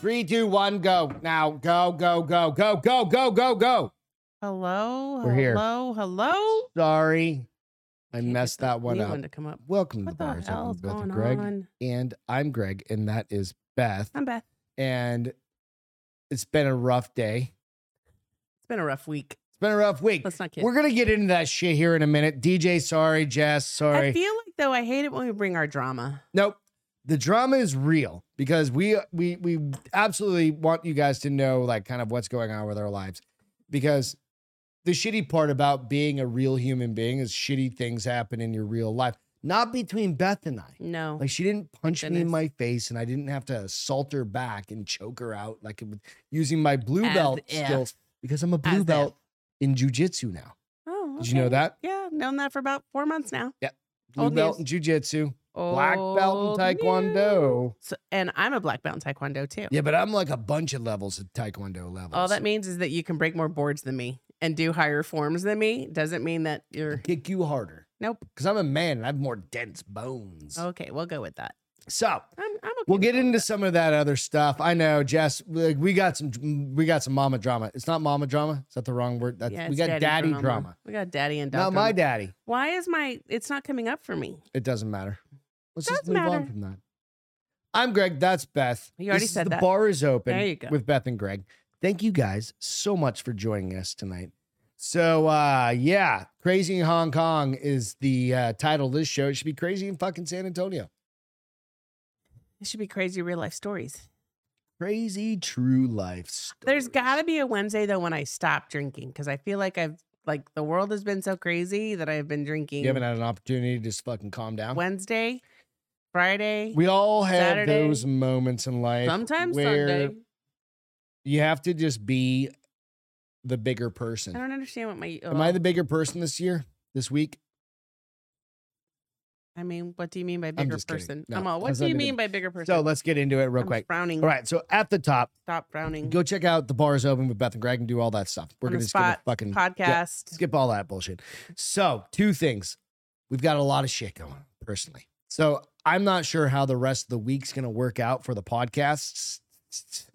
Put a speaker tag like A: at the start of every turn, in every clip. A: Three, two, one, go. Now, go, go, go, go, go, go, go, go.
B: Hello.
A: We're here.
B: Hello. Hello.
A: Sorry, I
B: Can't get
A: messed
B: the
A: that one
B: new
A: up.
B: to come up.
A: Welcome to
B: What
A: the
B: the
A: Bars Up with
B: hell's
A: Beth
B: going
A: and Greg.
B: on?
A: And I'm Greg, and that is Beth.
B: I'm Beth.
A: And it's been a rough day.
B: It's been a rough week.
A: It's been a rough week.
B: Let's not kid.
A: We're gonna get into that shit here in a minute. DJ, sorry, Jess, sorry.
B: I feel like though I hate it when we bring our drama.
A: Nope. The drama is real because we we we absolutely want you guys to know like kind of what's going on with our lives. Because the shitty part about being a real human being is shitty things happen in your real life. Not between Beth and I.
B: No.
A: Like she didn't punch me in
B: Goodness.
A: my face and I didn't have to assault her back and choke her out like it would- using my blue
B: As
A: belt
B: if.
A: skills because I'm a
B: As
A: blue
B: if.
A: belt in jujitsu now.
B: oh,
A: Did you know
B: okay.
A: that?
B: Yeah, known that for about four months now.
A: Blue
B: Old
A: belt in jujitsu, black belt
B: Old
A: in taekwondo.
B: news. So, and I'm a black belt in taekwondo too.
A: Yeah, but I'm like a bunch of levels of Taekwondo levels.
B: All Oh, that means is that you can break more boards than me and do higher forms than me. Doesn't mean that you're.
A: kick you harder
B: Nope. Oh.
A: because I'm a man and I have more dense bones.
B: Okay, we'll go with that.
A: So
B: I'm. I'm okay.
A: we'll
B: with
A: get
B: that.
A: into some of that other stuff. I know, Jess. Like, we got some. We got some mama drama. It's not mama drama. Is that the wrong word? That's,
B: Yeah,
A: we
B: it's
A: got daddy, drama.
B: We got daddy and dog
A: Not my
B: drama.
A: daddy.
B: Why is my? It's not coming up for me.
A: It doesn't matter. Let's just
B: Doesn't
A: move on
B: matter.
A: from that. I'm Greg. That's Beth.
B: You already
A: This is
B: said
A: the
B: that.
A: bar is open.
B: There you go.
A: With Beth and Greg. Thank you guys so much for joining us tonight. So uh yeah, Crazy in Hong Kong is the uh, title of this show. It should be Crazy in fucking San Antonio.
B: It should be crazy real life stories.
A: Crazy true life stories.
B: There's got to be a Wednesday though when I stop drinking because I feel like I've like the world has been so crazy that I've been drinking
A: You haven't had an opportunity to just fucking calm down.
B: Wednesday, Friday,
A: we all have
B: Saturday.
A: those moments in life
B: sometimes
A: where
B: Sunday.
A: you have to just be the bigger
B: I
A: person.
B: don't understand what my. oh,
A: Am I the bigger person this year? This week?
B: I mean, what do you mean by bigger
A: just kidding.
B: person?
A: No,
B: I'm all,
A: that's
B: what do
A: not
B: you
A: even-
B: mean by bigger person?
A: So let's get into it real
B: I'm
A: quick.
B: Frowning.
A: All right. So at the top,
B: Stop frowning.
A: go check out the bars open with Beth and Greg and do all that stuff. We're
B: On the
A: gonna just gonna
B: spot,
A: fucking
B: Podcast.
A: skip all that bullshit. So two things, we've got a lot of shit going on, personally. So I'm not sure how the rest of the week's gonna work out for the podcasts.
B: It's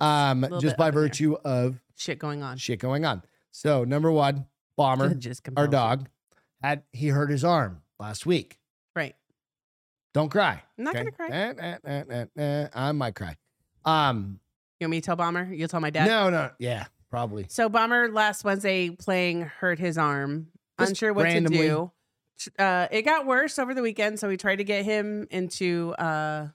A: Um,
B: little
A: just
B: bit
A: by
B: up in there.
A: virtue of
B: shit going on.
A: shit going on. So number one, bomber,
B: Just
A: our
B: compulsion.
A: dog, had he hurt his arm last week.
B: Right.
A: Don't cry.
B: I'm not
A: okay?
B: gonna cry.
A: Eh, eh, eh, eh, eh, I might cry. Um,
B: You want me to tell Bomber? You'll tell my dad.
A: no, no, yeah, probably.
B: So Bomber last Wednesday playing hurt his arm.
A: Just
B: Unsure what
A: randomly.
B: to do. Ch- Uh, it got worse over the weekend, so we tried to get him into uh,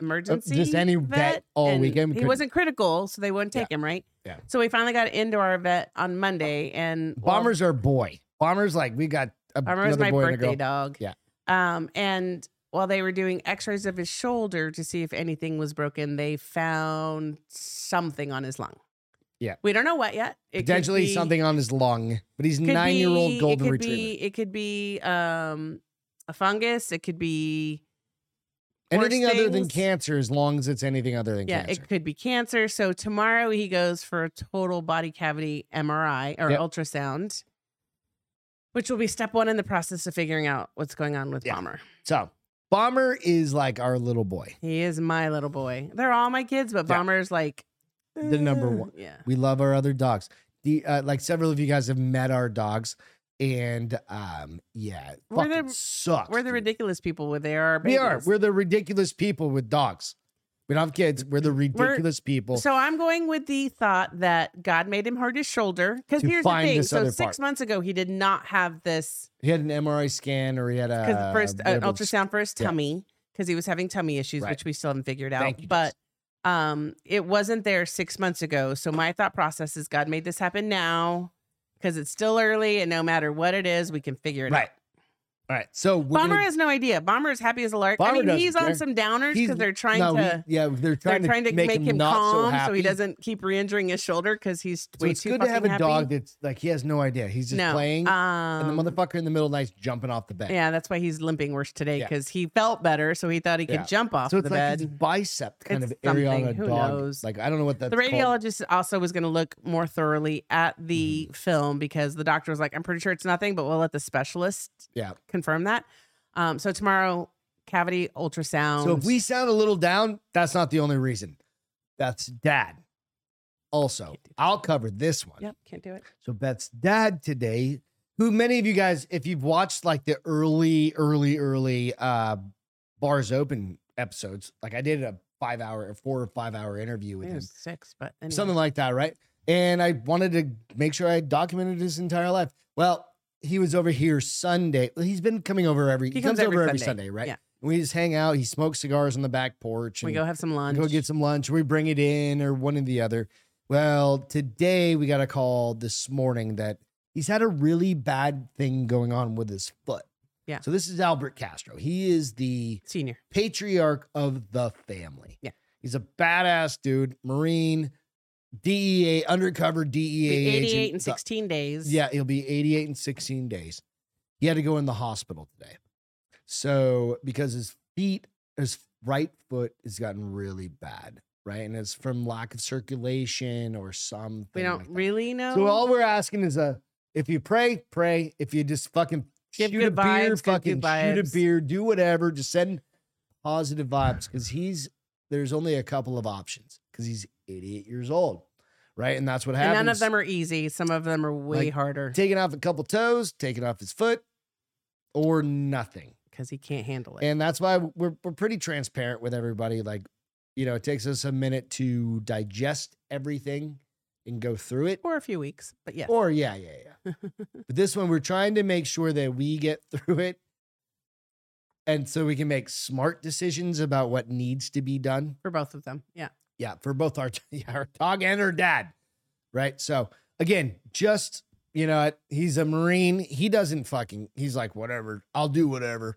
B: emergency.
A: any vet all
B: and
A: weekend, we
B: He
A: couldn't.
B: wasn't critical, so they wouldn't take him, right?
A: Yeah.
B: So we finally got into our vet on Monday, and well,
A: Bombers are boy. Bombers like we got a,
B: Bomber was
A: another
B: my
A: boy and a girl.
B: birthday dog.
A: Yeah.
B: Um, and while they were doing X-rays of his shoulder to see if anything was broken, they found something on his lung.
A: Yeah.
B: We don't know what yet. It could
A: Potentially
B: be-
A: something on his lung, but he's
B: could
A: nine year
B: be-
A: old
B: it
A: golden
B: could
A: retriever.
B: Be, it could be um, a fungus. It could be worse
A: anything other than
B: things.
A: cancer, as long as it's anything other than
B: yeah.
A: cancer.
B: It could be cancer. So tomorrow he goes for a total body cavity MRI or
A: Yep.
B: ultrasound, which will be step one in the process of figuring out what's going on with
A: Yeah.
B: Bomber.
A: so Bomber is like our little boy.
B: He is my little boy. They're all my kids, but
A: Yeah.
B: Bomber's like
A: The number
B: "Ugh."
A: one.
B: Yeah.
A: We love our other dogs. The uh, like several of you guys have met our dogs, and um, yeah, it
B: We're the-
A: fucking sucks.
B: We're the
A: dude.
B: ridiculous people. Where they are.
A: We are. We're the ridiculous people with dogs. We don't have kids. We're the ridiculous people.
B: So I'm going with the thought that God made him hurt his shoulder. Because
A: To
B: here's the
A: find
B: thing:
A: this
B: so
A: other
B: six
A: part.
B: months ago, he did not have this
A: he had an MRI scan, or he had
B: because
A: a um,
B: first an
A: whatever-
B: ultrasound for his
A: Uh, yeah.
B: tummy because he was having tummy issues,
A: Right.
B: which we still haven't figured
A: Thank
B: out.
A: you,
B: but um, it wasn't there six months ago. So my thought process is God made this happen now because it's still early, and no matter what it is, we can figure it out.
A: Right. All right. So we're
B: Bomber
A: gonna-
B: has no idea. Bomber is happy as a lark.
A: Bomber
B: I mean,
A: doesn't
B: he's on
A: care.
B: some downers
A: He's-
B: because they're trying
A: no,
B: to.
A: he- yeah, they're
B: they're
A: trying, to, make, him, not so
B: calm so,
A: happy.
B: he doesn't keep re-injuring his shoulder because he's
A: So
B: way
A: it's
B: too
A: good to
B: fucking
A: have a
B: happy.
A: dog that's like he has no idea. He's just
B: no,
A: playing, and the
B: um,
A: motherfucker in the middle of the night's jumping off the bed.
B: Yeah, that's why he's limping worse today
A: Yeah.
B: because he felt better, so he thought he could
A: Yeah.
B: jump off
A: So it's
B: the
A: like
B: bed.
A: his bicep kind
B: It's
A: of area on
B: something.
A: a
B: Who
A: dog.
B: knows?
A: Like I don't know what that's
B: the radiologist also was going to look more thoroughly at the
A: Mm-hmm.
B: film because the doctor was like, "I'm pretty sure it's nothing, but we'll let the specialist
A: Yeah.
B: confirm that." Um, so tomorrow, cavity ultrasound.
A: called. So if we sound a little down, that's not the only reason. Beth's dad. Also, I'll cover this one.
B: Yep, can't do it.
A: So Beth's dad today, who many of you guys, if you've watched like the early, early, early uh bars open episodes, like I did a five hour, four or five hour interview with
B: It
A: him,
B: was six, but anyway.
A: something like that, right? And I wanted to make sure I documented his entire life. Well, he was over here Sunday. He's been coming over every. He, comes, over every Sunday, right?
B: Yeah.
A: And we just hang out. He smokes cigars on the back porch.
B: we
A: and
B: go have some lunch.
A: Go get some lunch. We bring it in or one or the other. Well, today we got a call this morning that he's had a really bad thing going on with his foot.
B: Yeah.
A: So this is Albert Castro. He is the
B: senior.
A: patriarch of the family.
B: Yeah.
A: He's a badass dude, Marine, DEA, undercover DEA.
B: Be
A: agent.
B: 88 and
A: The-
B: 16 days.
A: yeah, he'll be 88 and 16 days. He had to go in the hospital today. So, because his feet, his right foot has gotten really bad, right? And it's from lack of circulation or something.
B: We don't
A: like that.
B: really know.
A: So, all we're asking is a if you pray, pray. If you just fucking
B: Give
A: shoot a
B: good
A: beer,
B: vibes, good-
A: fucking
B: good
A: shoot a
B: vibes.
A: beer, do whatever, just send positive vibes because he's there's only a couple of options because he's 88 years old, right? And that's what
B: and
A: happens
B: none of them are easy. Some of them are way
A: Like,
B: harder
A: taking off a couple toes, taking off his foot, or nothing.
B: because he can't handle it.
A: And that's why we're we're pretty transparent with everybody. Like, you know, it takes us a minute to digest everything and go through it.
B: or a few weeks, but yes.
A: Or yeah, yeah, yeah. but this one, we're trying to make sure that we get through it, and so we can make smart decisions about what needs to be done.
B: for both of them. Yeah.
A: Yeah, for both our yeah, our dog and her dad. Right. So again, just you know, what, he's a marine. He doesn't fucking. He's like whatever. I'll do whatever.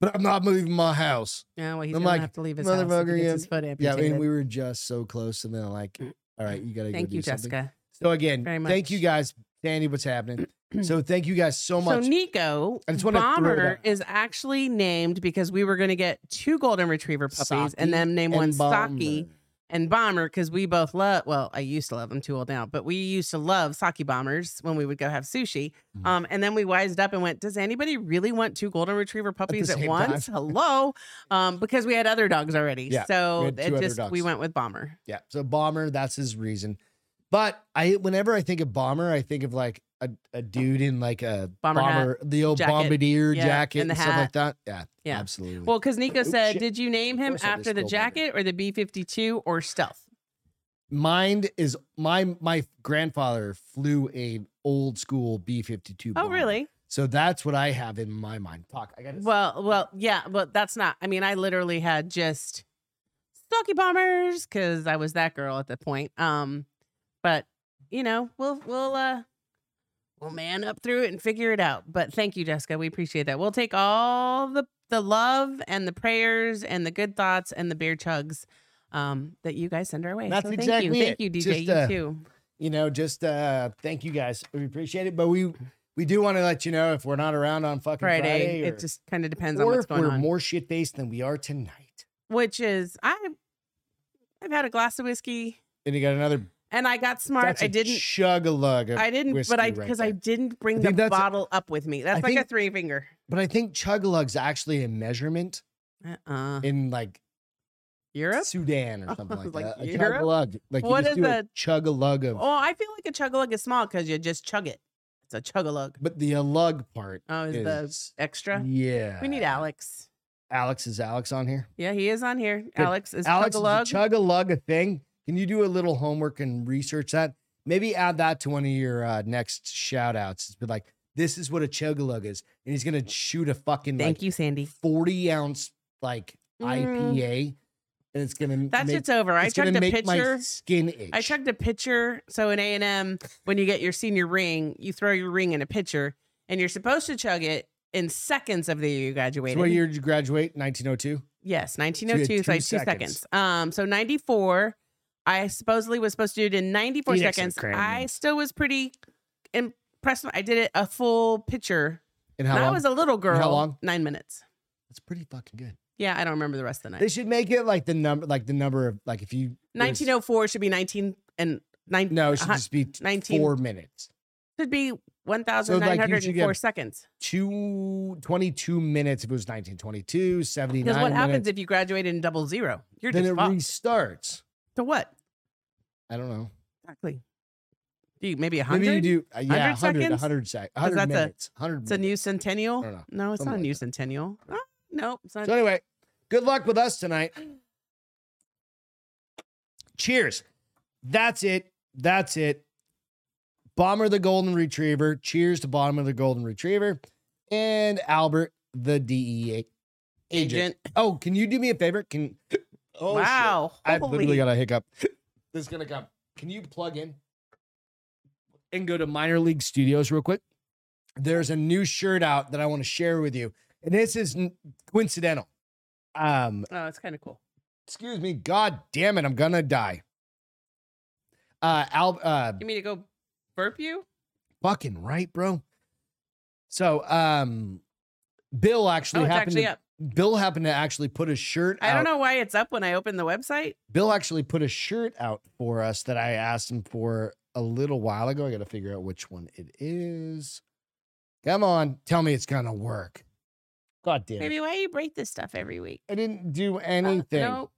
A: But I'm not moving my house.
B: Yeah. Well, he's
A: I'm
B: going
A: like,
B: to have to leave his house if he
A: "Motherfucker,
B: gets
A: yeah."
B: his foot
A: Yeah, I
B: amputated.
A: mean, we were just so close, and then like, all right, you gotta
B: Mm. Thank
A: go do
B: you,
A: something.
B: Jessica.
A: So again,
B: very
A: thank you
B: much.
A: guys, Danny. What's happening? so thank you guys so
B: So
A: much.
B: Nico
A: I just wanna throw it
B: Bomber
A: out.
B: is actually named because we were going to get two golden retriever puppies
A: Saki
B: and then name one
A: and Bomber.
B: Saki and Bomber because we both love. Well, I used to love them too old now, but we used to love Saki Bombers when we would go have sushi.
A: Mhm.
B: Um, and then we wised up and went, "Does anybody really want two golden retriever puppies at,
A: same time.
B: once? Hello," um, because we had other dogs already.
A: Yeah, we
B: so
A: had two
B: it
A: other
B: just we
A: dogs.
B: went with Bomber.
A: Yeah. So bomber, that's his reason. But I, whenever I think of bomber, I think of like a, a dude in like a bomber,
B: Bomber hat,
A: the old
B: jacket.
A: bombardier
B: Yeah,
A: jacket and,
B: and the
A: stuff
B: hat.
A: like that. Yeah.
B: Yeah.
A: Absolutely.
B: Well, because Nico
A: Oops,
B: said,
A: oh, shit.
B: "Did you name him
A: course I
B: after
A: just
B: the
A: spilled my
B: jacket or the B fifty two or Stealth?"
A: Mine is my my grandfather flew a old school B fifty two.
B: Oh, really?
A: So that's what I have in my mind. Fuck, I got it.
B: Well, well, yeah, but that's not. I mean, I literally had just stocky bombers because I was that girl at the point. Um, but you know, we'll we'll uh we'll man up through it and figure it out. But thank you, Jessica. We appreciate that. We'll take all the the love and the prayers and the good thoughts and the beer chugs um that you guys send our way.
A: That's
B: so thank you.
A: exactly
B: Thank
A: it.
B: you, DJ.
A: Just,
B: you
A: uh,
B: too.
A: you know, just uh thank you guys. We appreciate it. But we we do want to let you know if we're not around on fucking Friday.
B: Friday.
A: or,
B: it just kind of depends on
A: or
B: what's
A: if
B: going
A: we're
B: on.
A: more shit faced than we are tonight.
B: which is I I've had a glass of whiskey
A: And you got another
B: and I got smart.
A: That's
B: I
A: a
B: didn't
A: chug a lug.
B: I didn't but I
A: whiskey right
B: because I
A: there.
B: didn't bring
A: think
B: the
A: that's a-
B: bottle up with me. That's
A: I
B: like a
A: think-
B: three finger.
A: But I think chug a lug's actually a measurement
B: Uh-uh.
A: in like
B: Europe?
A: Sudan
B: I
A: or something like,
B: was like,
A: that. A
B: Europe?
A: chug a lug. Like you
B: What
A: just
B: is
A: do a
B: that?
A: chug a lug of.
B: Oh, I feel like a chug a lug is small because you just chug it. It's a chug a lug.
A: But the a lug part
B: Oh, is the
A: is
B: extra?
A: yeah.
B: We need Alex.
A: Alex is Alex on here.
B: Yeah, he is on here.
A: Good.
B: Alex is chug
A: Alex
B: a lug.
A: is chug a lug a thing. Can you do a little homework and research that? Maybe add that to one of your uh, next shout outs. It's been like, this is what a chug a lug is. And he's going to shoot a fucking
B: Thank
A: like
B: you, Sandy.
A: 40 ounce like
B: Mm.
A: IPA, and it's gonna
B: That
A: make,
B: shit's over. I
A: it's gonna
B: chugged a
A: make
B: pitcher.
A: my skin itch.
B: I chugged a pitcher. So in A and M, when you get your senior ring, you throw your ring in a pitcher, and you're supposed to chug it in seconds of the year you
A: So
B: graduated.
A: what year did you graduate? 1902.
B: Yes,
A: had
B: 1902. So I had two
A: two
B: seconds.
A: seconds.
B: Um, so 94. I supposedly was supposed to do it in 94
A: Phoenix and
B: seconds.
A: Cranmer.
B: I still was pretty impressed. I did it a full pitcher.
A: And how
B: And I
A: long?
B: was a little girl.
A: long?
B: Nine minutes.
A: That's pretty fucking good.
B: Yeah, I don't remember the rest of the
A: They
B: night.
A: should make it like the number, like the number of, like if you there's-
B: 1904 should be 19 and nine.
A: No, it should
B: uh,
A: just be
B: 19.
A: four minutes.
B: should be
A: So, like, you
B: 1,904
A: should get-
B: seconds.
A: Two, 22 minutes if it was 1922, 79
B: Because what happens
A: minutes.
B: if you graduated in double zero? You're
A: then
B: just
A: it
B: fucked.
A: restarts.
B: To what?
A: I don't know.
B: Exactly. Do you maybe a
A: Maybe you
B: hundred?
A: do uh, yeah, 100,
B: 100 seconds?
A: 100 sec,
B: 'Cause
A: 100
B: that's a-
A: minutes, 100
B: It's a
A: minutes.
B: new centennial.
A: I don't know.
B: No, it's
A: Something
B: not a
A: like
B: new
A: that.
B: centennial. Ah, no, it's not.
A: So anyway, good luck with us tonight. Cheers. That's it. That's it. Bomber the Golden Retriever. Cheers to Bomber the Golden Retriever and Albert the DEA agent.
B: Agent.
A: Oh, can you do me a favor? Can oh, shit.
B: wow.
A: I've literally
B: holy-
A: got a hiccup. This is gonna come. Can you plug in and go to minor league studios real quick? There's a new shirt out that I want to share with you, and this is n- coincidental. Um,
B: Oh, it's kind of cool.
A: excuse me. God damn it, I'm gonna die. Uh, Al, uh,
B: You mean to go burp you? Oh,
A: fucking right, bro. So, um, Bill
B: Oh,
A: actually
B: it's
A: happened.
B: actually
A: to,
B: up.
A: Bill happened to actually put a shirt.
B: I
A: out
B: don't know why it's up when I open the website.
A: Bill actually put a shirt out for us that I asked him for a little while ago. I got to figure out which one it is. Come on, tell me it's gonna work. God damn it!
B: Maybe why you break this stuff every week?
A: I didn't do
B: Uh,
A: anything.
B: no.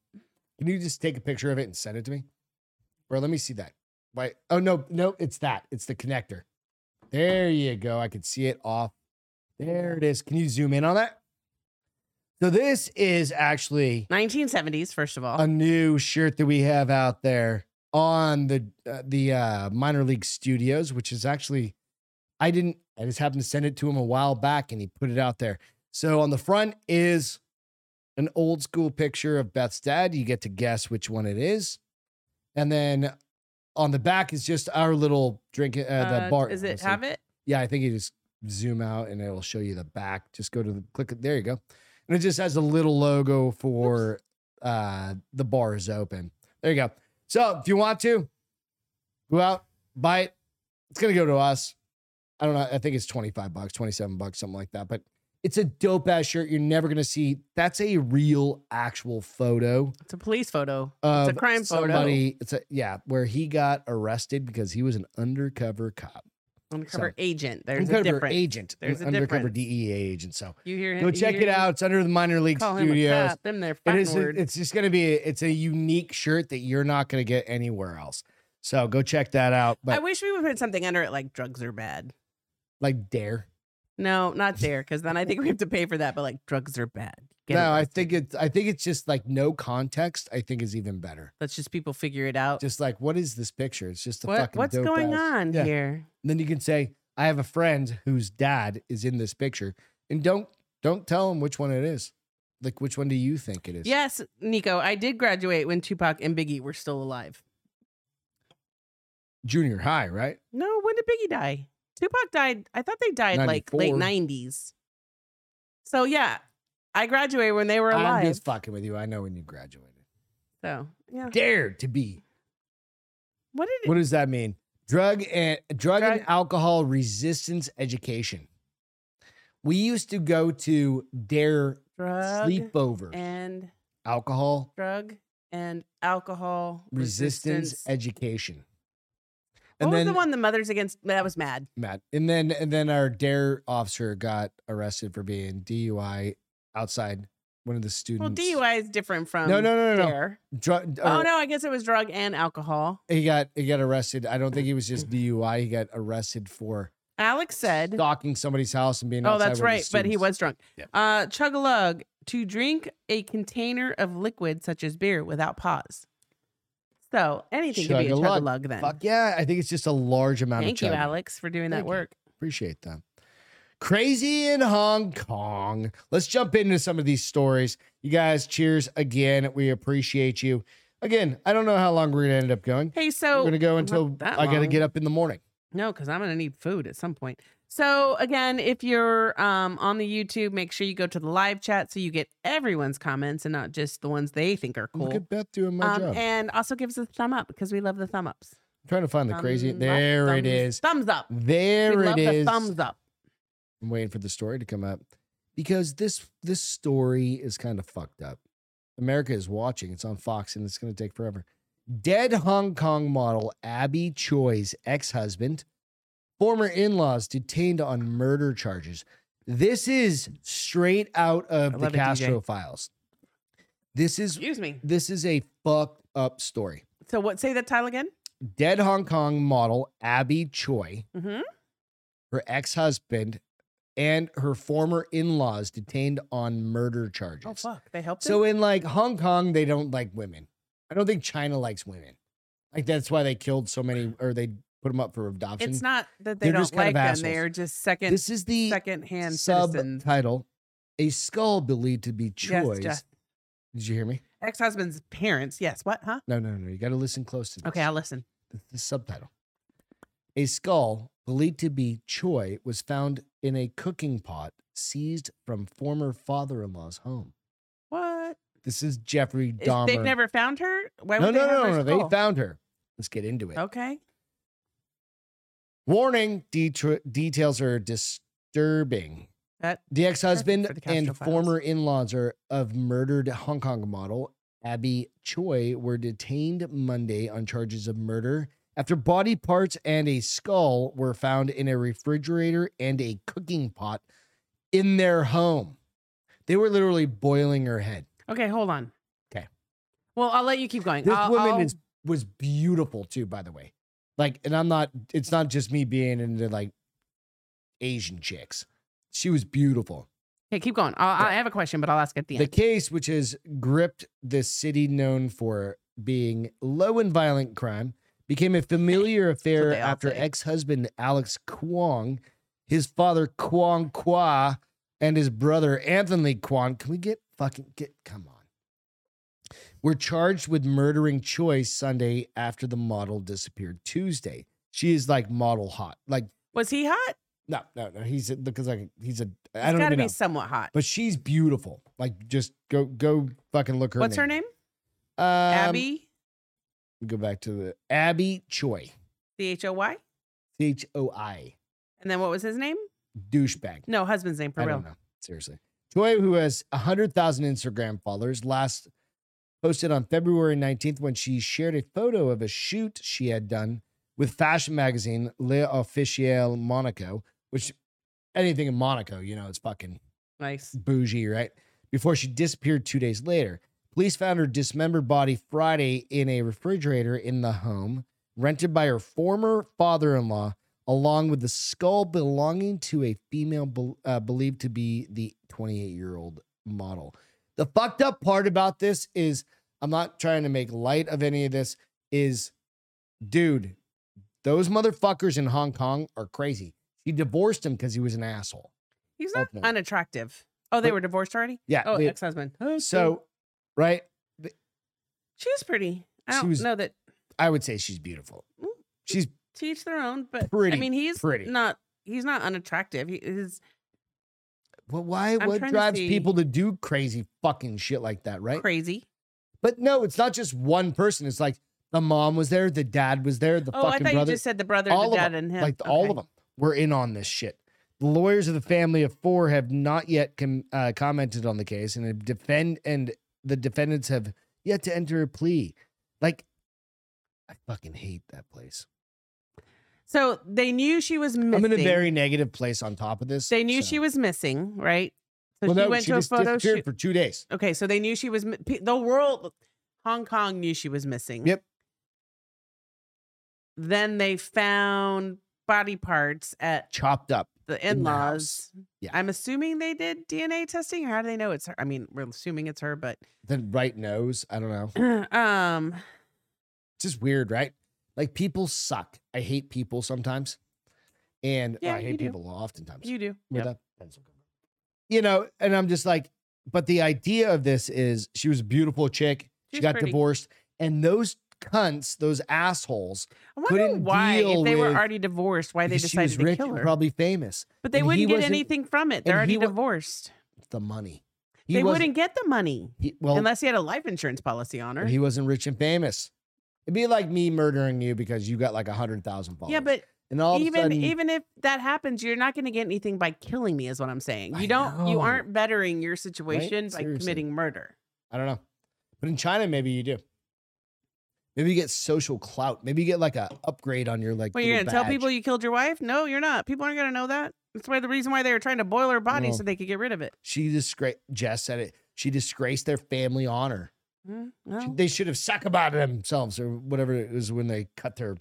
A: Can you just take a picture of it and send it to me, or let me see that? Why? Oh no, no, it's that. It's the connector. There you go. I can see it off. There it is. Can you zoom in on that? So this is actually
B: 1970s, first of all.
A: a new shirt that we have out there on the uh, the uh, minor league studios, which is actually I didn't I just happened to send it to him a while back, and he put it out there. So on the front is an old school picture of Beth's dad. You get to guess which one it is, and then on the back is just our little drink. Uh, the
B: Uh,
A: bar
B: Is it
A: obviously.
B: have it?
A: Yeah, I think you just zoom out and it'll show you the back. Just go to the click. There you go. And it just has a little logo for uh, the bar is open. There you go. So if you want to go out, buy it. It's going to go to us. I don't know. I think it's 25 bucks, 27 bucks, something like that. But it's a dope ass shirt. You're never going to see. That's a real, actual photo
B: It's a police photo.
A: of
B: a crime photo.
A: somebody. It's a, yeah, where he got arrested because he was an undercover cop
B: Undercover
A: So-
B: agent. There's a
A: undercover
B: difference.
A: agent,
B: There's
A: an
B: a
A: undercover
B: difference.
A: DEA agent. So
B: You hear him?
A: go
B: you
A: check
B: hear
A: it
B: him
A: out. It's under the minor league
B: Call him a
A: studios.
B: cop. Them there
A: It
B: fucking
A: is.
B: words.
A: It's just going to be. It's a unique shirt that you're not going to get anywhere else. So go check that out.
B: I
A: But
B: wish we would put something under it like drugs are bad.
A: like dare.
B: No, not there, because then I think we have to pay for that. But like drugs are bad. Get
A: no, I
B: arrested.
A: think it's. I think it's just like no context. I think is even better.
B: let's just people figure it out.
A: Just like what is this picture? It's just a
B: What,
A: fucking.
B: what's
A: dope
B: going
A: ass-
B: on
A: Yeah.
B: here?
A: And then you can say, I have a friend whose dad is in this picture, and don't don't tell him which one it is. Like which one do you think it is?
B: Yes, Nico, I did graduate when Tupac and Biggie were still alive.
A: Junior high, right?
B: No, when did Biggie die? Tupac died. I thought they died like late
A: 94.
B: nineties. So yeah, I graduated when they were
A: I'm
B: alive.
A: just fucking with you. I know when you graduated.
B: So yeah,
A: Dare to be.
B: what did?
A: What does that mean? Drug and drug,
B: Drug-
A: and alcohol resistance education. We used to go to dare
B: drug
A: sleepovers.
B: and
A: alcohol
B: drug and alcohol
A: resistance, education.
B: what
A: And
B: was
A: then
B: the one the mothers against? That was mad.
A: Matt, and then and then our dare officer got arrested for being DUI outside one of the
B: Well,
A: students.
B: DUI is different from
A: No, no, no, Uh, no, no.
B: um, Dare.
A: Drug,
B: Oh no, I guess it was drug and alcohol.
A: He got he got arrested. I don't think he was just DUI. He got arrested for
B: Alex said.
A: stalking somebody's house and being
B: Oh,
A: outside
B: that's
A: with his
B: right. But he
A: students.
B: was drunk.
A: Yeah.
B: Uh, chug a lug to drink a container of liquid such as beer without pause. So anything could be a chug a
A: Chug-a-lug.
B: lug then.
A: Fuck yeah! I think it's just a large amount
B: Thank
A: of
B: you,
A: chugging.
B: Alex, for doing
A: Thank you.
B: that work.
A: Appreciate that. Crazy in Hong Kong. Let's jump into some of these stories. You guys, cheers again. We appreciate you. Again, I don't know how long we're gonna end up going.
B: Hey,
A: we're
B: so
A: gonna go until
B: Oh, that
A: I gotta
B: long.
A: get up in the morning.
B: no, because I'm gonna need food at some point. So again, if you're um, on the YouTube, make sure you go to the live chat so you get everyone's comments and not just the ones they think are
A: Look
B: cool.
A: at Beth doing my
B: Um,
A: job.
B: and also give us a thumb up because we love the thumb ups.
A: I'm trying to find the crazy.
B: Thumb up,
A: There it
B: thumbs-
A: is.
B: Thumbs up.
A: There
B: we
A: it
B: love
A: is.
B: the thumbs up.
A: I'm waiting for the story to come up because this this story is kind of fucked up. America is watching. It's on Fox and it's going to take forever. Dead Hong Kong model Abby Choi's ex-husband, former in-laws detained on murder charges. This is straight out
B: I
A: of the
B: love it, DJ.
A: Castro files. This is
B: Excuse me.
A: this is a fucked up story.
B: So what? Say that title again.
A: Dead Hong Kong model Abby Choi,
B: Mm-hmm.
A: her ex husband, and her former in laws detained on murder charges.
B: Oh fuck, they helped. him?
A: So in like Hong Kong, they don't like women. I don't think China likes women. Like that's why they killed so many, or they put them up for adoption.
B: it's not that they
A: They're
B: don't
A: just kind of
B: like them;
A: assholes.
B: they are just second
A: this is the
B: secondhand citizens.
A: subtitle: a skull believed to be
B: Yes,
A: Choi's.
B: Jeff.
A: Did you hear me?
B: Ex-husband's parents. Yes. What? Huh?
A: No, no, no. You got to listen close to this.
B: Okay, I'll listen.
A: the, the subtitle. A skull believed to be Choi was found in a cooking pot seized from former father-in-law's home.
B: What?
A: This is Jeffrey
B: Is-
A: Dahmer.
B: they've never found her. Why
A: no,
B: would they
A: no,
B: have
A: no,
B: her
A: no. They
B: skull?
A: found her. Let's get into it.
B: Okay.
A: Warning detr- details are disturbing.
B: That
A: The ex husband
B: for the Castro
A: and
B: files.
A: former in laws of murdered Hong Kong model Abby Choi were detained Monday on charges of murder after body parts and a skull were found in a refrigerator and a cooking pot in their home. They were literally boiling her head.
B: Okay, hold on.
A: 'Kay.
B: Well, I'll let you keep going.
A: This
B: I'll-
A: woman
B: I'll-
A: is was beautiful too, by the way. Like, and I'm not. It's not just me being into like Asian chicks. She was beautiful.
B: Okay, keep going. I'll, I have a question, but I'll ask at the
A: The
B: end.
A: case, which has gripped the city known for being low in violent crime, became a familiar affair
B: they all
A: after
B: say.
A: ex-husband Alex Kwong, his father Kwong Kwa, and his brother Anthony Kwong. Can we get fucking get? Come on. Were charged with murdering Choi Sunday after the model disappeared Tuesday. She is like model hot. Like
B: Was he hot?
A: no, no, no. He's because like he's a. I
B: He's
A: don't
B: got to
A: even
B: be
A: know
B: somewhat hot.
A: but she's beautiful. Like, just go go fucking look her.
B: What's her name?
A: Um,
B: Abby
A: Go back to the Abby Choi,
B: C H O Y.
A: C H O I,
B: And then what was his name?
A: douchebag.
B: No, husband's name for
A: I
B: real.
A: don't know. Seriously, Choi, who has hundred thousand Instagram followers, last posted on February nineteenth when she shared a photo of a shoot she had done with fashion magazine Le Officiel Monaco, which anything in Monaco, you know, it's fucking
B: Nice.
A: bougie, right? Before she disappeared two days later. Police found her dismembered body Friday in a refrigerator in the home rented by her former father in law, along with the skull belonging to a female bel- uh, believed to be the 28 year old model. The fucked up part about this is I'm not trying to make light of any of this, is dude, those motherfuckers in Hong Kong are crazy. She divorced him because he was an asshole.
B: He's not
A: Ultimately.
B: unattractive. Oh, they
A: But-
B: were divorced already.
A: Yeah.
B: Oh,
A: they-
B: ex-husband. Okay.
A: so, right?
B: she was pretty. I
A: She
B: don't
A: was-
B: know that
A: I would say she's beautiful.
B: Mm.
A: She's
B: to each their own, but
A: Pretty,
B: I mean, he's
A: pretty.
B: not. He's not unattractive. He is
A: well, why?
B: I'm
A: What
B: trying to
A: drives
B: see.
A: people to do crazy fucking shit like that, right?
B: crazy.
A: But no, it's not just one person. It's like the mom was there, the dad was there, the
B: Oh, I
A: fucking
B: thought
A: brother,
B: you just said the brother,
A: all
B: the
A: of
B: dad,
A: them,
B: and him.
A: like all
B: Okay.
A: of them were in on this shit. The lawyers of the family of four have not yet com- uh, commented on the case, and have defend and the defendants have yet to enter a plea. Like, I fucking hate that place.
B: So they knew she was missing.
A: I'm in a very negative place. On top of this,
B: They knew
A: so-
B: she was missing, right? So
A: well,
B: she
A: no,
B: went
A: she
B: to a
A: just
B: photo
A: disappeared
B: shoot.
A: for two days.
B: Okay, so they knew she was mi- pe- the world. Hong Kong knew she was missing.
A: Yep.
B: Then they found body parts at
A: chopped up.
B: the
A: In the
B: in-laws.
A: house. Yeah.
B: I'm assuming they did DNA testing, or how do they know it's her? I mean, we're assuming it's her, but
A: The right nose. I don't know.
B: um,
A: It's just weird, right? Like people suck. I hate people sometimes. And well,
B: Yeah,
A: I
B: you
A: hate
B: do.
A: people oftentimes.
B: you do.
A: with
B: Yep.
A: a pencil cover. You know, and I'm just like, but the idea of this is she was a beautiful chick.
B: She's
A: she got
B: pretty.
A: divorced. And those cunts, those assholes,
B: I wonder
A: couldn't
B: why,
A: deal
B: if they were
A: with-
B: already divorced, why they
A: because she
B: decided
A: was
B: to
A: rich
B: kill
A: and
B: her.
A: probably famous,
B: but they
A: and he
B: wouldn't get
A: wasn't-
B: anything from it. They're
A: and he
B: already
A: wa-
B: divorced.
A: the money. He
B: They
A: wasn't-
B: wouldn't get the money
A: He, well,
B: unless he had a life insurance policy on her.
A: he wasn't rich and famous. It'd be like me murdering you because you got like a hundred thousand followers.
B: yeah, but
A: and all
B: even
A: of a sudden,
B: even if that happens, you're not going to get anything by killing me, is what I'm saying. You
A: I
B: don't, you
A: know.
B: aren't bettering your situation by
A: Seriously.
B: committing murder.
A: I don't know. But in China, maybe you do. Maybe you get social clout. Maybe you get like a upgrade on your like.
B: Well, you're going
A: little
B: to tell
A: badge.
B: people you killed your wife? No, you're not. People aren't going to know that. That's why the reason why they were trying to boil her body
A: No.
B: so they could get rid of it.
A: she disgrace. Jess said it. She disgraced their family honor.
B: Mm, well,
A: They should have sakabated themselves or whatever it was when they cut their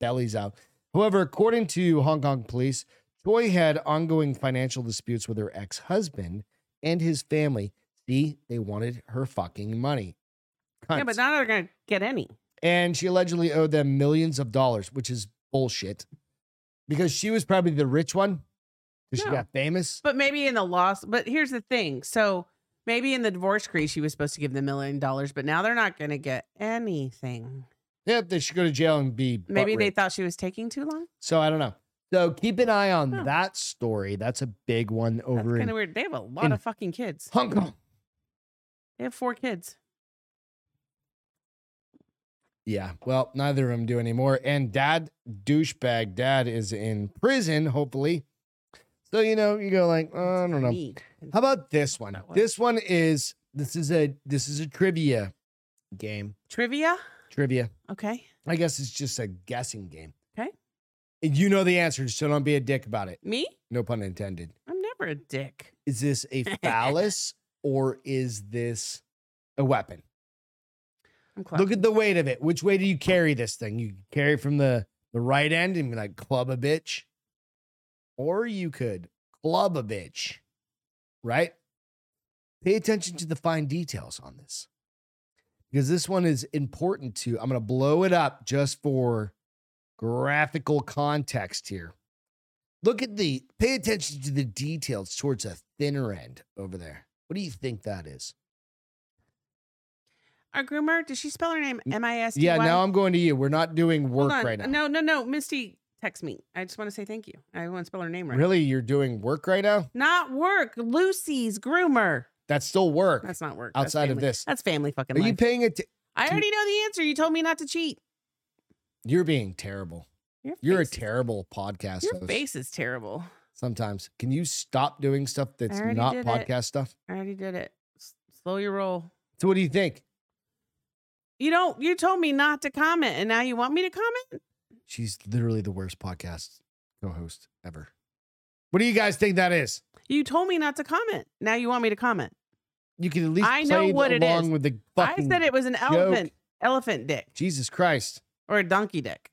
A: bellies out. However, according to Hong Kong police, Choi had ongoing financial disputes with her ex husband and his family. See, they wanted her fucking money.
B: yeah,
A: Cunts.
B: but now they're gonna get any.
A: and she allegedly owed them millions of dollars, which is bullshit because she was probably the rich one because
B: No.
A: she got famous.
B: But maybe in the loss. But here's the thing. So maybe in the divorce decree, she was supposed to give them a million dollars, but now they're not gonna get anything.
A: Yep, they should go to jail and be. butt
B: Maybe they
A: raped.
B: thought she was taking too long.
A: So I don't know. So keep an eye on
B: Huh.
A: that story. That's a big one
B: That's
A: over
B: kind
A: in
B: of weird. They have a lot
A: in-
B: of fucking kids.
A: Hong Kong.
B: They have four kids.
A: Yeah. Well, neither of them do anymore. And dad, douchebag dad, is in prison. Hopefully. So you know, you go like, "Uh, I don't know.
B: Need.
A: How about this one?
B: That one.
A: This one is this is a this is a trivia game.
B: trivia?
A: Trivia.
B: Okay.
A: I guess it's just a guessing game.
B: Okay.
A: And you know the answer, so don't be a dick about it.
B: Me?
A: No pun intended.
B: I'm never a dick.
A: Is this a phallus or is this a weapon?
B: I'm close.
A: Look at the weight of it. Which way do you carry this thing? You could carry it from the, the right end and be like, club a bitch. Or you could club a bitch, right? Pay attention to the fine details on this because this one is important to. I'm going to blow it up just for graphical context here. Look at the, pay attention to the details towards a thinner end over there. What do you think that is?
B: Our groomer, does she spell her name M I S?
A: Yeah, now I'm going to you. We're not doing work
B: Hold on.
A: right now.
B: No, no, no. Misty, text me. I just want to say thank you. I want to spell her name right.
A: Really, you're doing work right now?
B: Not work. Lucy's groomer.
A: That's still work.
B: That's not work. That's
A: outside of
B: family.
A: this.
B: That's family fucking
A: Are you
B: life.
A: paying it?
B: I already know the answer. You told me not to cheat.
A: you're being terrible.
B: Your
A: You're a
B: face is-
A: terrible podcast
B: Your
A: host.
B: face is terrible.
A: Sometimes, can you stop doing stuff that's
B: already
A: not
B: did it.
A: podcast stuff?
B: I already did it. S- Slow your roll.
A: So, what do you think?
B: You don't. You told me not to comment, and now you want me to comment.
A: She's literally the worst podcast co-host ever. What do you guys think that is?
B: You told me not to comment. Now you want me to comment.
A: You can at least
B: I know
A: play
B: what it
A: along
B: is.
A: with the
B: I
A: fucking
B: said it was an elephant, elephant dick
A: Jesus Christ.
B: or a donkey dick.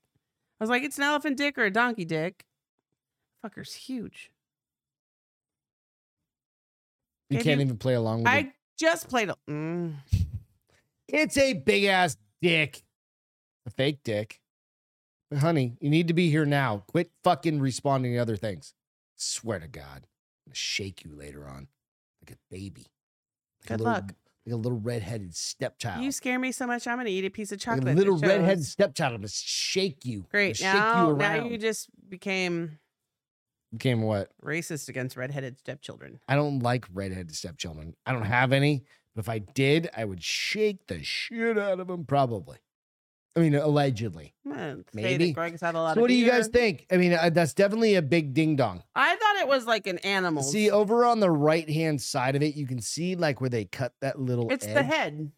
B: I was like, it's an elephant dick or a donkey dick. Fucker's huge.
A: You
B: If
A: can't
B: you-
A: even play along with it.
B: I just played. A, mm,
A: It's a big ass dick. A fake dick. But honey, you need to be here now. Quit fucking responding to other things. Swear to God. I'm gonna shake you later on. Like a baby. Like
B: Good
A: a little,
B: luck.
A: Like a little redheaded stepchild.
B: you scare me so much. I'm gonna eat a piece of
A: like
B: chocolate.
A: a
B: that
A: little redheaded
B: shows-
A: stepchild. I'm gonna shake you. I'm gonna
B: Great.
A: Shake
B: Now,
A: you
B: now
A: around.
B: you just became
A: Became what?
B: racist against redheaded stepchildren.
A: I don't like redheaded stepchildren. I don't have any. But if I did, I would shake the shit out of them, probably. I mean, allegedly.
B: I'm gonna say
A: Maybe.
B: that Greg's had a lot
A: So
B: of
A: what do you guys
B: beer.
A: think? I mean, uh, that's definitely a big ding dong.
B: I thought it was like an animal.
A: See, over on the right hand side of it, you can see like where they cut that little.
B: it's
A: edge.
B: the head.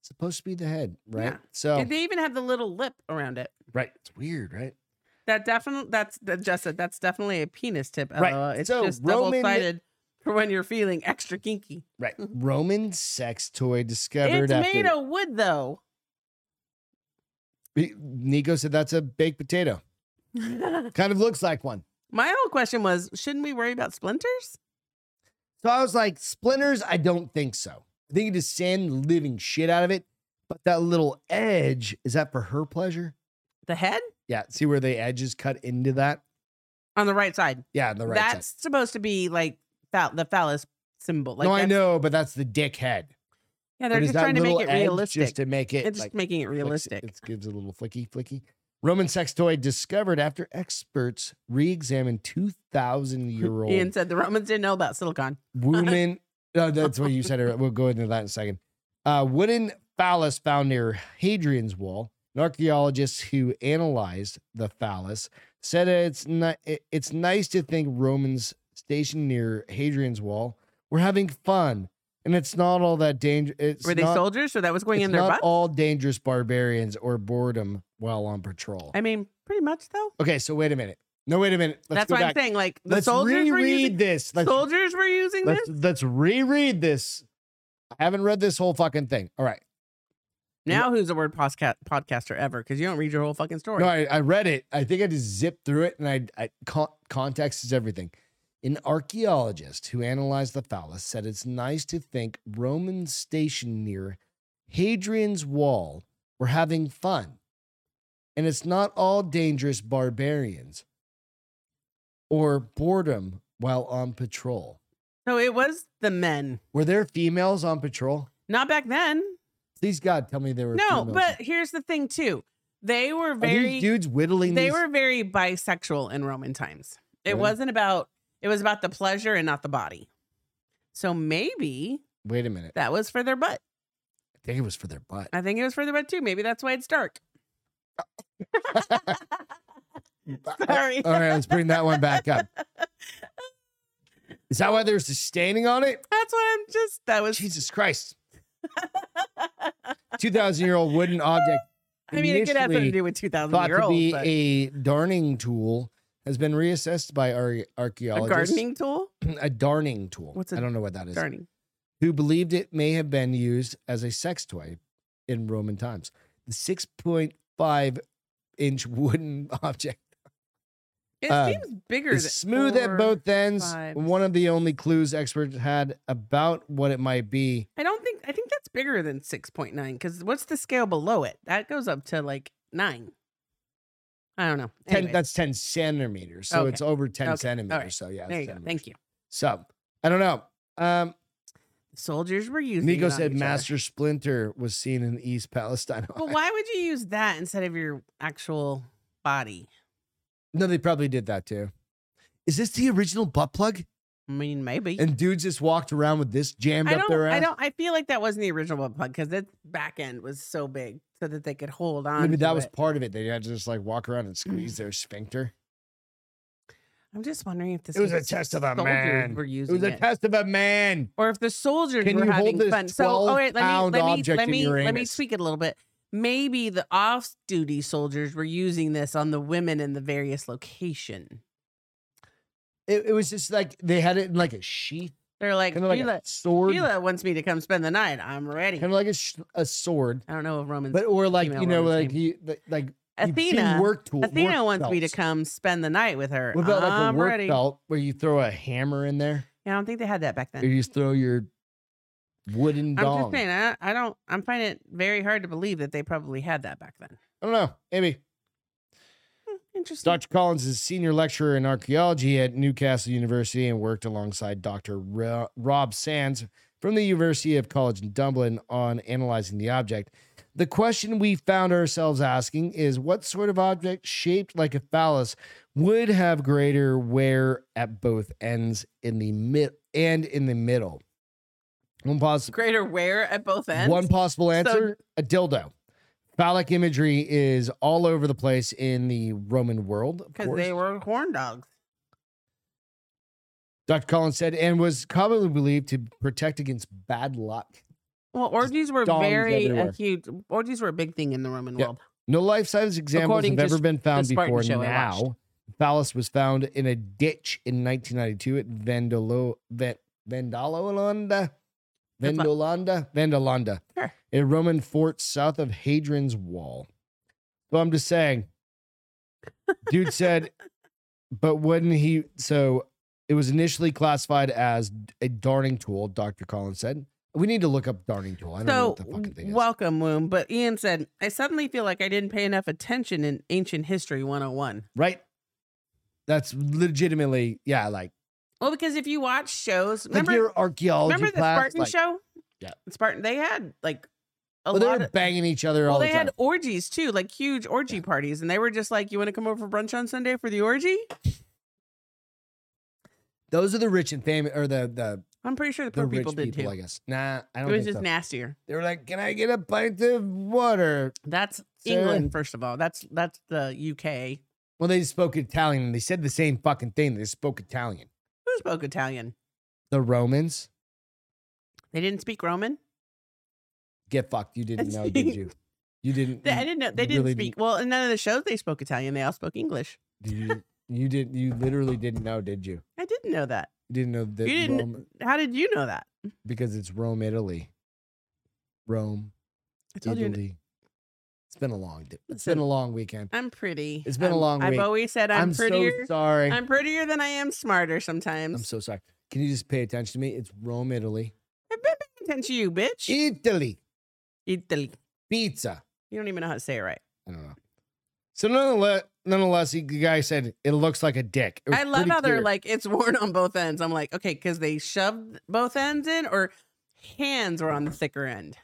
A: It's supposed to be the head, right?
B: Yeah.
A: So
B: And They even have the little lip around it.
A: right, it's weird, right?
B: That definitely that's that just said that's definitely a penis tip.
A: Right.
B: LOL. It's
A: So,
B: just
A: Roman-
B: double sided for when you're feeling extra kinky.
A: Right. Roman sex toy discovered
B: Mm-hmm. it's
A: after
B: made of wood though.
A: He- Nico said that's a baked potato.
B: My
A: Kind of looks like one.
B: whole question was, shouldn't we worry about splinters?
A: So I was like, splinters? I don't think so. I think you just sand the living shit out of it. But that little edge is that for her pleasure?
B: The head
A: Yeah. See where the edge is cut into that?
B: on the right side.
A: Yeah, the right. side.
B: that's supposed to be like phall- the phallus symbol. Like
A: no, I
B: that's-
A: know, but that's the dick head. But
B: Yeah, they're
A: is
B: just
A: that
B: trying to make
A: little
B: it
A: edge
B: realistic.
A: Just to make it
B: it's just
A: like,
B: making it
A: flicks-
B: realistic.
A: It gives a little flicky flicky. Roman sex toy discovered after experts re-examined 2,000 year
B: Ian
A: old
B: said the Romans didn't know about silicon.
A: women. no, Oh, that's what you said. earlier. We'll go into that in a second. Uh, wooden phallus found near Hadrian's Wall. An archaeologist who analyzed the phallus said that it's ni- it- it's nice to think Romans stationed near Hadrian's Wall were having fun, and it's not all that dangerous.
B: Were they soldiers? So that was going
A: it's
B: in their
A: not
B: butt.
A: all dangerous barbarians or boredom while on patrol.
B: I mean, pretty much though.
A: okay, so wait a minute. No, wait a minute. Let's
B: That's
A: go
B: what
A: back.
B: I'm saying. Like the
A: let's
B: soldiers
A: reread
B: were using
A: this. Let's,
B: soldiers were using
A: let's
B: this.
A: let's reread this. I haven't read this whole fucking thing. All right.
B: Now who's the word posca- podcaster ever? Because you don't read your whole fucking story.
A: No, I, I read it. I think I just zipped through it, and I, I con- context is everything. An archaeologist who analyzed the phallus said it's nice to think Romans stationed near Hadrian's Wall were having fun, and it's not all dangerous barbarians or boredom while on patrol.
B: no, it was the men.
A: Were there females on patrol?
B: Not back then.
A: Please God, tell me there were.
B: No,
A: females.
B: but here's the thing too. They were
A: Are these
B: very
A: dudes whittling.
B: they
A: these?
B: were very bisexual in Roman times. It
A: Really?
B: wasn't about it was about the pleasure and not the body. So maybe
A: Wait a minute.
B: that was for their butt.
A: I think it was for their butt.
B: I think it was for their butt too. Maybe that's why it's dark. Sorry.
A: All right, let's bring that one back up. Is that why there's the staining on it?
B: That's why I'm just that was
A: Jesus Christ. 2,000 year old wooden object.
B: I mean, it could have something to
A: initially
B: do with 2,000
A: Thought
B: year
A: to
B: olds.
A: be
B: but
A: a darning tool has been reassessed by ar-
B: a
A: archaeologists.
B: gardening tool?
A: A darning tool.
B: What's a
A: I don't know what that is.
B: Gardening.
A: Who believed it may have been used as a sex toy in Roman times. The 6.5 inch wooden object.
B: It
A: Uh,
B: seems bigger
A: It's
B: than
A: smooth at
B: four-
A: both ends.
B: five,
A: One of the only clues experts had about what it might be.
B: I don't think I think that's bigger than 6.9 because what's the scale below it? That goes up to like nine. I don't know.
A: Ten,
B: Anyways,
A: that's 10 centimeters. So
B: Okay.
A: it's over 10
B: Okay. All right.
A: centimeters. So yeah.
B: there
A: it's
B: you go.
A: 10
B: Thank you.
A: So I don't know. Um,
B: Soldiers were using.
A: Nico
B: it on
A: said
B: each other.
A: Master Splinter was seen in East Palestine.
B: But why would you use that instead of your actual body?
A: no, they probably did that too. Is this the original butt plug?
B: I mean, maybe.
A: And dudes just walked around with this jammed
B: I
A: up
B: don't.
A: their ass?
B: I don't. I feel like that wasn't the original butt plug because its back end was so big so that they could hold on.
A: Maybe that
B: to
A: was
B: it.
A: part of it. They had to just like walk around and squeeze their sphincter.
B: I'm just wondering if this
A: It was a test of a
B: soldiers
A: man.
B: Were using
A: It was a test of a man.
B: or if the soldiers
A: Can
B: were
A: you hold
B: having
A: this
B: fun. So, all right, let
A: 12-pound
B: me let me
A: object
B: let
A: in
B: me,
A: your
B: let me
A: anus?
B: tweak it a little bit. Maybe the off-duty soldiers were using this on the women in the various location.
A: It, it was just like they had it in like a sheath,
B: They're like,
A: kind of like
B: Sheila,
A: a sword, kind
B: Sheila wants me to come spend the night. I'm ready.
A: of like a, sh- a sword,
B: I don't know if Romans.
A: but or like
B: female
A: you know
B: Roman
A: like
B: team.
A: you like- like you've seen
B: Athena,
A: work tool.
B: Athena
A: work
B: wants me to
A: belts.
B: come spend the night with her.
A: What about like
B: I'm
A: a work
B: ready.
A: belt where you throw a hammer in there,
B: Yeah, I don't think they had that back
A: or
B: then.
A: you just throw your wooden
B: I'm
A: dong?
B: just saying, I, I don't. I'm finding it very hard to believe that they probably had that back then.
A: I don't know. Maybe
B: Hmm, Interesting.
A: Dr. Collins is senior lecturer in archaeology at Newcastle University and worked alongside Dr. Ro- Rob Sands from the University of College in Dublin on analyzing the object. The question we found ourselves asking is what sort of object shaped like a phallus would have greater wear at both ends in the mid and in the middle? One possible
B: Greater wear at both ends.
A: one possible
B: So-
A: answer a dildo. Phallic imagery is all over the place in the Roman world. of
B: because
A: course.
B: they were horn dogs.
A: Dr. Collins said, and was commonly believed to protect against bad luck.
B: Well, orgies were
A: dongs
B: very
A: everywhere.
B: a huge. Orgies were a big thing in the Roman
A: Yeah.
B: world.
A: No life size examples
B: According to
A: have ever
B: s-
A: been found
B: the Spartan
A: before
B: show I watched.
A: now. Phallus was found in a ditch in 1992 at Vendolo, Ven- Vendolanda,
B: That's not-
A: Vendolanda, Vendolanda,
B: Sure.
A: a Roman fort south of Hadrian's Wall. So I'm just saying, dude said, but wouldn't he? So it was initially classified as a darning tool, Dr. Collins said. We need to look up darning tool. I don't know
B: So
A: what the fucking thing is.
B: welcome, womb. But Ian said, I suddenly feel like I didn't pay enough attention in ancient history 101.
A: right? That's legitimately, yeah, like,
B: Well, because if you watch shows,
A: like
B: remember
A: your archaeology
B: remember the
A: class,
B: Spartan
A: like,
B: show?
A: Yeah.
B: Spartan. They had like a
A: well, they
B: lot
A: were
B: of.
A: banging each other
B: Well,
A: all the
B: they
A: time.
B: had orgies too, like huge orgy parties, and they were just like, "You want to come over for brunch on Sunday for the orgy?"
A: Those are the rich and famous, or the the,
B: I'm pretty sure the
A: the
B: poor
A: rich
B: people
A: people,
B: did
A: I
B: too.
A: guess. Nah, I
B: It
A: don't
B: was
A: think
B: just
A: so.
B: nastier.
A: They were like, "Can I get a pint of water?"
B: That's
A: Sarah?
B: England, first of all. That's that's the UK.
A: Well, they spoke Italian. and They said the same fucking thing. They spoke Italian.
B: Who spoke Italian?
A: The Romans
B: They didn't speak Roman.
A: get fucked. You didn't know, did you? You didn't.
B: They, I didn't know. They
A: you
B: didn't
A: really
B: speak. Well, in none of the shows they spoke Italian. They all spoke English.
A: did you, you did. You literally didn't know, did you?
B: I didn't know that.
A: You didn't know that
B: You didn't-
A: Rome,
B: How did you know that?
A: because it's Rome, Italy. Rome,
B: I told you.
A: Italy. It's been a long day. It's been
B: Listen,
A: a long weekend.
B: I'm pretty.
A: It's been a
B: I'm-
A: long
B: I've
A: week.
B: always said I'm,
A: I'm, so
B: prettier.
A: sorry. I'm,
B: I'm prettier than I am smarter sometimes.
A: so sorry. Can you just pay attention to me? It's Rome, Italy.
B: I've been paying attention to you, bitch.
A: Italy.
B: Italy.
A: Pizza.
B: You don't even know how to say it right.
A: I don't know. So nonetheless, nonetheless, he- the guy said it looks like a dick. It was
B: I love
A: pretty
B: how they're
A: clear.
B: like it's worn on both ends. I'm like, okay, because they shoved both ends in, or hands were on the thicker end.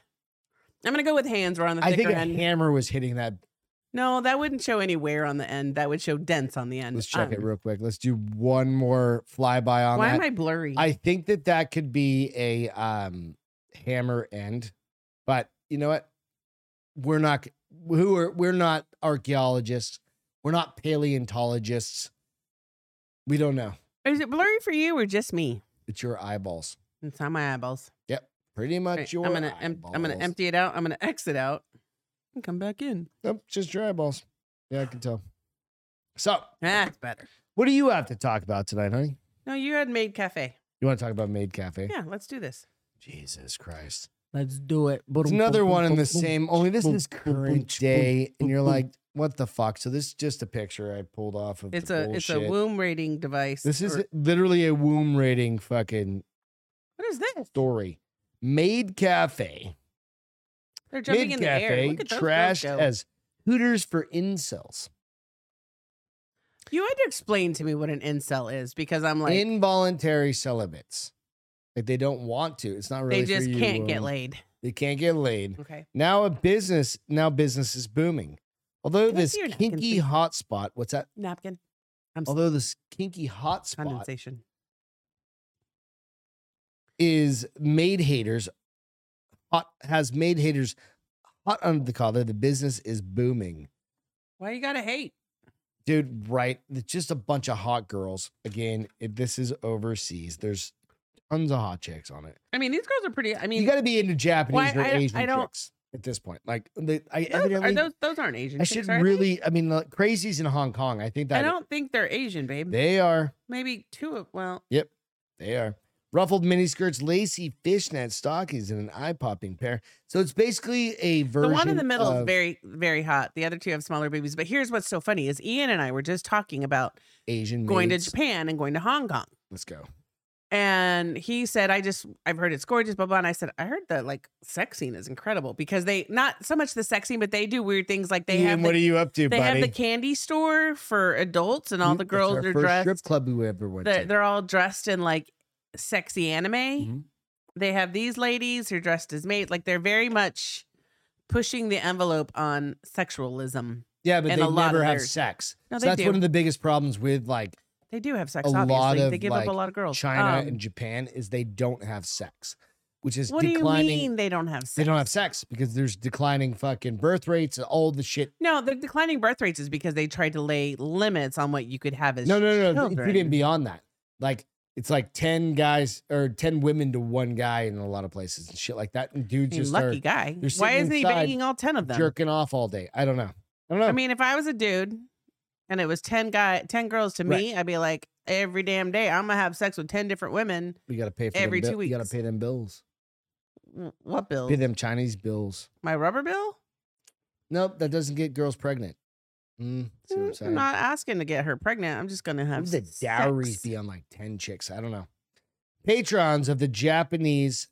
B: I'm gonna go with hands were on the
A: I
B: thicker
A: think a
B: end.
A: hammer was hitting that.
B: no, that wouldn't show any wear on the end. That would show dents on the end.
A: Let's check it
B: Um,
A: real quick. Let's do one more flyby on
B: Why
A: that.
B: am I blurry?
A: Um, I think that that could be a um, hammer end, but you know what? We're not who are we're not archaeologists. We're not paleontologists. We don't know.
B: Is it blurry for you or just me?
A: It's your eyeballs.
B: It's on my eyeballs.
A: Pretty
B: All
A: much
B: right,
A: your.
B: I'm gonna em- I'm gonna
A: eyeballs.
B: empty it out. I'm gonna exit out and come back in.
A: Nope, just your eyeballs. Yeah, I can tell. So,
B: That's Ah, better.
A: what do you have to talk about tonight, honey?
B: No, you had made cafe.
A: You want to talk about Maid Cafe?
B: Yeah, let's do this.
A: Jesus Christ.
B: Let's do it.
A: It's another one in the same, only this is current day, and you're like, what the fuck? So this is just a picture I pulled off of.
B: It's
A: the
B: a it's a
A: bullshit.
B: womb rating device.
A: This
B: or-
A: is literally a womb rating fucking
B: what is this?
A: story. Maid Cafe.
B: They're jumping
A: Maid
B: in the air.
A: Cafe
B: Look at those girls
A: trashed
B: go.
A: as Hooters for incels.
B: you had to explain to me what an incel is because I'm like
A: Involuntary celibates. Like they don't want to. It's not really
B: they
A: for
B: just
A: you,
B: can't get
A: um,
B: laid.
A: They can't get laid.
B: Okay.
A: Now a business, now business is booming. Although
B: Can I
A: this
B: see your napkin,
A: kinky hotspot, what's that?
B: Napkin I'm s-
A: Although this kinky hotspot
B: condensation.
A: is made haters, hot has made haters hot under the collar. The business is booming,
B: Why you gotta hate?
A: dude. Right? It's just a bunch of hot girls. Again, if this is overseas. There's tons of hot chicks on it.
B: I mean, these girls are pretty. I mean,
A: you got to be into Japanese
B: why-
A: or
B: I don't-
A: Asian
B: I don't-
A: chicks at this point. Like, they, I
B: those, are
A: evidently.
B: those those aren't Asian.
A: I
B: chicks,
A: should
B: are they?
A: really. I mean, like, crazies in Hong Kong. I think that
B: I don't think they're Asian, babe.
A: They are.
B: Maybe two of well,
A: They are. Ruffled miniskirts, lacy fishnet stockings, and an eye popping pair. So it's basically a version.
B: the one in the middle
A: of
B: is very very hot. The other two have smaller babies. But here's what's so funny is Ian and I were just talking about
A: Asian.
B: going to
A: maids.
B: Japan and going to Hong Kong.
A: Let's go.
B: And he said, I just, I've heard it's gorgeous, blah, blah. And I said, I heard the like sex scene is incredible because they, not so much the sex scene, but they do weird things like they
A: Ian,
B: have,
A: what
B: the,
A: are you up to,
B: they
A: buddy?
B: have the candy store for adults and all
A: Mm,
B: the
A: that's
B: girls
A: our
B: are
A: first Strip
B: dressed,
A: club we ever went
B: they're,
A: to.
B: they're all dressed in like sexy anime.
A: Mhm.
B: They have these ladies who are dressed as maids. Like they're very much pushing the envelope on sexualism.
A: Yeah, but
B: and
A: they
B: a lot of
A: never have
B: theirs.
A: sex.
B: No,
A: so
B: they
A: that's
B: do.
A: one of the biggest problems with like
B: They do have sex,
A: A
B: obviously.
A: lot
B: they
A: of,
B: give up a
A: like,
B: lot of girls.
A: China
B: Um,
A: and Japan is they don't have sex, which is
B: what do you
A: declining.
B: mean they don't have sex?
A: They don't have sex because there's declining fucking birth rates and all the shit.
B: No, the declining birth rates is because they tried to lay limits on what you could have as
A: No, no, no. It's
B: children.
A: even beyond that. Like it's like ten guys or ten women to one guy in a lot of places and shit like that. And
B: I
A: dudes
B: mean,
A: just
B: lucky
A: are
B: guy.
A: they're
B: Why
A: sitting
B: isn't he
A: inside
B: banging all ten of them?
A: jerking off all day. I don't know. I don't know.
B: I mean, if I was a dude and it was ten guy, ten girls to me, I'd be like, every damn day, I'm gonna have sex with ten different women.
A: we gotta pay for
B: every
A: them
B: two
A: You gotta
B: weeks.
A: pay them bills.
B: W- What bill?
A: Pay them Chinese bills.
B: My rubber bill?
A: Nope, that doesn't get girls pregnant. Mm, see what I'm
B: Mm, I'm
A: saying?
B: not asking to get her pregnant. I'm just gonna have
A: What would the dowries
B: sex.
A: be on like 10 chicks? I don't know. Patrons of the Japanese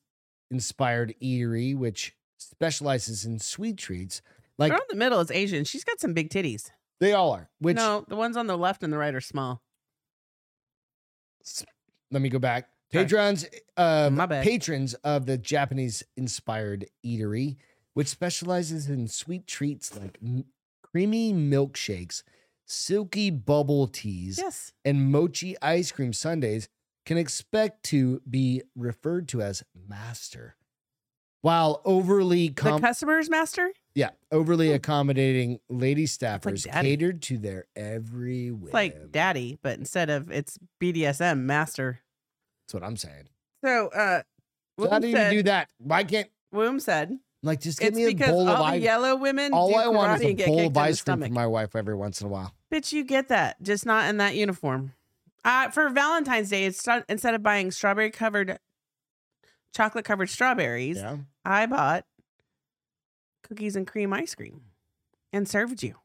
A: inspired eatery, which specializes in sweet treats,
B: The
A: like
B: girl in the middle is Asian. She's got some big titties.
A: they all are. Which
B: no, the ones on the left and the right are small.
A: let me go back.
B: Sorry.
A: Patrons of
B: My bad.
A: patrons of the Japanese inspired eatery, which specializes in sweet treats like m- creamy milkshakes, silky bubble teas,
B: Yes.
A: and mochi ice cream sundaes can expect to be referred to as master. While overly com-
B: the customers master.
A: yeah, overly accommodating lady
B: like
A: staffers
B: daddy.
A: catered to their every whim.
B: It's like daddy, but instead of it's BDSM master.
A: That's what I'm saying.
B: So uh
A: So how
B: Womb
A: do you do
B: said,
A: that? Why can't
B: Womb said
A: like just give
B: it's
A: me a
B: because
A: bowl of
B: all the
A: ice?
B: yellow women
A: All
B: do
A: I want
B: karate and
A: is a
B: get
A: bowl
B: kicked
A: of
B: in the
A: ice cream for
B: stomach.
A: my wife every once in a while.
B: Bitch, you get that, just not in that uniform. Uh for Valentine's Day, it's not, instead of buying strawberry covered chocolate covered strawberries,
A: Yeah.
B: I bought cookies and cream ice cream and served you.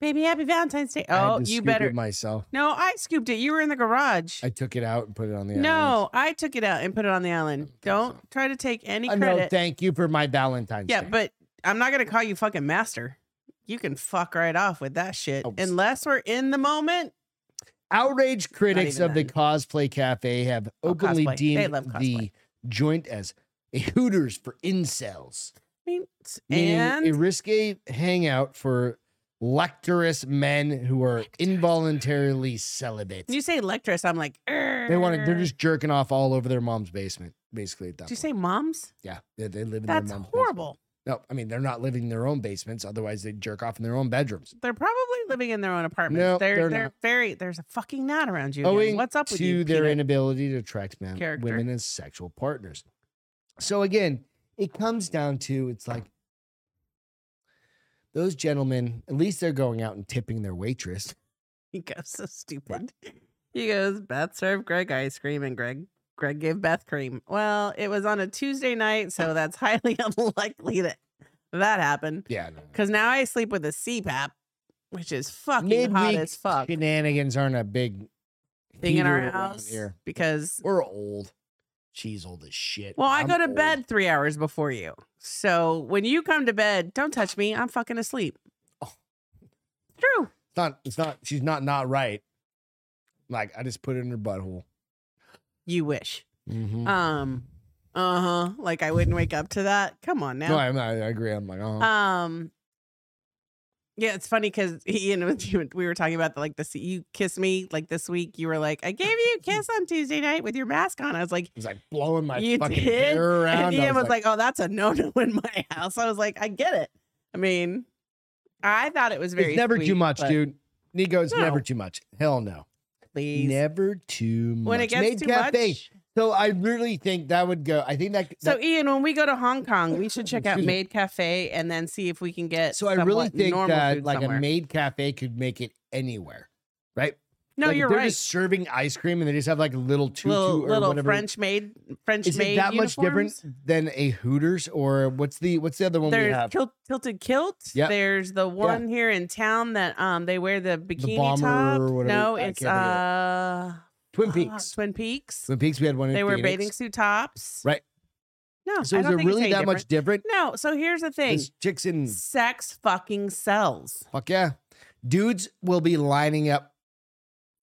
B: Baby, happy Valentine's Day.
A: I had
B: Oh,
A: to
B: you
A: scoop
B: better.
A: it myself.
B: no, I scooped it. You were in the garage.
A: I took it out and put it on the
B: no, I took it out and put it on the island.
A: I don't
B: Don't
A: think
B: try to take any
A: island. Uh,
B: credit.
A: no, thank you for my Valentine's.
B: yeah,
A: Day.
B: but I'm not going to call you fucking master. You can fuck right off with that shit.
A: Oh, s-
B: Unless we're in the moment.
A: outraged critics
B: even
A: of the
B: then.
A: Cosplay Cafe have
B: Oh,
A: openly
B: cosplay. They
A: deemed
B: love
A: the
B: cosplay.
A: joint as a Hooters for incels.
B: I mean, s-
A: meaning
B: and
A: a risque hangout for lectorous men who are involuntarily celibate.
B: you say lectress, I'm like,
A: They want to. They're
B: "Err."
A: just jerking off all over their mom's basement, basically. At that
B: Did you
A: point.
B: say moms?
A: yeah, they, they live in
B: That's
A: their mom's. basement.
B: horrible.
A: No, I mean they're not living in their own basements. Otherwise, they jerk off in their own bedrooms.
B: They're probably living in their own apartment.
A: No,
B: they're
A: they're
B: they're,
A: not.
B: very there's a fucking knot around you. again.
A: Owing
B: What's up with
A: to
B: you?
A: their
B: Peter?
A: inability to attract men,
B: Character.
A: women as sexual partners. So again, it comes down to it's like those gentlemen. At least they're going out and tipping their waitress.
B: he goes so stupid. He goes, Beth served Greg ice cream and Greg Greg gave Beth cream. Well, it was on a Tuesday night, so that's highly unlikely that that happened.
A: Yeah, no, no.
B: Cause now I sleep with a CPAP, which is fucking hot
A: Midweek
B: as fuck.
A: Shenanigans aren't a big
B: Being in
A: heater
B: our
A: around
B: house
A: Here.
B: because
A: We're old. She's old as shit.
B: Well, i
A: I'm
B: go to
A: old.
B: bed three hours before you. So when you come to bed, don't touch me. I'm fucking asleep.
A: Oh.
B: True.
A: It's not. It's not. She's not. Not right. Like I just put it in her butthole.
B: You wish.
A: Mm-hmm.
B: Um, uh huh. Like I wouldn't wake up to that. Come on
A: no,
B: now.
A: I, I agree. I'm like, oh,
B: Um, yeah, it's funny because you know you- we were talking about the, like this. You kiss me like this week. You were like, I gave you a kiss on Tuesday night with your mask on. I was like,
A: it's like blowing my
B: you
A: fucking
B: did?
A: hair around.
B: And
A: I
B: Ian was, like, "Oh, that's a no-no in my house." I was like, "I get it." I mean, I thought it was very
A: it's never too
B: sweet,
A: much,
B: but
A: dude. Nico, it's never
B: No.
A: too much. Hell no,
B: Please,
A: never too much.
B: when it gets
A: Maid
B: too
A: Cafe.
B: much.
A: So I really think that would go. I think that.
B: So
A: that
B: Ian, when we go to Hong Kong, we should check out
A: Excuse me.
B: Maid Cafe and then see if we can get.
A: so I really
B: somewhat
A: think
B: normal
A: that
B: food
A: like
B: somewhere.
A: a maid cafe could make it anywhere, right?
B: No,
A: Like, if
B: you're
A: they're
B: right.
A: just serving ice cream and they just have like a little tutu
B: little
A: or
B: little
A: whatever.
B: French maid, French
A: Is
B: maid
A: it that much
B: uniforms.
A: different than a Hooters or what's the what's the other one we
B: There's
A: have?
B: kilt, tilted kilt.
A: Yep.
B: There's the one here in town that um they wear the bikini
A: bomber
B: top.
A: or whatever.
B: No,
A: I
B: it's
A: can't think
B: uh
A: Twin
B: ah,
A: Peaks.
B: Twin Peaks.
A: Twin Peaks. We had one. In
B: They wear
A: Phoenix.
B: bathing suit tops.
A: Right.
B: No,
A: So
B: I
A: is it
B: don't think it's
A: really
B: any
A: that much different?
B: different. No. So here's the thing:
A: This hmm. chicks in
B: sex fucking sells.
A: fuck yeah, dudes will be lining up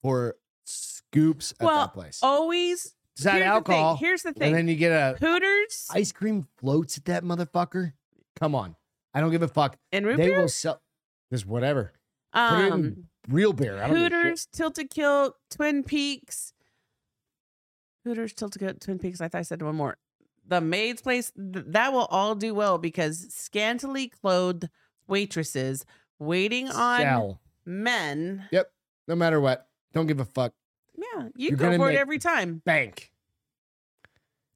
A: for scoops at
B: Well,
A: that place.
B: Always.
A: it's not
B: here's
A: alcohol,
B: The thing. Here's the thing:
A: and then you get a
B: Hooters
A: ice cream floats at that motherfucker. Come on, I don't give a fuck.
B: and root
A: They
B: beer.
A: will sell just whatever put it in
B: um,
A: real beer. I don't give a shit.
B: Hooters, Tilted Kill, Twin Peaks. Hooters, Tilted Kill, Twin Peaks. I thought I said one more. The Maid's Place. th- that will all do well because scantily clothed waitresses waiting on
A: Sell.
B: men.
A: no matter what. Don't give a fuck.
B: Yeah, you
A: You're
B: go
A: gonna
B: for it
A: make-
B: every time.
A: Bank.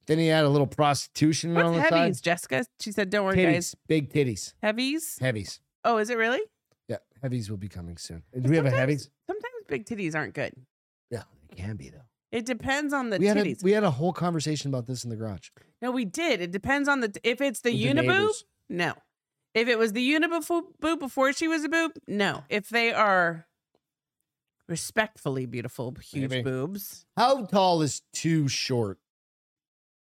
A: Then he had a little prostitution on
B: What's
A: the
B: heavies,
A: side.
B: Jessica? She said, "Don't worry,
A: titties,
B: guys.
A: big titties,
B: Heavies.
A: heavies.
B: Oh, is it really?
A: Yeah, heavies will be coming soon. Do we have a
B: Sometimes-
A: heavies?
B: Sometimes big titties aren't good.
A: Yeah, it can be though.
B: It depends on the
A: we had a,
B: titties.
A: we had a whole conversation about this in the garage.
B: no, we did. It depends on the if it's the
A: with
B: uniboob.
A: neighbors.
B: No. If it was the uniboob boob before she was a boob, no. If they are respectfully beautiful, huge
A: Maybe.
B: boobs.
A: How tall is too short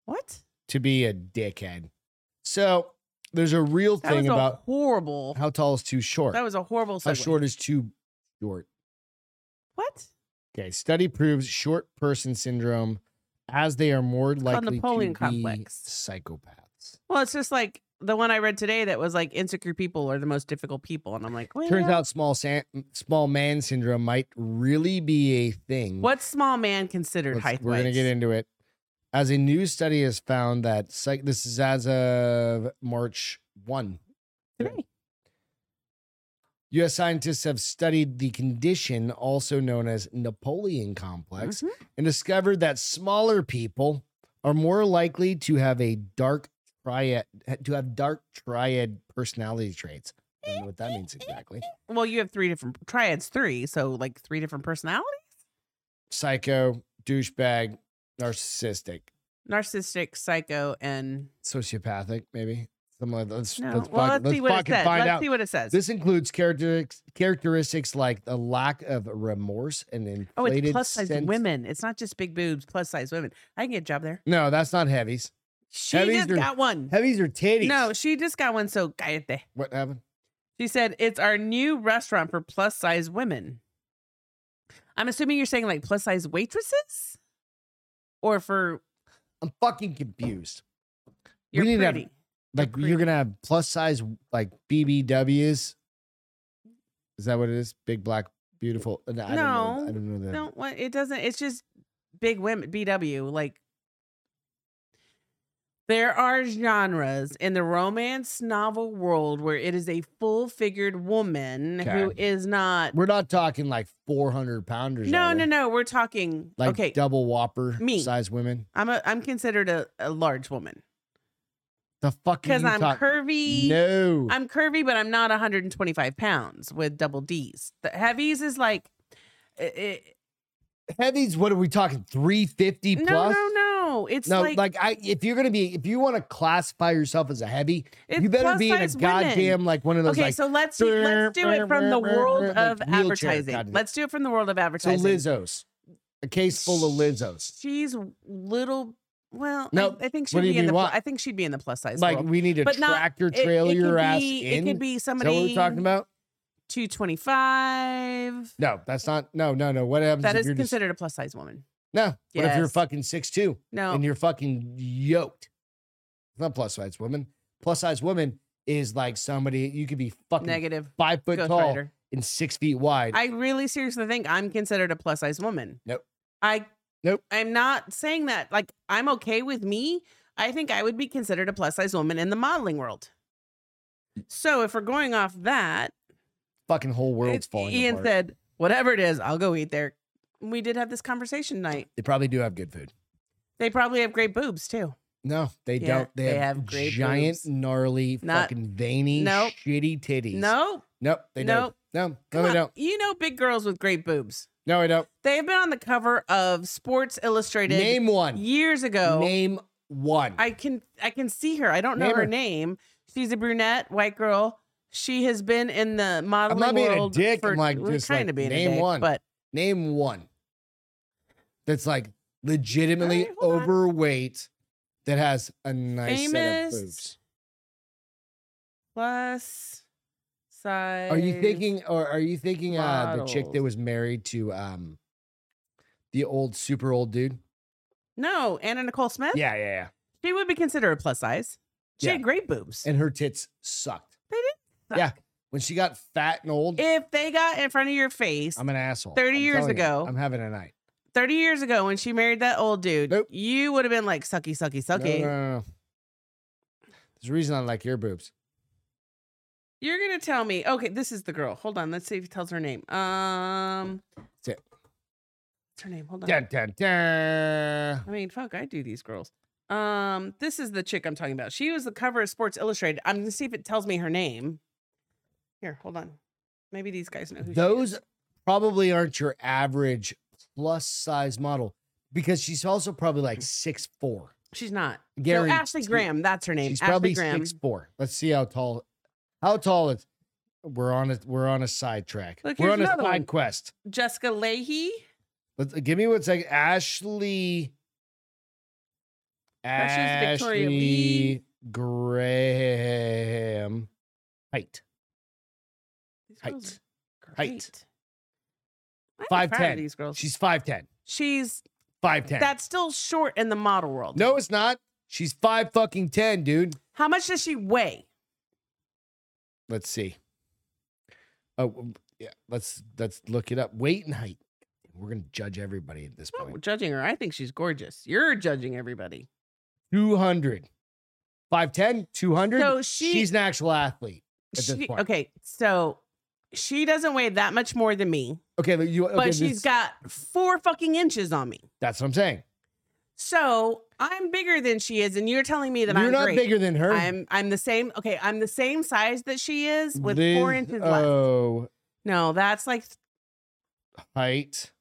B: What?
A: to be a dickhead? So there's a real
B: That was
A: thing
B: a
A: about
B: horrible.
A: how tall is too short.
B: That was a horrible.
A: How
B: segue.
A: short is too short?
B: What?
A: Okay, study proves short person syndrome as they are more
B: called
A: likely
B: Napoleon
A: to
B: complex.
A: be psychopaths.
B: Well, it's just like the one I read today that was like insecure people are the most difficult people, and I'm like, well,
A: Turns out small san- small man syndrome might really be a thing.
B: what's small man considered
A: Let's-
B: height?
A: We're going to get into it. As a new study has found that psych- this is as of March 1.
B: today.
A: US scientists have studied the condition also known as Napoleon complex
B: Mhm.
A: and discovered that smaller people are more likely to have a dark triad to have dark triad personality traits. I don't know what that means exactly.
B: Mm-hmm. Well, you have three different triads, three, so like three different personalities.
A: Psycho, douchebag, narcissistic,
B: narcissistic, psycho, and
A: sociopathic, maybe. Something like that. Let's,
B: No.
A: let's,
B: well,
A: fuck-
B: let's, see what it
A: fucking
B: says.
A: find
B: Let's
A: out.
B: see what it says.
A: This includes characteristics characteristics like the lack of remorse and inflated
B: oh, it's plus size
A: sense-
B: women. It's not just big boobs. Plus size women. I can get a job there.
A: No, that's not heavies.
B: She
A: Heavies
B: just
A: or-
B: got one.
A: Heavies are titties.
B: No, she just got one. So cállate.
A: What happened?
B: She said, It's our new restaurant for plus size women. I'm assuming you're saying like plus size waitresses? Or for
A: I'm fucking confused. We
B: you're
A: need to have-
B: pretty.
A: Like you're
B: creep.
A: gonna have plus size like BBWs. Is that what it is? Big black beautiful. No, I don't know.
B: No,
A: I don't know that.
B: no, what it doesn't it's just big women BW. Like there are genres in the romance novel world where it is a full figured woman who
A: Okay.
B: is not
A: We're not talking like 400 pounders.
B: No,
A: are
B: no,
A: we?
B: no. We're talking
A: Like
B: okay.
A: double whopper
B: Me.
A: size women.
B: I'm a I'm considered a, a large woman.
A: The fuck are
B: Because
A: you
B: I'm
A: talk-
B: curvy.
A: No.
B: I'm curvy, but I'm not 125 pounds with double D's. The heavies is like, eh, i- i-
A: heavies, what are we talking? 350
B: no,
A: plus?
B: no, no. It's
A: No,
B: like,
A: like, I if you're gonna be if you want to classify yourself as a heavy,
B: it's
A: you better
B: plus
A: be in a
B: size women.
A: goddamn like one of those
B: Okay,
A: like
B: so let's do, let's do it from the world
A: like
B: of
A: wheelchair kind
B: advertising.
A: of-
B: Let's do it from the world of
A: so
B: advertising.
A: Lizzo's. A case full of Lizzo's.
B: She's little. Well, I-
A: No,
B: I, think she'd
A: what do you
B: be in
A: mean,
B: the. pl-
A: what?
B: I think she'd be in the plus size.
A: Like
B: world.
A: we need to
B: But not-
A: tractor
B: It- it
A: trailer your
B: could
A: ass
B: be-
A: in.
B: It could be
A: Is
B: somebody.
A: that what we're talking about?
B: 225.
A: No, that's not no no no. What happens
B: That
A: if
B: is
A: you're just-
B: considered a plus size woman.
A: No. What if you're
B: Yes.
A: fucking six two
B: No.
A: and you're fucking yoked? It's not plus size woman. Plus size woman is like somebody you could be fucking
B: negative.
A: five foot
B: Ghost
A: tall
B: Rider.
A: and six feet wide.
B: I really seriously think I'm considered a plus size woman.
A: Nope.
B: I
A: Nope.
B: I'm not saying that. Like I'm okay with me. I think I would be considered a plus size woman in the modeling world. So if we're going off that,
A: fucking whole world's
B: it's-
A: falling
B: Ian
A: apart.
B: said, "Whatever it is, I'll go eat there." We did have this conversation tonight.
A: they probably do have good food.
B: They probably have great boobs too.
A: No, they
B: Yeah,
A: don't. They,
B: they
A: have,
B: have great
A: giant,
B: boobs.
A: gnarly,
B: Not-
A: fucking veiny,
B: Nope.
A: shitty titties.
B: No,
A: nope, they
B: Nope.
A: don't. No, no,
B: come on.
A: they don't.
B: You know, big girls with great boobs.
A: No, they don't.
B: They have been on the cover of Sports Illustrated
A: Name one.
B: years ago.
A: Name one.
B: I can I can see her. I don't know
A: Name
B: her.
A: her.
B: name. She's a brunette, white girl. She has been in the modeling
A: not being a
B: world
A: dick.
B: for
A: I'm like,
B: well,
A: just,
B: kinda
A: like,
B: being
A: name
B: a dick,
A: one.
B: but
A: Name one. That's like legitimately
B: All right, hold on.
A: overweight. That has a nice set of
B: famous
A: boobs.
B: plus size.
A: Are you thinking, or are you thinking uh, the chick that
B: models.
A: was married to um, the old super old dude?
B: No, Anna Nicole Smith.
A: Yeah, yeah, yeah.
B: she would be considered a plus size. She
A: Yeah.
B: had great boobs.
A: And her tits sucked.
B: They did suck.
A: Yeah, when she got fat and old,
B: if they got in front of your face
A: I'm an asshole.
B: 30
A: I'm
B: years
A: telling you,
B: ago.
A: I'm having a night.
B: 30 years ago when she married that old dude,
A: Nope.
B: you would have been like sucky, sucky,
A: No,
B: sucky.
A: No, no, no, no. There's a reason I like your boobs.
B: You're gonna tell me, okay, this is the girl. Hold on, let's see if he tells her name. Um,
A: That's it.
B: what's her name? Hold on.
A: Dun, dun, dun.
B: I mean, fuck, I do these girls. Um, this is the chick I'm talking about. She was the cover of Sports Illustrated. I'm gonna see if it tells me her name. Here, hold on. Maybe these guys know who she is.
A: Those probably aren't your average plus size model because she's also probably like six four.
B: She's not. No,
A: Gary,
B: Ashley Graham. That's her name.
A: She's
B: Ashley
A: probably
B: Graham.
A: six four. Let's see how tall. How tall is? We're on a we're on a sidetrack.
B: Look,
A: we're
B: here's
A: on a side
B: another one.
A: quest.
B: Jessica Leahy.
A: Let's give me one second. Ashley.
B: Ashley's Victoria
A: Ashley
B: Lee.
A: Graham. Height.
B: These girls are
A: Height.
B: great. I'm
A: Five
B: proud of
A: ten.
B: These girls. She's,
A: She's 5'10. 5'10.
B: that's still short in the model world.
A: no, it's not. She's five fucking ten, dude.
B: How much does she weigh?
A: Let's see. Oh um, yeah. Let's let's look it up. Weight and height. We're gonna judge everybody at this
B: Oh,
A: point.
B: judging her. I think she's gorgeous. You're judging everybody.
A: 200. 5'10, 200.
B: So she-
A: She's an actual athlete. at this
B: She-
A: point.
B: Okay, so she doesn't weigh that much more than me,
A: Okay, but you okay,
B: but she's
A: this-
B: got four fucking inches on me.
A: that's what I'm saying.
B: So I'm bigger than she is, and you're telling me that
A: You're
B: I'm
A: not
B: great.
A: bigger than her.
B: I'm I'm the same. Okay, I'm the same size that she is with four
A: Liz uh,
B: inches left.
A: O
B: No, that's like
A: height.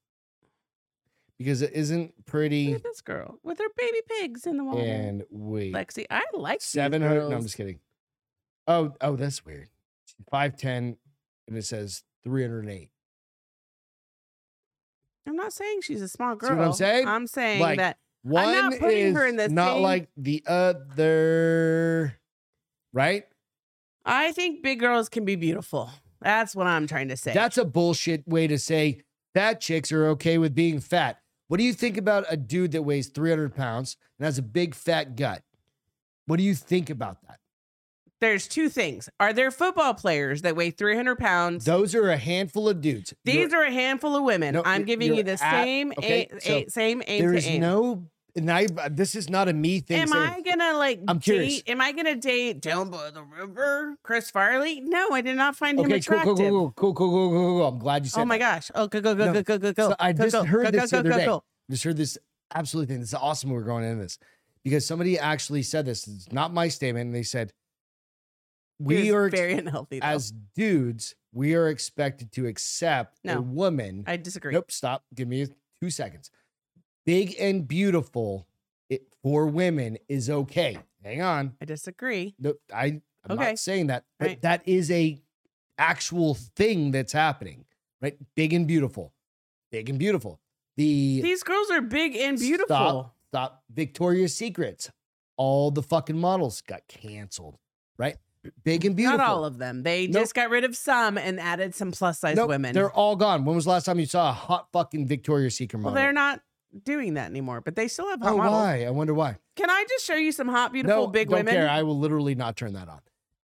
A: Because it isn't
B: look
A: pretty
B: at this girl with her baby pigs in the wall.
A: and weight.
B: Lexi, I like these
A: Seven hundred. No, I'm
B: girls.
A: just kidding. Oh, oh, that's weird. Five ten, and it says three hundred eight.
B: I'm not saying she's a small
A: See
B: girl.
A: what I'm saying?
B: I'm saying
A: Like-
B: that
A: One
B: not
A: is
B: putting her in the
A: not
B: same-
A: like the other, right?
B: I think big girls can be beautiful. That's what I'm trying to say.
A: That's a bullshit way to say fat chicks are okay with being fat. What do you think about a dude that weighs 300 pounds and has a big fat gut? What do you think about that?
B: There's two things. Are there football players that weigh 300 pounds?
A: Those are a handful of dudes.
B: These
A: You're-
B: are a handful of women.
A: No,
B: I'm
A: you're-
B: giving you
A: you're
B: the
A: at-
B: same
A: okay,
B: a,
A: so
B: a- same aim
A: there
B: to
A: is
B: aim.
A: no, and I, this is not a me thing.
B: am
A: saying-
B: I gonna like?
A: I'm curious.
B: Date, am I gonna date down by the river, Chris Farley? No, I did not find him
A: okay, cool, cool,
B: attractive.
A: cool, cool, cool, cool, cool, cool, cool. I'm glad you said
B: Oh my
A: that.
B: gosh! Oh, go go go
A: No.
B: go go go go!
A: So I
B: Go,
A: just
B: go,
A: heard
B: go,
A: this
B: go,
A: the other
B: go,
A: day.
B: go.
A: just heard this absolutely thing. This is awesome. We're going into this because somebody actually said this. It's not my statement. And they said,
B: He
A: we
B: was
A: are ex-
B: very unhealthy. though.
A: as dudes, we are expected to accept a
B: No.
A: woman.
B: I disagree.
A: nope, stop. Give me two seconds. Big and beautiful it, for women is okay. Hang on.
B: I disagree.
A: Nope, I, I'm
B: Okay.
A: not saying that, but
B: Right.
A: that is a actual thing that's happening, right? Big and beautiful. Big and beautiful. The
B: These girls are big and beautiful.
A: Stop, stop. Victoria's Secrets. All the fucking models got canceled, right? Big and beautiful.
B: Not all of them. They
A: Nope.
B: just got rid of some and added some plus size
A: Nope,
B: women.
A: They're all gone. When was the last time you saw a hot fucking Victoria's Secret
B: well,
A: model?
B: they're not doing that anymore, but they still have hot
A: oh,
B: models.
A: why? I wonder why.
B: Can I just show you some hot, beautiful,
A: no,
B: big
A: don't
B: women?
A: care. I will literally not turn that on.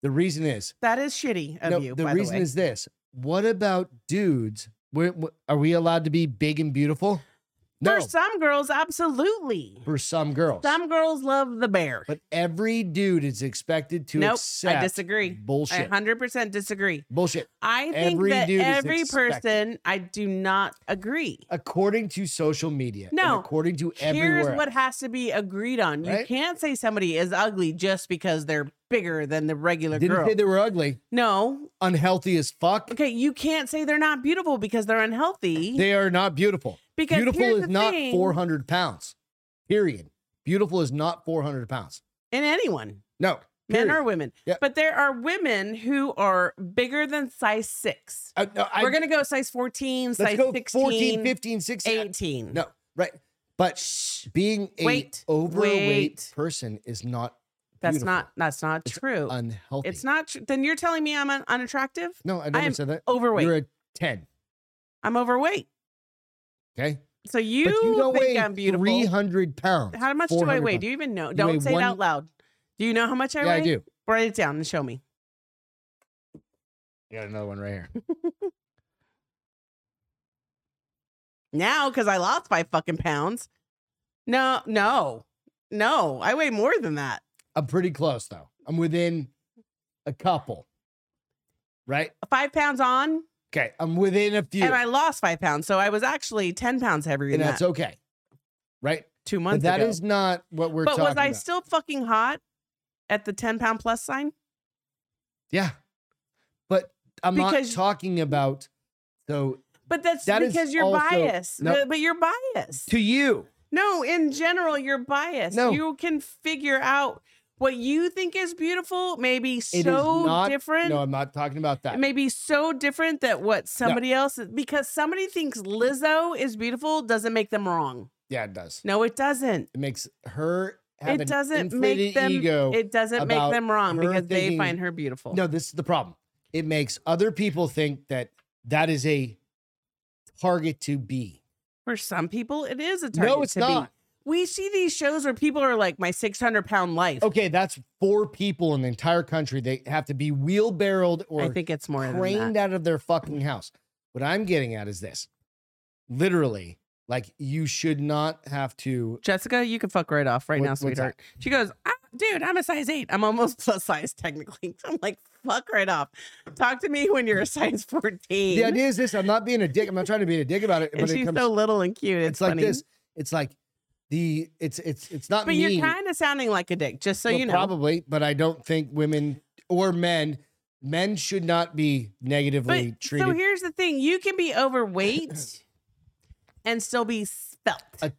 A: The reason is
B: that is shitty of
A: no,
B: you.
A: the
B: by
A: reason
B: the way.
A: is this. What about dudes? We're, we- are we allowed to be big and beautiful? No,
B: for some girls, absolutely.
A: for some girls.
B: Some girls love the bear.
A: but every dude is expected to
B: Nope, I
A: accept.
B: disagree. I I
A: Bullshit.
B: 100% disagree.
A: Bullshit.
B: I think
A: Every
B: that
A: dude is
B: every
A: expected.
B: person, I do not agree.
A: according to social media. and
B: No,
A: according to everywhere.
B: Here's what has to be agreed on. You
A: Right?
B: can't say somebody is ugly just because they're bigger than the regular
A: Didn't
B: girl.
A: say they were ugly.
B: no.
A: Unhealthy as fuck.
B: Okay, you can't say they're not beautiful because they're unhealthy.
A: They are not beautiful.
B: because
A: beautiful
B: here's
A: is
B: the
A: not
B: thing
A: 400 pounds. Period. Beautiful is not 400 pounds.
B: in anyone,
A: No.
B: men
A: period.
B: or women.
A: Yep.
B: But there are women who are bigger than size six.
A: Uh, no, I,
B: We're gonna go size 14,
A: let's
B: size
A: go
B: 16,
A: 14, 15, 16.
B: 18.
A: No, right. But
B: Shh.
A: being a
B: Wait,
A: overweight
B: wait.
A: person is not
B: That's
A: beautiful,
B: not that's not
A: It's
B: true.
A: unhealthy.
B: It's not true. Then you're telling me I'm un- unattractive?
A: No, I never
B: I'm
A: said that.
B: Overweight.
A: You're a 10.
B: I'm overweight.
A: Okay.
B: So you,
A: but you don't
B: think
A: weigh
B: I'm beautiful.
A: 300 pounds.
B: How much do I
A: 400
B: weigh?
A: pounds.
B: Do you even know? Don't
A: weigh
B: say
A: one-
B: it out loud. Do you know how much I
A: yeah,
B: weigh?
A: I do.
B: Write it down and show me.
A: I got another one right here.
B: Now, because I lost five fucking pounds. No, no, no. I weigh more than that.
A: I'm pretty close though. I'm within a couple. Right?
B: Five pounds on,
A: Okay. I'm within a few.
B: and I lost five pounds. So I was actually 10 pounds heavier than
A: and that's
B: that
A: okay. Right?
B: two
A: But
B: months
A: that
B: ago.
A: is not what we're
B: but
A: talking
B: was I
A: about.
B: still fucking hot at the 10 pound plus sign?
A: yeah. But I'm
B: Because-
A: not talking about so
B: But that's
A: That is
B: because you're
A: also-
B: biased.
A: No.
B: But- But you're biased.
A: to you.
B: No, in general, you're biased.
A: No.
B: You can figure out what you think is beautiful, maybe
A: is
B: so
A: not-
B: different.
A: No, I'm not talking about that.
B: it may be so different that what somebody else because somebody thinks Lizzo is beautiful doesn't make them wrong.
A: yeah, it does.
B: No, it doesn't.
A: It makes her have
B: It
A: an
B: doesn't make
A: inflated
B: them-
A: ego.
B: It doesn't make
A: about
B: them wrong
A: her
B: because they
A: thinking-
B: find her beautiful.
A: No, this is the problem. It makes other people think that that is a target to be.
B: For some people, it is a target.
A: no, it's
B: to be.
A: not.
B: We see these shows where people are like, "My 600 pound life."
A: Okay, that's four people in the entire country. They have to be wheelbarrowed
B: I
A: or
B: think it's more than that.
A: craned out of their fucking house. What I'm getting at is this literally, like, you should not have to.
B: Jessica, you can fuck right off right
A: What-
B: now,
A: what's that?
B: sweetheart. She goes, "Ah, dude, I'm a size eight. I'm almost plus size technically. I'm like, fuck right off. Talk to me when you're a size 14.
A: The idea is this I'm not being a dick. I'm not trying to be a dick about it,
B: and
A: but it
B: she's
A: comes.
B: so little and cute. It's,
A: it's like
B: funny.
A: this. It's like the. It's it's it's not
B: But
A: mean.
B: you're kind of sounding like a dick, just so
A: Well,
B: you know.
A: Probably, but I don't think women or men, men should not be negatively
B: But so
A: treated.
B: here's the thing: you can be overweight and still be spelt.
A: A-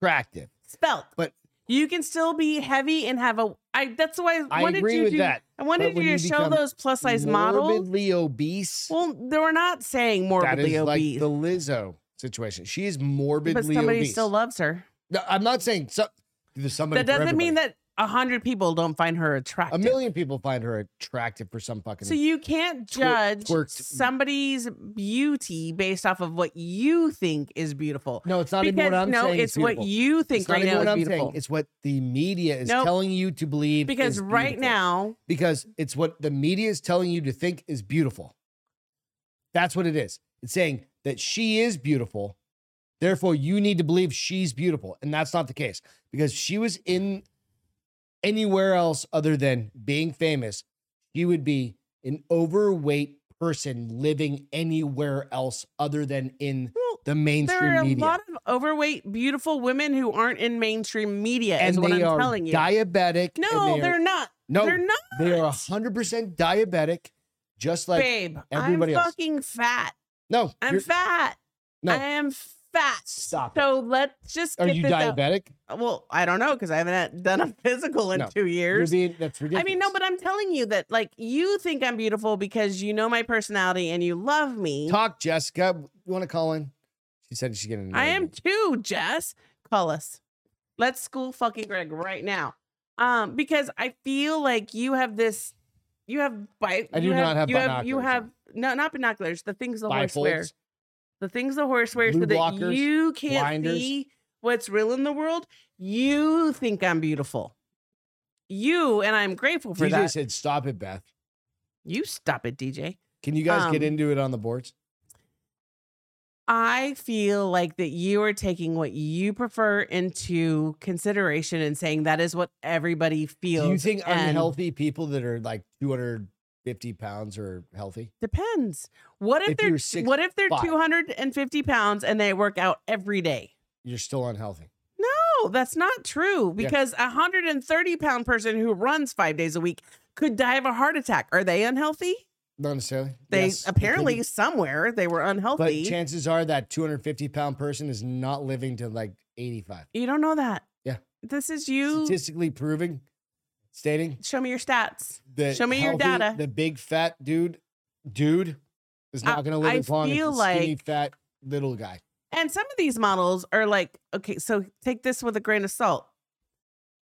A: attractive.
B: spelt.
A: Uh, but
B: You can still be heavy and have a. I. That's why I
A: I
B: wanted
A: agree
B: you
A: with
B: to.
A: that.
B: I
A: but
B: wanted
A: when
B: you to
A: you
B: show
A: become
B: those plus size models.
A: Morbidly obese.
B: Well, they were not saying
A: that
B: morbidly
A: is like
B: obese,
A: the Lizzo situation. She is
B: but
A: morbidly
B: somebody
A: obese.
B: still loves her.
A: no, I'm not saying so, there's somebody.
B: That
A: for
B: doesn't mean
A: everybody.
B: that a hundred people don't find her attractive.
A: a million people find her attractive for some fucking.
B: So you can't judge
A: twerked-
B: somebody's beauty based off of what you think is beautiful.
A: no, it's not even what I'm
B: no,
A: saying.
B: it's what
A: beautiful.
B: you think
A: It's not
B: right
A: even
B: now
A: what
B: is
A: I'm
B: beautiful.
A: saying. It's what the media is
B: Nope.
A: telling you to believe.
B: because
A: is
B: right
A: beautiful.
B: now,
A: because it's what the media is telling you to think is beautiful. That's what it is. It's saying that she is beautiful. Therefore, you need to believe she's beautiful. And that's not the case because she was in anywhere else other than being famous, she would be an overweight person living anywhere else other than in
B: well,
A: the
B: there
A: mainstream
B: are a
A: media.
B: lot of overweight, beautiful women who aren't in mainstream media.
A: And
B: is what
A: they
B: I'm
A: are
B: telling you.
A: diabetic. and
B: no,
A: they are-
B: they are not.
A: no,
B: they're not.
A: they are 100% diabetic, just like
B: babe.
A: everybody
B: I'm
A: else.
B: fucking fat.
A: No,
B: I'm
A: you're-
B: fat.
A: No.
B: I am fat.
A: Stop. it.
B: So let's just.
A: Are
B: get
A: you
B: this out.
A: diabetic?
B: Well, I don't know because I haven't had- done a physical in
A: No,
B: two
A: You're
B: years.
A: being, that's ridiculous.
B: I mean, no, but I'm telling you that like you think I'm beautiful because you know my personality and you love me.
A: talk, Jessica. You want to call in? She said she's getting.
B: I am too, Jess. Call us. Let's school fucking Greg right now. Um, because I feel like you have this, you have bite.
A: I do
B: you
A: not have
B: you have you
A: binoculars
B: have no not binoculars. The things the horse wears.
A: bifolds.
B: the things the horse wears
A: Blue
B: so that
A: blockers,
B: you can't
A: blinders.
B: see what's real in the world. You think I'm beautiful. You and I'm grateful for
A: DJ
B: that.
A: said, "Stop it, Beth.
B: You stop it, DJ.
A: Can you guys get
B: Um,
A: into it on the boards?"
B: I feel like that you are taking what you prefer into consideration and saying that is what everybody feels.
A: Do you think
B: and
A: unhealthy people that are like 250 pounds are healthy?
B: Depends. What if,
A: If
B: they're
A: you're six
B: what if they're
A: five.
B: 250 pounds and they work out every day?
A: You're still unhealthy.
B: No, that's not true
A: Yeah.
B: because a 130 pound person who runs five days a week could die of a heart attack. Are they unhealthy?
A: Not necessarily.
B: They
A: Yes, it could be.
B: apparently somewhere they were
A: But
B: unhealthy.
A: chances are that 250 pound person is not living to like 85.
B: you don't know that.
A: Yeah.
B: This is you.
A: Statistically proving, stating
B: Show me your stats.
A: that
B: Show me your data.
A: The big fat dude, dude, is
B: I-
A: not going to live
B: I
A: as long as
B: feel
A: the skinny
B: like-
A: fat little guy.
B: And some of these models are like, okay, so take this with a grain of salt.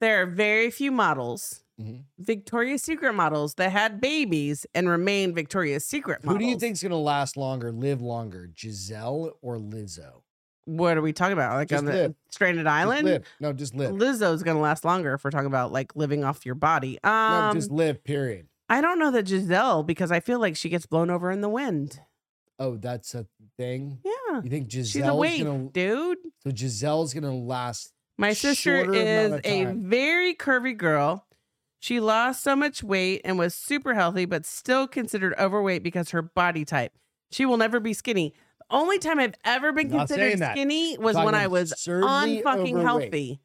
B: There are very few models,
A: Mhm.
B: Victoria's Secret models, that had babies and remain Victoria's Secret
A: Who
B: models.
A: do you think's going to last longer, live longer, Giselle or Lizzo?
B: What are we talking about? Like
A: Just
B: on the
A: live.
B: stranded
A: Just
B: island?
A: live. No, just live.
B: Lizzo's gonna last longer if we're talking about like living off your body. Um,
A: no, just live. Period.
B: I don't know that Giselle because I feel like she gets blown over in the wind.
A: Oh, that's a thing.
B: Yeah,
A: You think
B: she's a
A: Giselle's
B: waif,
A: going to?
B: dude.
A: So Giselle's going to last.
B: My sister
A: Shorter amount
B: is
A: of
B: a
A: time.
B: very curvy girl. She lost so much weight and was super healthy, but still considered overweight because her body type. She will never be skinny. The only time I've ever been
A: Not saying
B: considered
A: that.
B: skinny was
A: Talking
B: when I was
A: absurdly
B: unfucking
A: overweight.
B: healthy.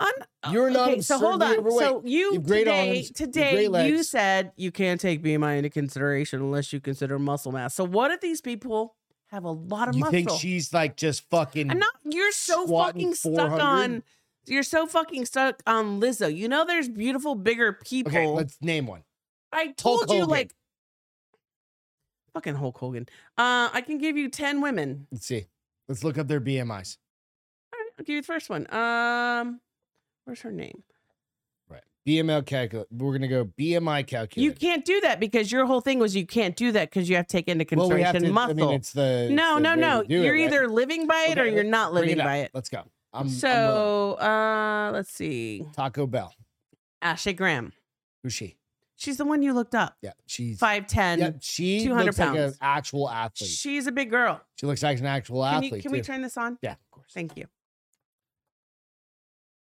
B: Un- uh,
A: You're not
B: okay, so hold on.
A: absurdly
B: So you,
A: You've great
B: today,
A: arms, you've
B: today
A: great
B: you
A: legs.
B: said you can't take BMI into consideration unless you consider muscle mass. So what if these people have a lot of
A: You
B: muscle?
A: think she's like just fucking?
B: I'm not. You're so
A: squatting
B: fucking stuck
A: 400?
B: on. You're so fucking stuck on Lizzo. You know, there's beautiful, bigger people.
A: okay, let's name one.
B: I told you,
A: Hogan.
B: like, fucking Hulk Hogan. Uh, I can give you ten women.
A: Let's see. Let's look up their BMIs.
B: All right, I'll give you the first one. Um, where's her name?
A: Right. BMI calculate. We're going to go BMI calculate.
B: You can't do that because your whole thing was you can't do that because you have to take into
A: Well, we
B: consideration
A: have to.
B: muscle.
A: I mean, it's the. it's
B: no,
A: the
B: no,
A: way
B: no.
A: to do it,
B: You're
A: right?
B: either living by it or
A: Okay,
B: you're not
A: Bring
B: living
A: up.
B: by it.
A: Let's go. I'm I'm willing.
B: so, uh, let's see.
A: Taco Bell.
B: Ashley Graham.
A: Who's she?
B: She's the one you looked up.
A: Yeah, she's
B: Five ten.
A: yeah, she
B: 200
A: looks like an
B: pounds.
A: actual athlete.
B: She's a big girl.
A: She looks like an actual
B: Can,
A: athlete.
B: you, can we
A: too.
B: turn this on?
A: Yeah, of course.
B: Thank you.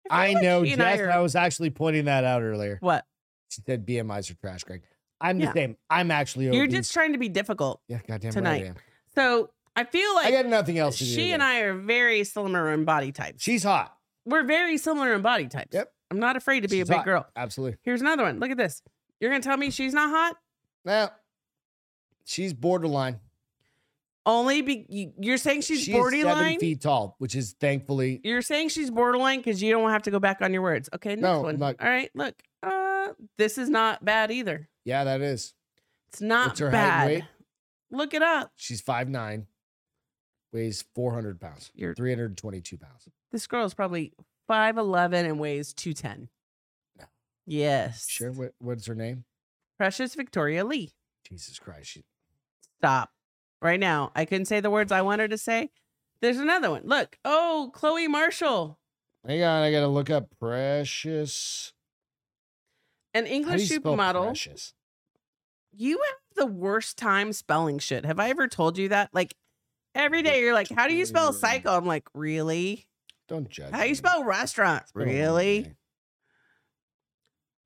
B: feel
A: I
B: like
A: know,
B: she
A: Jess.
B: and I
A: I,
B: are-
A: was actually pointing that out earlier.
B: What?
A: She said BMIs are trash, Greg. I'm the
B: Yeah.
A: same. I'm actually
B: You're
A: obese.
B: just trying to be difficult.
A: yeah, goddamn
B: tonight.
A: right I am.
B: So I feel
A: I
B: like
A: got nothing else to do.
B: she and
A: today.
B: I are very similar in body types.
A: She's hot.
B: We're very similar in body types.
A: Yep.
B: I'm not afraid to be
A: She's
B: a big
A: hot.
B: girl.
A: Absolutely.
B: Here's another one. Look at this. You're gonna tell me she's not hot?
A: Now, she's borderline.
B: Only be you- you're saying she's,
A: She is seven
B: borderline.
A: feet tall, which is thankfully
B: You're saying she's borderline because you don't have to go back on your words. Okay, next
A: No,
B: one.
A: like-
B: All right, look. Uh, this is not bad either.
A: yeah, that is.
B: It's not
A: What's her height and
B: bad.
A: weight?
B: Look it up.
A: She's five nine, weighs four hundred pounds,
B: You're-
A: three hundred twenty two pounds.
B: This girl is probably five eleven and weighs two ten.
A: No.
B: Yes.
A: Sure, what, what's her name?
B: Precious Victoria Lee.
A: Jesus Christ, she,
B: Stop. Right now. I couldn't say the words I wanted to say. There's another one. Look. Oh, Chloe Marshall.
A: Hang on, I gotta look up precious.
B: An
A: How do you
B: English
A: spell
B: supermodel.
A: Precious?
B: You have the worst time spelling shit. Have I ever told you that? Like every day you're like, how do you spell psycho? I'm like, really?
A: Don't judge.
B: How do
A: me.
B: you spell restaurant?
A: It's been a long
B: Really?
A: day.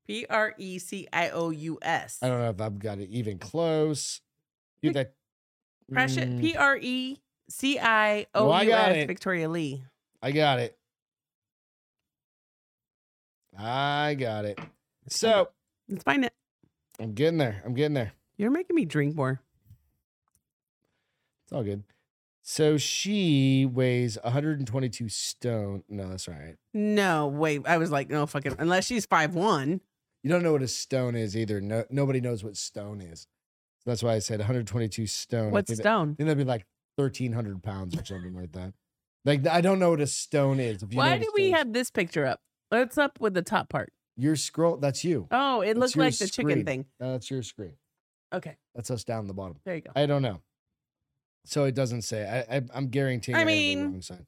B: P R E C I O U S.
A: I don't know if I've got it even close. Dude, that
B: Precious
A: Mm,
B: P R E C I
A: No,
B: O
A: I
B: U
A: got
B: S
A: it.
B: Victoria Lee.
A: I got it. I got it. So
B: Let's find it.
A: I'm getting there. I'm getting there.
B: You're making me drink more.
A: It's all good. So she weighs 122 stone. No, that's all right.
B: No, wait. I was like, no fucking unless she's five one.
A: You don't know what a stone is either. No, nobody knows what stone is. That's why I said 122 stone. I
B: What's
A: think that-
B: stone?
A: Then that'd be like thirteen hundred pounds or something like that. Like I don't know what a stone is. If you know
B: Why
A: what a
B: do we
A: stone is.
B: have this picture up? What's up with the top part?
A: your scroll? That's you.
B: Oh, it
A: That's
B: looked
A: your
B: like the chicken
A: screen.
B: thing.
A: No, that's your screen.
B: Okay,
A: That's us down the bottom.
B: there you go.
A: I don't know. So it doesn't say. I, I I'm guaranteeing.
B: I
A: have the
B: mean-
A: wrong sign.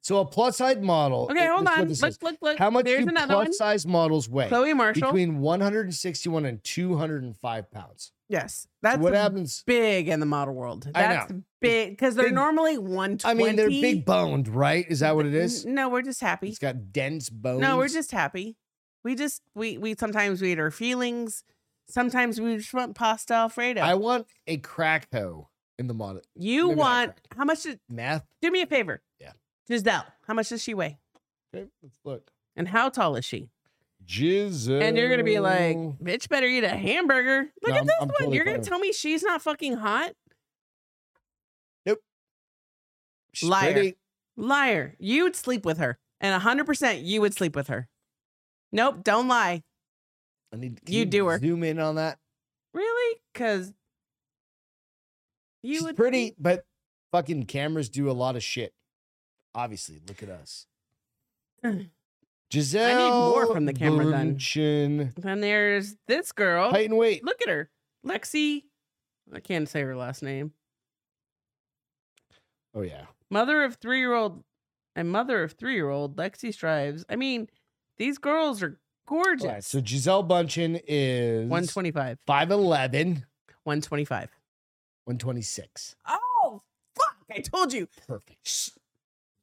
A: So a plus size model.
B: Okay,
A: it-
B: hold
A: this is what
B: on.
A: this
B: Look,
A: is.
B: look, look.
A: How much
B: There's
A: do
B: another one.
A: plus size models weigh?
B: Chloe Marshall.
A: Between 161 and 205 pounds.
B: yes,
A: So
B: that's
A: what happens?
B: big in the model world.
A: I know.
B: That's big because they're
A: Big-
B: normally one
A: I
B: twenty.
A: mean, they're big boned, right? Is that what it is?
B: No, we're just happy.
A: It's got dense bones.
B: No, we're just happy. We just we we sometimes we eat our feelings. Sometimes we just want pasta alfredo.
A: I want a crack hoe in the model.
B: you
A: maybe not
B: want
A: correct.
B: how much? Does,
A: Math.
B: do me a favor.
A: Yeah.
B: Giselle, how much does she weigh?
A: Okay, let's look.
B: And how tall is she?
A: Jizzle.
B: And you're gonna be like, bitch, better eat a hamburger. Look
A: No,
B: at
A: I'm-
B: this
A: I'm
B: one.
A: totally
B: you're gonna
A: fine.
B: tell me she's not fucking hot?
A: She's
B: liar.
A: pretty.
B: Liar. You would sleep with her. And 100% you would sleep with her. Nope, don't lie.
A: I need. can
B: You do her.
A: Zoom in on that.
B: Really? Because you
A: She's
B: would.
A: pretty, but fucking cameras do a lot of shit. Obviously, look at us. Giselle.
B: more from the camera then.
A: Bundchen.
B: Then there's this girl.
A: Height and weight.
B: Look at her. Lexi. I can't say her last name.
A: Oh yeah.
B: Mother of three year old and mother of three year old, Lexi strives. I mean, these girls are gorgeous.
A: All right, so Giselle Bundchen is
B: 125.
A: 5'11",
B: 125.
A: 126.
B: Oh, fuck. I told you.
A: Perfect.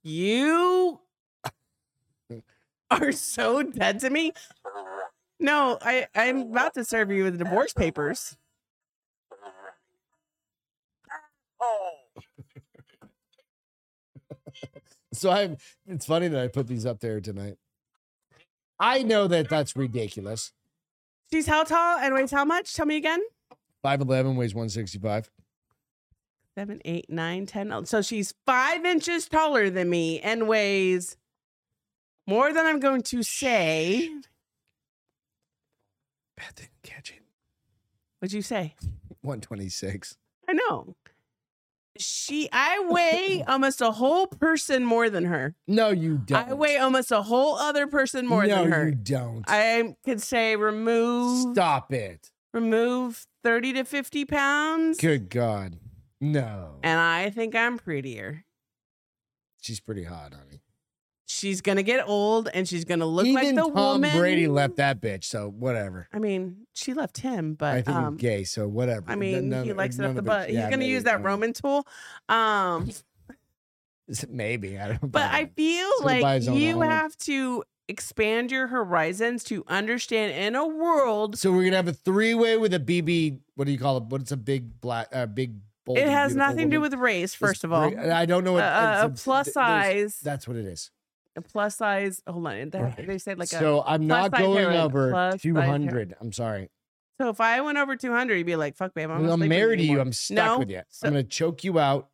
B: You are so dead to me. No, I, I'm about to serve you with divorce papers.
A: So I'm. It's funny that I put these up there tonight. I know that that's ridiculous.
B: She's how tall and weighs how much? Tell me again.
A: Five eleven weighs one sixty five.
B: Seven, eight, nine, ten. el- So she's five inches taller than me and weighs more than I'm going to say.
A: Beth didn't catch it.
B: What'd you say?
A: One twenty six.
B: I know. She, I weigh almost a whole person more than her.
A: No, you don't.
B: I weigh almost a whole other person more
A: no,
B: than her.
A: you don't.
B: I could say remove
A: Stop it.
B: remove 30 to 50 pounds.
A: Good God. No.
B: And I think I'm prettier.
A: She's pretty hot, honey.
B: She's gonna get old and she's gonna look
A: Even
B: like the
A: Tom
B: woman.
A: Brady left that bitch, so whatever.
B: I mean, she left him,
A: I
B: but
A: think
B: um,
A: he's gay, so whatever.
B: I
A: N-
B: mean,
A: none-
B: he likes it up
A: none
B: the
A: of
B: butt.
A: yeah,
B: he's gonna
A: maybe, I
B: use that
A: don't know.
B: Roman tool. Um,
A: Maybe I don't.
B: but I
A: know.
B: feel
A: Still buy
B: like
A: his own
B: you
A: island.
B: have to expand your horizons to understand in a world
A: So we're gonna have a three way with a BB. What do you call it? What's a big black? Uh, big. Bold
B: it
A: and
B: has
A: beautiful
B: nothing to do
A: woman?
B: with race, first
A: It's
B: of all.
A: three- I don't know
B: A-
A: what
B: a, a
A: it's
B: plus
A: th- there's-
B: size.
A: That's what it is.
B: a plus size. Hold on, they,
A: Right.
B: they said like a.
A: so I'm
B: plus
A: not
B: size
A: going
B: heroin,
A: over
B: plus size heroin.
A: 200. I'm sorry.
B: So if I went over 200, you'd be like, fuck, babe, I'm,
A: I'm,
B: not sleeping
A: married to
B: anymore.
A: you. I'm stuck
B: No,
A: with you.
B: so-
A: I'm gonna choke you out.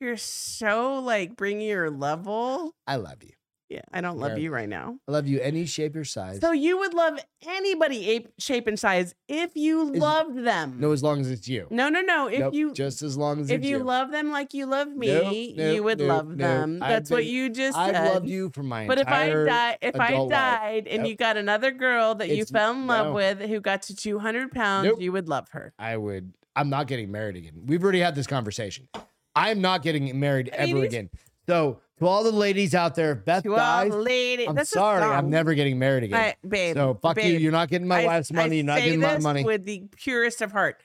B: You're so like bringing your level.
A: I love you.
B: Yeah, I don't love
A: Where-
B: you right now.
A: I love you any shape or size.
B: So you would love anybody ape, shape and size if you
A: Is-
B: loved them.
A: no, as long as it's you.
B: no, no, no. If
A: Nope,
B: you
A: just as long as
B: if
A: it's
B: you, love them like you love me,
A: nope,
B: you would
A: nope,
B: love
A: nope.
B: them.
A: I've
B: That's what
A: been-
B: you just
A: I've
B: said.
A: loved you for my
B: But if I
A: entire.
B: die, if I
A: adult life.
B: died and
A: Yep.
B: you got another girl that you
A: It's-
B: fell in love
A: no.
B: with who got to 200 pounds,
A: Nope.
B: you would love her.
A: I would. I'm not getting married again. We've already had this conversation. I'm not getting married
B: I mean,
A: ever
B: you-
A: again. So to all the ladies out there, if Beth
B: To all
A: dies.
B: the ladies.
A: I'm
B: That's a
A: sorry.
B: song.
A: I'm never getting married again.
B: I, babe.
A: so fuck you.
B: babe,
A: You're not getting my
B: I-
A: wife's money.
B: I
A: You're not
B: say
A: getting my
B: this
A: money.
B: With the purest of heart.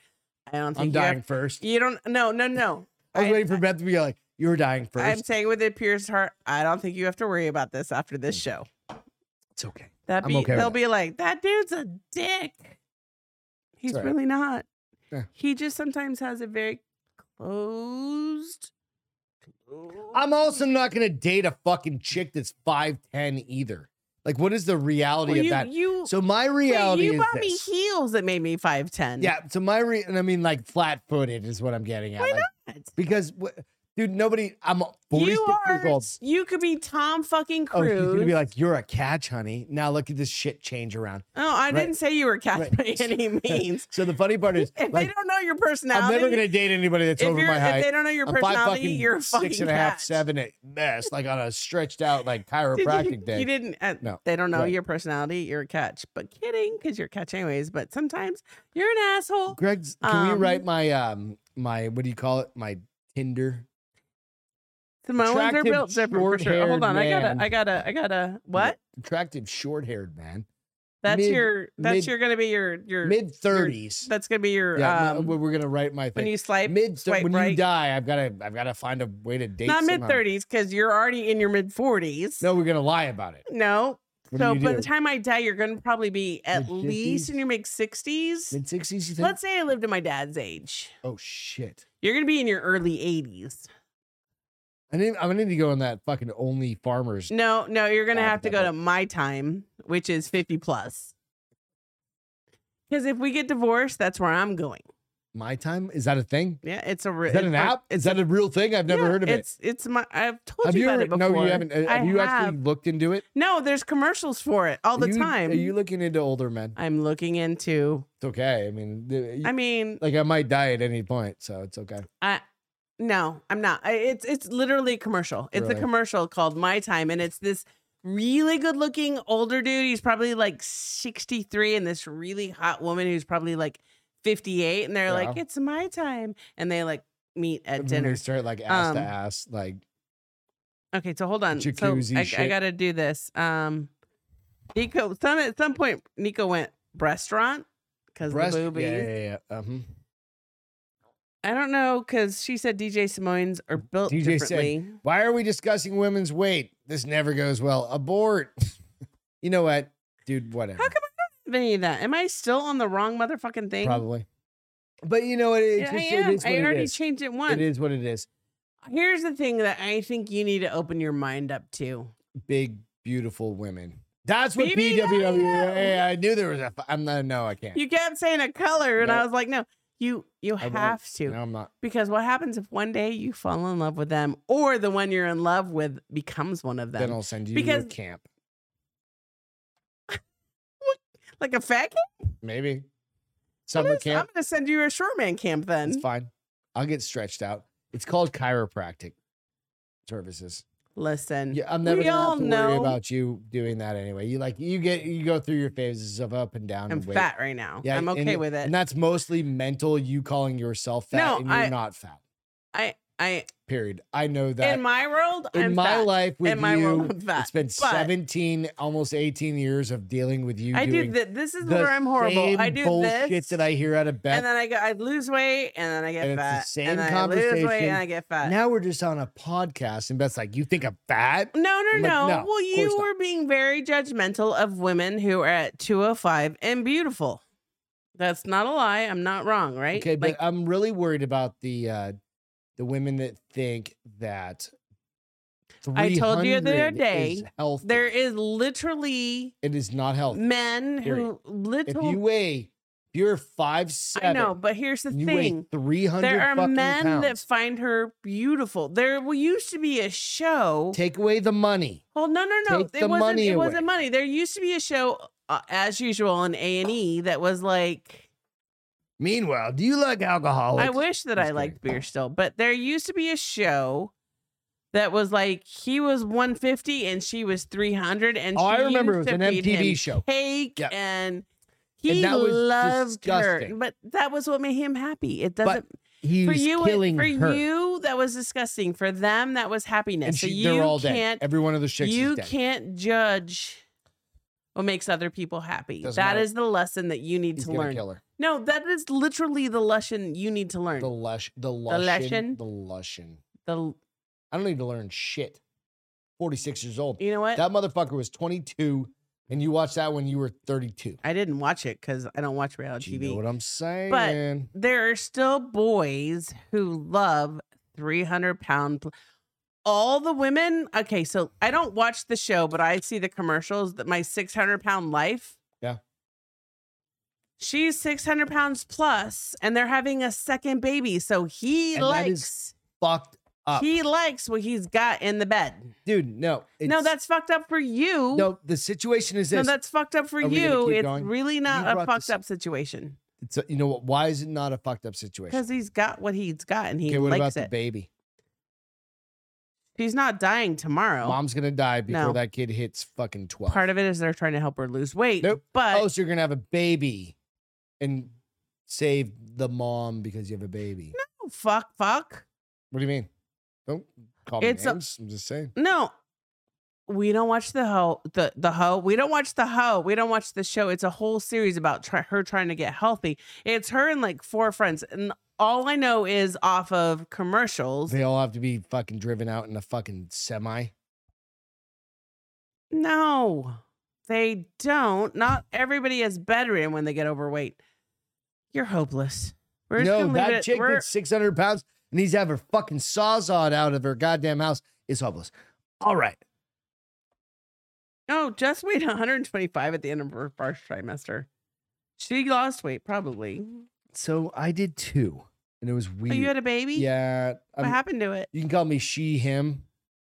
B: I don't think
A: I'm
B: you have
A: dying first.
B: You don't. No, no, no.
A: I was
B: I-
A: waiting for Beth to be like, "You were dying first.
B: I'm saying with the purest heart, I don't think you have to worry about this after this
A: Mm.
B: show.
A: it's okay.
B: That
A: I'm
B: be
A: okay with
B: they'll
A: that.
B: be like, that dude's a dick. He's
A: all right.
B: really not.
A: Yeah.
B: He just sometimes has a very closed.
A: I'm also not gonna date a fucking chick that's five ten either. Like, what is the reality
B: Well,
A: of
B: you,
A: that?
B: you,
A: so my
B: wait,
A: reality
B: you
A: is
B: bought
A: this.
B: me heels that made me five ten.
A: Yeah. So my re- and I mean like flat footed is what I'm getting at.
B: Why
A: like,
B: not?
A: Because wh- dude, nobody. I'm 46
B: you
A: years
B: are.
A: old.
B: You could be Tom fucking
A: Oh,
B: Cruise.
A: she's gonna be like, "You're a catch, honey." Now look at this shit change around.
B: Oh, I
A: right.
B: didn't say you were cat
A: Right.
B: by any means.
A: So the funny part is,
B: If
A: like,
B: they don't know your
A: I'm
B: personality,
A: never gonna date anybody that's
B: if,
A: over
B: you're,
A: my height.
B: if they don't know your
A: I'm five
B: personality,
A: fucking
B: you're a fucking
A: six and a half,
B: catch.
A: seven at best, like on a stretched out like
B: Did you-
A: chiropractic
B: You
A: day.
B: didn't. Uh,
A: No,
B: They don't know
A: right.
B: your personality. You're a catch. But kidding, because you're a catch anyways. But sometimes you're an asshole.
A: Greg, can we
B: Um,
A: write my um my what do you call it? My Tinder.
B: So my ones are
A: Attractive,
B: built different for sure.
A: short-haired
B: Hold on,
A: man.
B: I gotta, I gotta, I gotta. What?
A: Attractive, short haired man,
B: That's
A: Mid-
B: your. That's
A: mid-
B: your gonna be your your.
A: mid thirties.
B: that's gonna be your.
A: Yeah, no,
B: um,
A: we're- we're gonna write my
B: when
A: thing.
B: you swipe,
A: Mid
B: swipe
A: when you
B: right.
A: die, I've gotta I've gotta find a way to date.
B: not mid
A: somehow.
B: thirties, because you're already in your mid forties.
A: No, we're gonna lie about it.
B: No.
A: What do
B: So
A: you
B: by
A: do?
B: the time I die, you're gonna probably be at
A: Mid-fifties?
B: least in your mid sixties.
A: Mid sixties, you think?
B: Let's say I lived to my dad's age.
A: oh shit!
B: You're gonna be in your early 80s.
A: I need, I'm gonna need to go on that fucking only farmers.
B: No, no, you're gonna
A: Yeah,
B: have to
A: that
B: go to my time, which is 50 plus. Because if we get divorced, that's where I'm going.
A: My time is that a thing?
B: Yeah, it's a real.
A: Is that an app? Is that a real thing? I've never heard of it.
B: It's it's my. I've told
A: Have
B: you,
A: you
B: about
A: ever,
B: it before.
A: no, you haven't. Uh,
B: I
A: Have you actually
B: have.
A: looked into it
B: No, there's commercials for it all the
A: You-
B: time.
A: Are you looking into older men?
B: I'm looking into.
A: It's okay. I mean, the- you-
B: I mean,
A: like I might die at any point, so it's okay.
B: I no, I'm not. I, it's it's literally a commercial. It's a
A: Really?
B: commercial called My Time, and it's this really good looking older dude. He's probably like 63, and this really hot woman who's probably like 58, and they're like,
A: Yeah.
B: "It's my time," and they like meet at
A: And then
B: dinner.
A: they start like ass to
B: Um,
A: ass, like
B: Okay, so hold on.
A: Jacuzzi
B: so I, I
A: shit.
B: gotta do this. Um, Nico, some at some point, Nico went restaurant because the
A: breast. Yeah,
B: boobies.
A: yeah, yeah. yeah. Uh-huh.
B: I don't know because she said DJ Simone's are built
A: DJ said-
B: differently.
A: Why are we discussing women's weight? This never goes well. Abort. you know what, dude? Whatever.
B: How come I don't have any of that? Am I still on the wrong motherfucking thing?
A: Probably. But you know what? It,
B: Yeah,
A: just,
B: I
A: it
B: am.
A: is what
B: I
A: it
B: already
A: is.
B: changed it
A: It
B: once.
A: is what it is.
B: Here's the thing that I think you need to open your mind up to.
A: Big, beautiful women. That's what
B: BBWO.
A: BWW. Yeah, I knew there was a. I'm not. No, I can't.
B: You kept saying a color, and I
A: No.
B: was like, no, you you
A: I won't.
B: have to.
A: No, I'm not.
B: Because what happens if one day you fall in love with them or the one you're in love with becomes one of
A: Then
B: them?
A: I'll send you
B: Because-
A: to a camp.
B: Like a fat kid?
A: Maybe
B: I'm
A: summer
B: gonna, I'm
A: camp.
B: gonna send you to a short man camp then.
A: It's fine. I'll get stretched out. It's called chiropractic services.
B: Listen.
A: Yeah, I'm never
B: Mm. We
A: gonna
B: all
A: have to worry
B: know-
A: about you doing that anyway. You like you get you go through your phases of up and down.
B: I'm
A: and weight.
B: fat right now. I'm
A: and-
B: okay with
A: And
B: it.
A: that's mostly mental. You calling yourself fat,
B: No,
A: and you're
B: I-
A: not fat.
B: I
A: Period. I know that.
B: in my world,
A: in
B: I'm
A: my
B: fat.
A: life with
B: in my
A: you,
B: world, I'm fat.
A: it's been
B: but-
A: 17, almost 18 years of dealing with you
B: I do
A: doing
B: that. This is
A: the
B: where I'm horrible.
A: same
B: I do
A: bullshit
B: this,
A: that I hear out of Beth.
B: and then I go, I lose weight, and then I get
A: And it's the
B: fat,
A: same
B: and then I lose weight,
A: conversation.
B: and I get fat.
A: now we're just on a podcast, and Beth's like, "You think I'm fat?"
B: no, no,
A: I'm like,
B: no.
A: no, of
B: well, you
A: course not.
B: were being very judgmental of women who are at 205 and beautiful. That's not a lie. I'm not wrong, right?
A: Okay, but
B: Like,
A: I'm really worried about the uh, the women that think that
B: I told you the other
A: 300
B: day,
A: is healthy.
B: There is literally
A: it is not healthy.
B: men
A: Period.
B: who little.
A: If you weigh, if you're five
B: I
A: seven,
B: know, but here's the
A: you
B: thing.
A: weigh three hundred.
B: There are men
A: pounds.
B: that find her beautiful. There well, used to be a show.
A: take away the money.
B: well, no, no, no.
A: take
B: it
A: the
B: wasn't.
A: money
B: it wasn't
A: away.
B: money. There used to be a show, uh, as usual, on A and E that was like.
A: Meanwhile, do you like alcoholics?
B: I wish that
A: Just
B: I liked beer still, but there used to be a show that was like he was 150 and she was 300, and
A: All Oh, I
B: she
A: remember
B: used
A: was an
B: to feed him
A: MTV show.
B: cake
A: Yeah.
B: and he
A: that was
B: loved her,
A: disgusting.
B: but that was what made him happy. It
A: But
B: doesn't
A: He
B: for
A: was
B: you. it-
A: killing
B: for
A: her.
B: you, that was disgusting. For them, that was happiness.
A: and
B: so
A: she,
B: you
A: they're all dead.
B: can't
A: Every one of those chicks
B: you
A: is dead.
B: can't judge what makes other people happy. That is
A: Doesn't matter.
B: the lesson that you need
A: He's
B: to
A: gonna
B: learn.
A: kill her.
B: No, that is literally the lesson you need to learn.
A: The
B: The,
A: lush, the lushin,
B: lesson?
A: the lushin. I don't need to learn shit. Forty six years old.
B: you know what?
A: That motherfucker was twenty two, and you watched that when you were thirty two.
B: I didn't watch it because I don't watch reality
A: You
B: TV.
A: know what I'm saying?
B: there are still boys who love 300 pound pl- all the women okay so i don't watch the show but i see the commercials that my 600 pound life
A: Yeah.
B: she's 600 pounds plus and they're having a second baby so he
A: And that
B: likes
A: is Fucked up,
B: he likes what he's got in the bed
A: dude. No,
B: no
A: it's-
B: that's fucked up for you
A: no. The situation is
B: No,
A: this.
B: that's fucked up for
A: Are we gonna
B: you
A: keep
B: it's
A: going?
B: really
A: You
B: not a
A: brought this
B: fucked up situation
A: It's a- you know what? Why is it not a fucked up situation?
B: because he's got what he's got and he
A: Okay, what about
B: likes
A: the
B: it
A: baby?
B: She's not dying tomorrow.
A: Mom's gonna die before
B: No.
A: that kid hits fucking twelve.
B: Part of it is they're trying to help her lose weight.
A: Nope.
B: But
A: oh, so you're gonna have a baby, and save the mom because you have a baby.
B: fuck, fuck.
A: What do you mean? Don't call me
B: It's a-
A: names. i I'm just saying.
B: No. We don't watch the hoe, the the hoe. We don't watch the hoe. We don't watch the show. It's a whole series about try, her trying to get healthy. It's her and like four friends, and all I know is off of commercials.
A: They all have to be fucking driven out in a fucking semi.
B: No, they don't. Not everybody is bedridden when they get overweight. You're hopeless. We're just
A: no,
B: gonna leave
A: that
B: it at-
A: chick
B: we're-
A: that's 600 pounds and he's have her fucking sawzawed out of her goddamn house is hopeless. All right.
B: Oh, Jess weighed 125 at the end of her first trimester. She lost weight, probably.
A: So I did two and it was
B: Oh,
A: weird.
B: you had a baby?
A: yeah. um
B: What
A: I'm-
B: happened to it?
A: you can call me she, him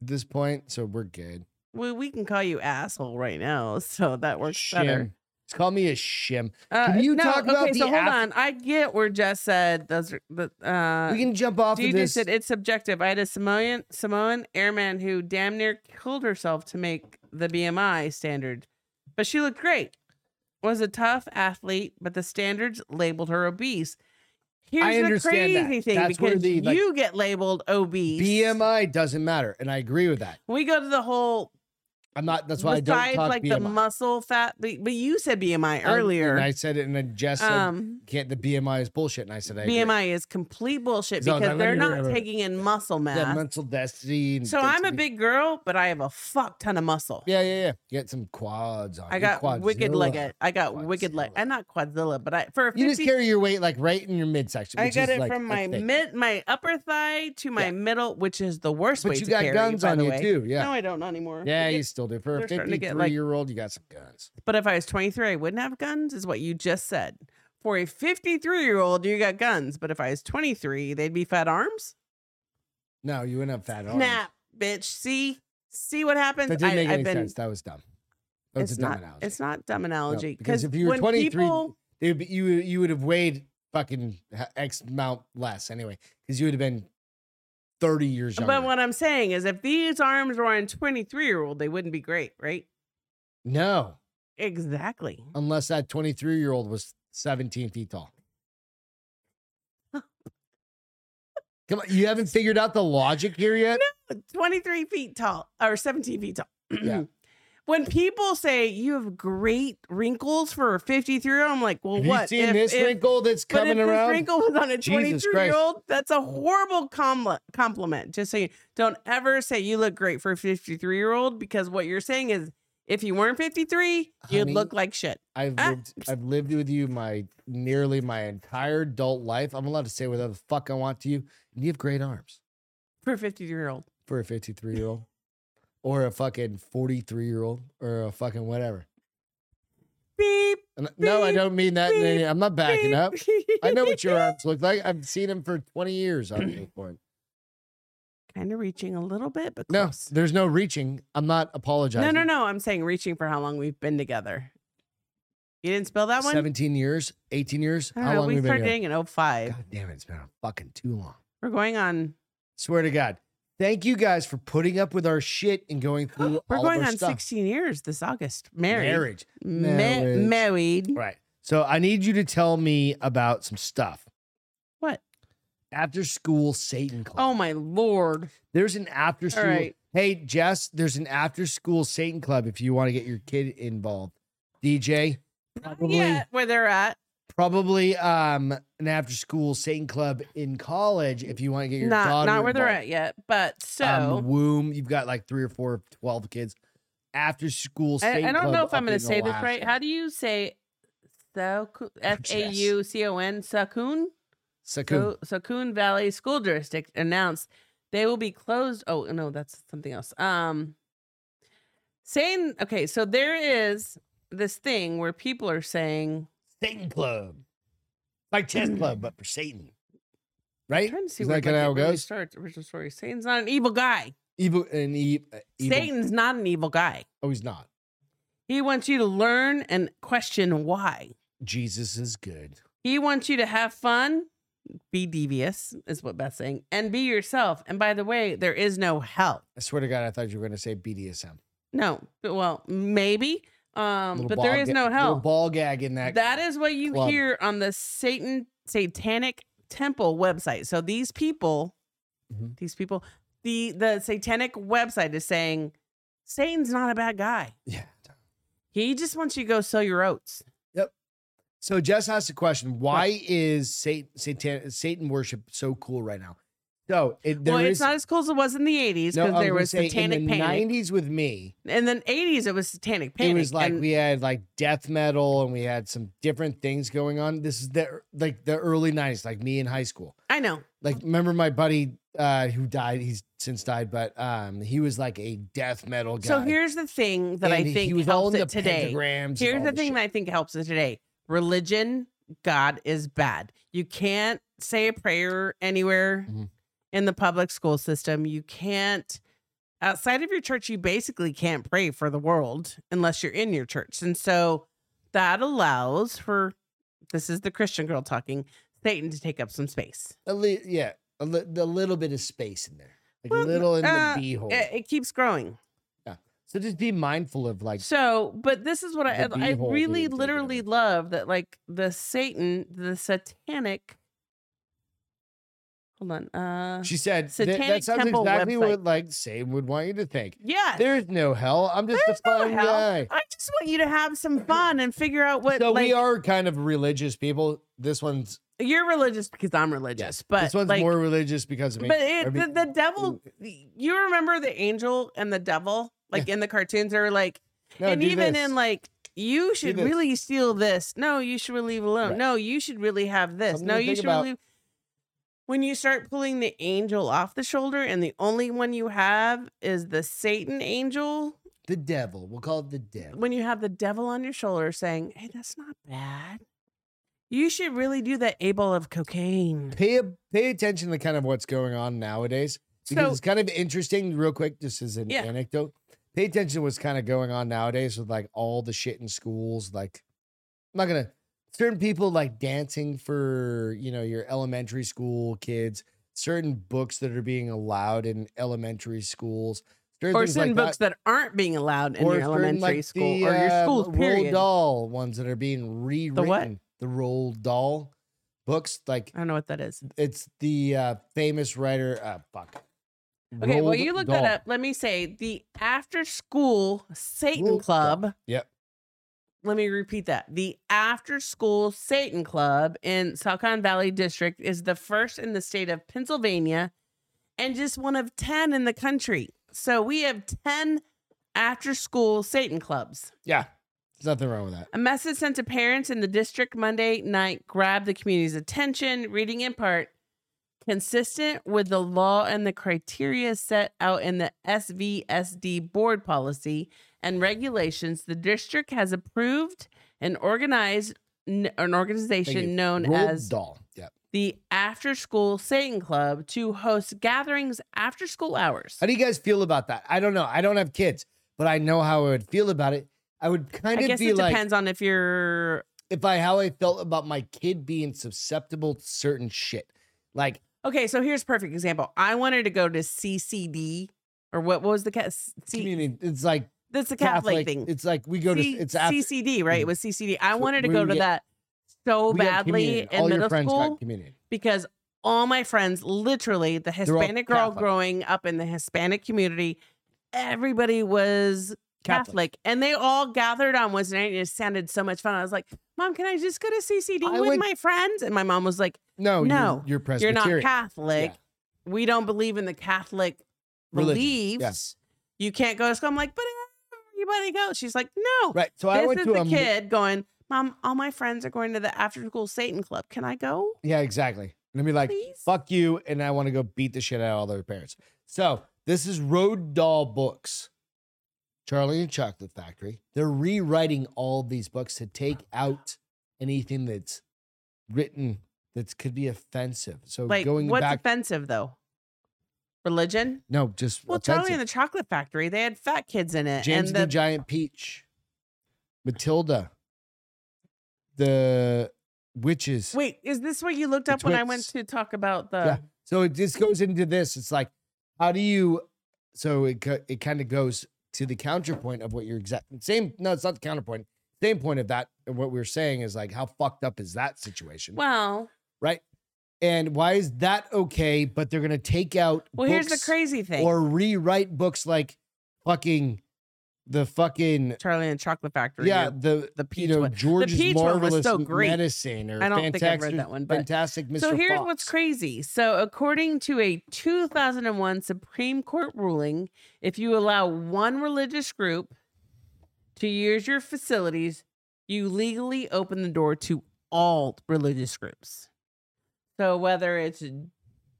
A: at this point. So we're good.
B: Well, we can call you asshole right now, so that works better.
A: Shim. Just call me a shim.
B: Uh,
A: Can you
B: no,
A: talk about
B: okay,
A: the
B: so hold
A: af-
B: on. I get where Jess said those are the uh
A: we can jump off of
B: Dude
A: this.
B: just said it's subjective. I had a Samoan Samoan airman who damn near killed herself to make the BMI standard, but she looked great. Was a tough athlete, but the standards labeled her obese. Here's the
A: understand that.
B: crazy thing
A: That's where
B: because
A: the, like,
B: you get labeled obese.
A: BMI doesn't matter. And I agree with that.
B: We go to the whole
A: I'm not, that's why I
B: besides
A: don't talk
B: like
A: BMI.
B: the muscle fat, but, but you said BMI
A: I-
B: earlier.
A: and I said it and then Jess said,
B: um,
A: can't, the BMI is bullshit. And I said, I agree.
B: BMI is complete bullshit
A: So,
B: because
A: let me
B: they're not
A: remember.
B: taking in muscle mass.
A: Yeah, mental density. and
B: So I'm a
A: density.
B: big girl, but I have a fuck ton of muscle.
A: Yeah, yeah, yeah. Get some quads on.
B: I
A: you,
B: got wicked
A: Quadzilla.
B: leg. I got wicked leg.
A: Quadzilla.
B: I'm not Quadzilla, but I for a 50,
A: You just carry your weight like right in your midsection.
B: I
A: which
B: got
A: is,
B: it
A: like,
B: from
A: a
B: my
A: thing.
B: mid, my upper thigh to my
A: Yeah.
B: middle, which is the worst way
A: But you
B: to
A: got
B: carry.
A: guns
B: by
A: on
B: the
A: you
B: way.
A: too. Yeah.
B: No, I don't anymore.
A: yeah,
B: But
A: you
B: it-
A: still do. For a
B: they're starting to get,
A: 53
B: like-
A: year old, you got some guns.
B: but if I was 23, I wouldn't have guns, is what you just said. For a 53 year old, you got guns, but if I was 23, they'd be fat arms.
A: No, you wouldn't have fat arms.
B: Snap, bitch. See, see what happens.
A: That didn't
B: I-
A: make
B: I've
A: any
B: been-
A: sense. That was dumb. That was
B: it's
A: a dumb
B: not.
A: analogy.
B: It's not dumb analogy.
A: because
B: Because
A: if you were
B: when
A: 23
B: people-
A: They would be- you, you would have weighed fucking h- X amount less anyway, because you would have been 30 years younger.
B: But what I'm saying is, if these arms were on 23 year old, they wouldn't be great, right?
A: no,
B: Exactly.
A: unless that 23 year old was 17 feet tall. Come on, you haven't figured out the logic here yet?
B: 23 Uh, feet tall or 17 feet tall.
A: Yeah.
B: When people say you have great wrinkles for a 53 year old, I'm like, well,
A: Have
B: what?
A: you seen this wrinkle that's
B: but
A: coming
B: if
A: around?
B: This wrinkle was on a
A: Jesus
B: 23 year old. That's a horrible com- compliment. Just so you don't ever say you look great for a 53 year old because what you're saying is if you weren't 53, you'd
A: Honey,
B: look like shit.
A: I've
B: Ah.
A: lived, I've lived with you my nearly my entire adult life. I'm allowed to say whatever the fuck I want to you. And you have great arms
B: For a 53 year old,
A: for a 53 year old. or a fucking 43 year old or a fucking whatever.
B: Beep.
A: And no, I
B: Beep,
A: don't mean that. In any, I'm not backing
B: beep.
A: up. I know what your arms look like. I've seen them for 20 years on this point.
B: Kind of reaching a little bit, but
A: No,
B: close.
A: there's no reaching. I'm not apologizing.
B: No, no, no. I'm saying reaching for how long we've been together. You didn't spell that one?
A: 17 years, 18 years.
B: I
A: How
B: don't know.
A: long
B: We
A: have we been
B: started
A: together?
B: dating in 05.
A: God damn it, it's been a fucking too long.
B: We're going on,
A: Swear to God. Thank you guys for putting up with our shit and going through
B: we're
A: all
B: going
A: of our
B: on
A: stuff.
B: 16 years this August. Married.
A: Marriage.
B: Ma-
A: Marriage.
B: married.
A: Right. So I need you to tell me about some stuff.
B: What?
A: After school Satan
B: Oh
A: club.
B: my lord.
A: there's an after
B: All
A: school.
B: right.
A: Hey, Jess, there's an after school Satan club if you want to get your kid involved. DJ, probably
B: Yeah, where they're at.
A: probably um an after school Satan club in college if you want to get your
B: Not
A: daughter
B: not where they're
A: involved.
B: at yet. But so
A: um, womb. You've got like three or four, 12 kids. After school,
B: I,
A: Satan
B: I don't know
A: club
B: if I'm
A: up
B: going
A: in
B: to say this right.
A: Alaska.
B: How do you say so F A U C O N Sakun?
A: Sakun.
B: So Sakun Valley School District announced they will be closed. Oh no, that's something else. Um, saying okay, so there is this thing where people are saying.
A: Satan club, like chess club, but for Satan, right?
B: I'm trying to see
A: Is
B: where
A: that kinda
B: like,
A: how it
B: really
A: goes?
B: starts, original story. Satan's not an evil guy.
A: Evil and e- uh, evil.
B: Satan's not an evil guy.
A: Oh, he's not.
B: He wants you to learn and question why.
A: Jesus is good.
B: He wants you to have fun, be devious, is what Beth's saying, and be yourself. And by the way, there is no hell.
A: I swear to God, I thought you were going to say BDSM.
B: No, but- well, maybe, um,
A: Little
B: but
A: ball
B: there is
A: ga-
B: no
A: Little
B: hell.
A: ball gag in that.
B: That is what you
A: club.
B: hear on the Satan Satanic Temple website. So these people,
A: Mhm.
B: these people, the the Satanic website is saying Satan's not a bad guy.
A: yeah.
B: He just wants you to go sell your oats.
A: So Jess asked a question. Why is Satan, Satan Satan worship so cool right now? So it, there
B: well,
A: is
B: it's not as cool as it was in the '80s because
A: no, I
B: there
A: gonna
B: was
A: say,
B: Satanic
A: in the
B: panic.
A: '90s with me.
B: in the 80s it was satanic panic
A: it was like
B: and
A: we had like death metal and we had some different things going on. This is the like the early '90s, like me in high school.
B: i know
A: Like remember my buddy uh, who died? He's since died, but um, he was like a death metal guy.
B: so here's the thing that i
A: Oh, And
B: think
A: he was all
B: helps
A: in the
B: it today
A: pentagrams and
B: here's
A: all
B: the
A: this
B: thing
A: shit.
B: that i think helps it today religion god is bad you can't say a prayer anywhere
A: Mhm.
B: in the public school system you can't outside of your church you basically can't pray for the world unless you're in your church and so that allows for this is the christian girl talking satan to take up some space
A: A li- yeah, a, li- a little bit of space in there, like
B: Well,
A: a little in
B: uh,
A: the beehole.
B: it, it keeps growing
A: so just be mindful of like
B: so but this is what i
A: the
B: i
A: beehole
B: really
A: being taken
B: literally
A: out.
B: love that like the satan the satanic hold on uh
A: she said. That,
B: Satanic
A: that sounds
B: Temple
A: exactly
B: website.
A: what like Satan would want you to think.
B: yeah
A: There's no hell. I'm just
B: there's
A: a
B: no
A: fun
B: hell.
A: guy.
B: i just want you to have some fun and figure out what
A: so
B: like
A: we are kind of religious people. This one's
B: you're religious because i'm religious but
A: this one's
B: like
A: more religious because of me.
B: but it,
A: I mean,
B: the, the devil you remember the angel and the devil like in the cartoons they were like
A: no,
B: and
A: do
B: even
A: this.
B: in like, you should
A: this.
B: really steal this. No, you should really leave alone.
A: Right.
B: No, you should really have this.
A: Something
B: no,
A: to
B: you
A: think
B: should
A: about.
B: really. When you start pulling the angel off the shoulder, and the only one you have is the Satan angel,
A: the devil, we'll call it the devil.
B: when you have the devil on your shoulder saying, "Hey, that's not bad. You should really do that able of cocaine."
A: Pay a, pay attention to kind of what's going on nowadays because
B: So
A: it's kind of interesting. Real quick, just as an
B: Yeah.
A: anecdote, pay attention to what's kind of going on nowadays with like all the shit in schools. Like, I'm not gonna certain people like dancing for you know your elementary school kids. Certain books that are being allowed in elementary schools. Certain
B: or
A: things like
B: certain
A: that.
B: books that aren't being allowed in your
A: certain,
B: elementary
A: like,
B: school
A: the,
B: or your
A: uh,
B: school
A: Roald
B: period. I
A: Dahl ones that are being rewritten.
B: what? Uh
A: The Roald Dahl books, like
B: don't know what that is.
A: it's the uh, famous writer. Uh, fuck.
B: Okay, well,
A: Roald
B: you look
A: Dahl.
B: that up. Let me say the after school Satan
A: Roald Dahl.
B: Club.
A: Yep.
B: Let me repeat that. The after school Satan Club in Saucon Valley District is the first in the state of Pennsylvania and just one of 10 in the country. So we have 10 after school Satan Clubs.
A: Yeah, there's nothing wrong with that.
B: A message sent to parents in the district Monday night grabbed the community's attention, reading in part consistent with the law and the criteria set out in the SVSD board policy and regulations, the district has approved an organized n- an
A: Thank you.
B: organization known
A: Roald
B: as
A: Dahl. Yeah.
B: the After School Satan Club to host gatherings after school hours.
A: How do you guys feel about that? I don't know. I don't have kids, but I know how I would feel about it. I would kind
B: I
A: of
B: guess
A: be
B: it
A: like
B: depends on if you're
A: if I how I felt about my kid being susceptible to certain shit. Like
B: okay. So here's a perfect example. I wanted to go to CCD or what, what was the ca- C-
A: community, it's like
B: that's the Catholic,
A: Catholic.
B: thing.
A: It's like we go to
B: C-
A: it's after
B: CCD, right? It was CCD. I
A: So
B: wanted to
A: we
B: go
A: would
B: to
A: get-
B: that so
A: we got
B: badly
A: communion.
B: in
A: All
B: middle
A: your friends
B: school
A: got communion.
B: because all my friends, literally the
A: all
B: Hispanic girl
A: Catholic.
B: growing up in the Hispanic community, everybody was Catholic.
A: Catholic.
B: And they all gathered on Wednesday night and it sounded so much fun. I was like, Mom, can I just go to CCD
A: I
B: with
A: went-
B: my friends? And my mom was like,
A: No,
B: No,
A: you're, you're
B: You're
A: Presbyterian.
B: not Catholic. We don't believe in the Catholic
A: Religion,
B: beliefs.
A: yes.
B: You can't go to school. I'm like, but everybody goes. She's like, no.
A: Right. So I
B: This
A: went
B: is
A: to
B: the
A: a
B: kid going, Mom, all my friends are going to the after school Satan club. Can I go?
A: Yeah, exactly. And I'd be like,
B: Please?
A: fuck you, and I want to go beat the shit out of all their parents. So this is Road Doll Books, Charlie and Chocolate Factory. They're rewriting all these books to take out anything that's written that could be offensive. So
B: Like,
A: going
B: what's
A: back,
B: offensive though? Religion?
A: no, just
B: Well,
A: offensive.
B: Charlie and the Chocolate Factory, they had fat kids in it.
A: James
B: and
A: and the, Giant Peach, Matilda, the witches.
B: Wait, is this what you looked
A: The
B: up when I went
A: Twits.
B: to talk about the?
A: Yeah. So it just goes into this. It's like, how do you? So it co- it kind of goes to the counterpoint of what you're exact same. No, it's not the counterpoint. Same point of that. of What we're saying is like, how fucked up is that situation,
B: Well,
A: right? And why is that okay? But they're gonna take out.
B: well, here's the
A: books
B: crazy thing.
A: Or rewrite books like, fucking, the fucking
B: Charlie and the Chocolate Factory.
A: yeah
B: or
A: the you
B: the peach
A: know
B: one.
A: George's
B: peach one was
A: marvelous
B: so great.
A: medicine or
B: I don't think I've
A: fantastic,
B: read that one, but-
A: fantastic Mr.
B: So here's
A: Fox.
B: what's crazy. So according to a 2001 Supreme Court ruling, if you allow one religious group to use your facilities, you legally open the door to all religious groups. So whether it's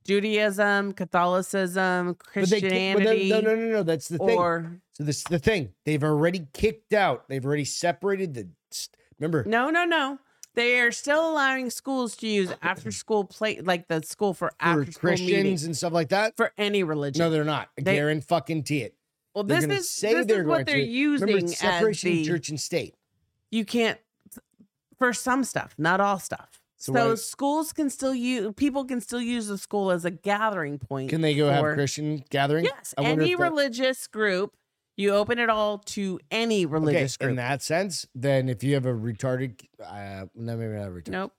B: Judaism, Catholicism,
A: But they can't- but
B: Christianity,
A: no, no, no, no. That's the thing.
B: or
A: So this is the thing. They've already kicked out. They've already separated the. st- Remember,
B: no, no, no. They are still allowing schools to use after school play like the school for
A: Uh, for
B: after school
A: Christians
B: meetings
A: and stuff like that.
B: for any religion.
A: No, they're not. I
B: They-
A: guarantee it.
B: Well,
A: They're
B: this
A: gonna
B: is
A: say
B: this
A: they're
B: is
A: going
B: what they're
A: to. Remember,
B: using
A: it's
B: as
A: separation
B: the
A: of church and state.
B: you can't for some stuff, not all stuff.
A: So
B: So,
A: why-
B: schools can still use people can still use the school as a gathering point.
A: Can they go have
B: for-
A: Christian gathering?
B: Yes,
A: I wonder
B: any
A: if they'll-
B: religious group. You open it all to any
A: Okay,
B: religious
A: in
B: group.
A: that sense, then if you have a retarded, uh, no, maybe not retarded.
B: nope.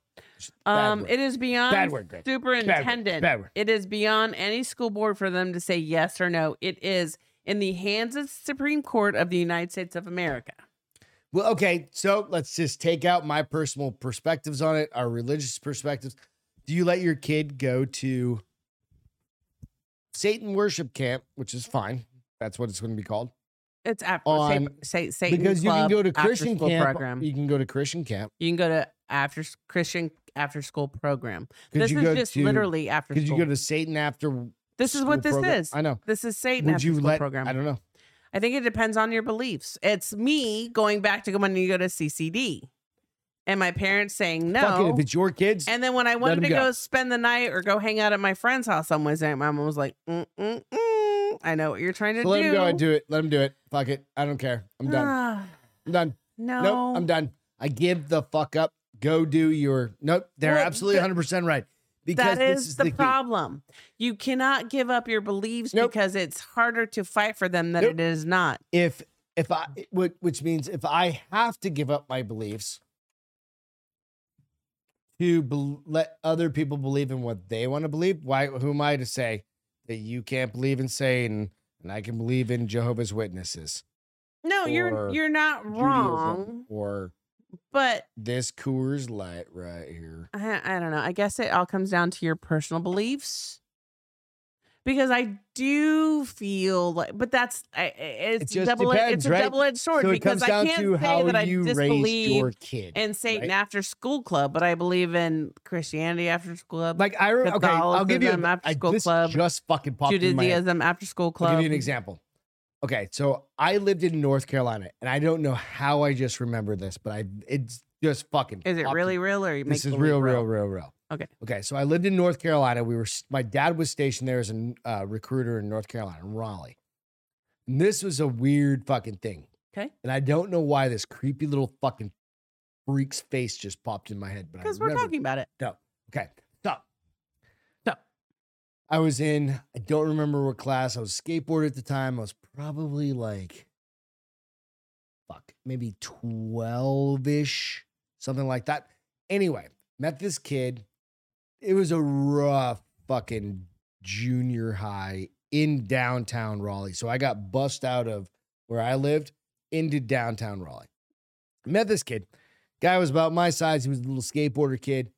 A: Bad
B: Um,
A: word.
B: it is beyond
A: Bad word, Greg.
B: superintendent.
A: bad word.
B: It is beyond any school board for them to say yes or no. It is in the hands of the Supreme Court of the United States of America.
A: Well, okay, so let's just take out my personal perspectives on it, our religious perspectives. Do you let your kid go to Satan worship camp, which is fine? That's what it's going to be called.
B: It's after
A: On-
B: say, say, Satan
A: because you can
B: Club
A: go to
B: after
A: Christian
B: school
A: camp.
B: program.
A: You can go to Christian camp.
B: You can go to after s- Christian after school program.
A: Could
B: this
A: you
B: is
A: go
B: just
A: to,
B: literally after
A: Could
B: school.
A: you go to Satan after?
B: this is what
A: school
B: this
A: program?
B: is.
A: I know.
B: This is Satan
A: Would
B: after
A: you
B: school
A: let?
B: program.
A: I
B: I,
A: don't know.
B: think it depends on your beliefs. It's me going back to when you go to CCD, and my parents saying
A: Fuck it.
B: no.
A: If it's your kids,
B: and then when I wanted
A: 'em
B: to
A: go.
B: go. spend the night or go hang out at my friend's house on Wednesday, night, my mom was like, mm, mm, mm, "I know what you're trying to
A: so
B: do."
A: let them go. I do it. Let them do it. Fuck it. I don't care. I'm done.
B: Ah,
A: I'm done.
B: no,
A: Nope, I'm done. I give the fuck up. Go do your. Nope, they're
B: Well,
A: absolutely
B: that-
A: 100% right. Because
B: That
A: this
B: is, the,
A: key.
B: problem. You cannot give up your beliefs
A: Nope.
B: because it's harder to fight for them than
A: Nope.
B: it is not.
A: If, if I, whi- which means if I have to give up my beliefs to bel let other people believe in what they want to believe, why, who am I to say that you can't believe in Satan and I can believe in Jehovah's Witnesses?
B: No,
A: Or
B: you're you're not
A: Judaism,
B: wrong,
A: Or
B: but
A: this Coors Light right here.
B: I, I don't know. I guess it all comes down to your personal beliefs. because I do feel like, but that's I, I- it's
A: just
B: double. edged
A: depends,
B: it's a
A: right?
B: double edged sword
A: so it
B: because
A: comes
B: I
A: down
B: can't
A: to
B: say
A: how
B: that I
A: you raised
B: disbelieve
A: your kid.
B: in Satan
A: right?
B: after school club, but I believe in Christianity after school club,
A: like I re- okay, I'll give you
B: Catholicism, after
A: I,
B: school
A: this
B: club,
A: just fucking popped in my head.
B: Judaism after school club.
A: I'll give you an example. Okay, so I lived in North Carolina, and I don't know how I just remember this, but I it's just fucking.
B: Is it
A: popped in-
B: really real or you make
A: This is
B: believe
A: real, real, real, real.
B: Okay.
A: Okay. So I lived in North Carolina. We were s- my dad was stationed there as a uh, recruiter in North Carolina, in Raleigh. And this was a weird fucking thing.
B: Okay.
A: And I don't know why this creepy little fucking freak's face just popped in my head, but I
B: Because we're
A: remembered.
B: talking about it.
A: Okay. Stop.
B: Stop.
A: I was in, I don't remember what class. I was skateboard at the time. I was probably like, fuck, maybe 12 ish, something like that. Anyway, met this kid. It was a rough fucking junior high in downtown Raleigh. So I got bussed out of where I lived into downtown Raleigh. Met this kid. Guy was about my size. He was a little skateboarder kid.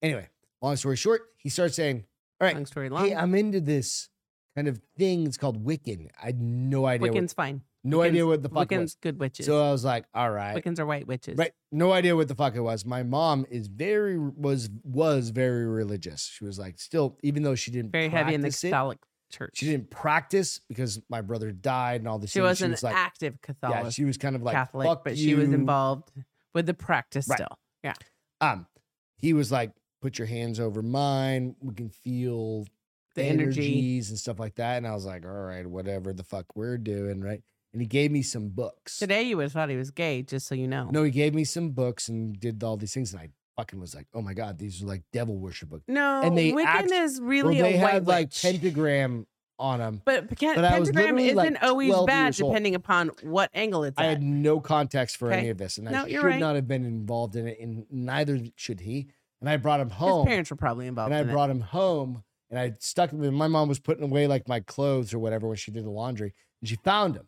A: Anyway, long story short, he starts saying, Right.
B: Long story long.
A: Hey, I'm into this kind of thing. It's called Wiccan. I had no idea. What,
B: Wiccan's fine.
A: no idea what the fuck it
B: Wiccan's
A: was.
B: good witches.
A: So I was like, all right.
B: Wiccans are white witches.
A: Right. No idea what the fuck it was. My mom is very was was very religious. She was like still, even though she didn't
B: Very heavy in the
A: practice it,
B: Catholic church.
A: She didn't practice because my brother died and all this.
B: She
A: shit.
B: was an
A: was like,
B: active Catholic,
A: yeah, she was kind of like
B: Catholic,
A: fuck
B: but she was
A: you.
B: involved with the practice
A: Right.
B: still.
A: Um, he was like, put your hands over mine. We can feel
B: The energy.
A: energies and stuff like that. And I was like, all right, whatever the fuck we're doing, right? And he gave me some books.
B: Today you would have thought he was gay, just so you know.
A: No, he gave me some books and did all these things. And I fucking was like, oh my God, these are like devil worship books.
B: No,
A: And they
B: Wiccan
A: act-
B: is
A: Well,
B: really
A: they
B: a white
A: had like
B: witch.
A: pentagram on them.
B: but pe-
A: but I was
B: pentagram
A: literally,
B: isn't
A: like,
B: always
A: 12
B: bad
A: years old.
B: depending upon what angle it's
A: I
B: at.
A: had no context for any
B: Okay.
A: of this. And
B: No,
A: I
B: you're
A: should
B: right.
A: not have been involved in it. And neither should he. And I brought him
B: His
A: home.
B: parents were probably involved
A: and I
B: in it.
A: brought him home and I stuck him. And my mom was putting away like my clothes or whatever when she did the laundry, and she found him,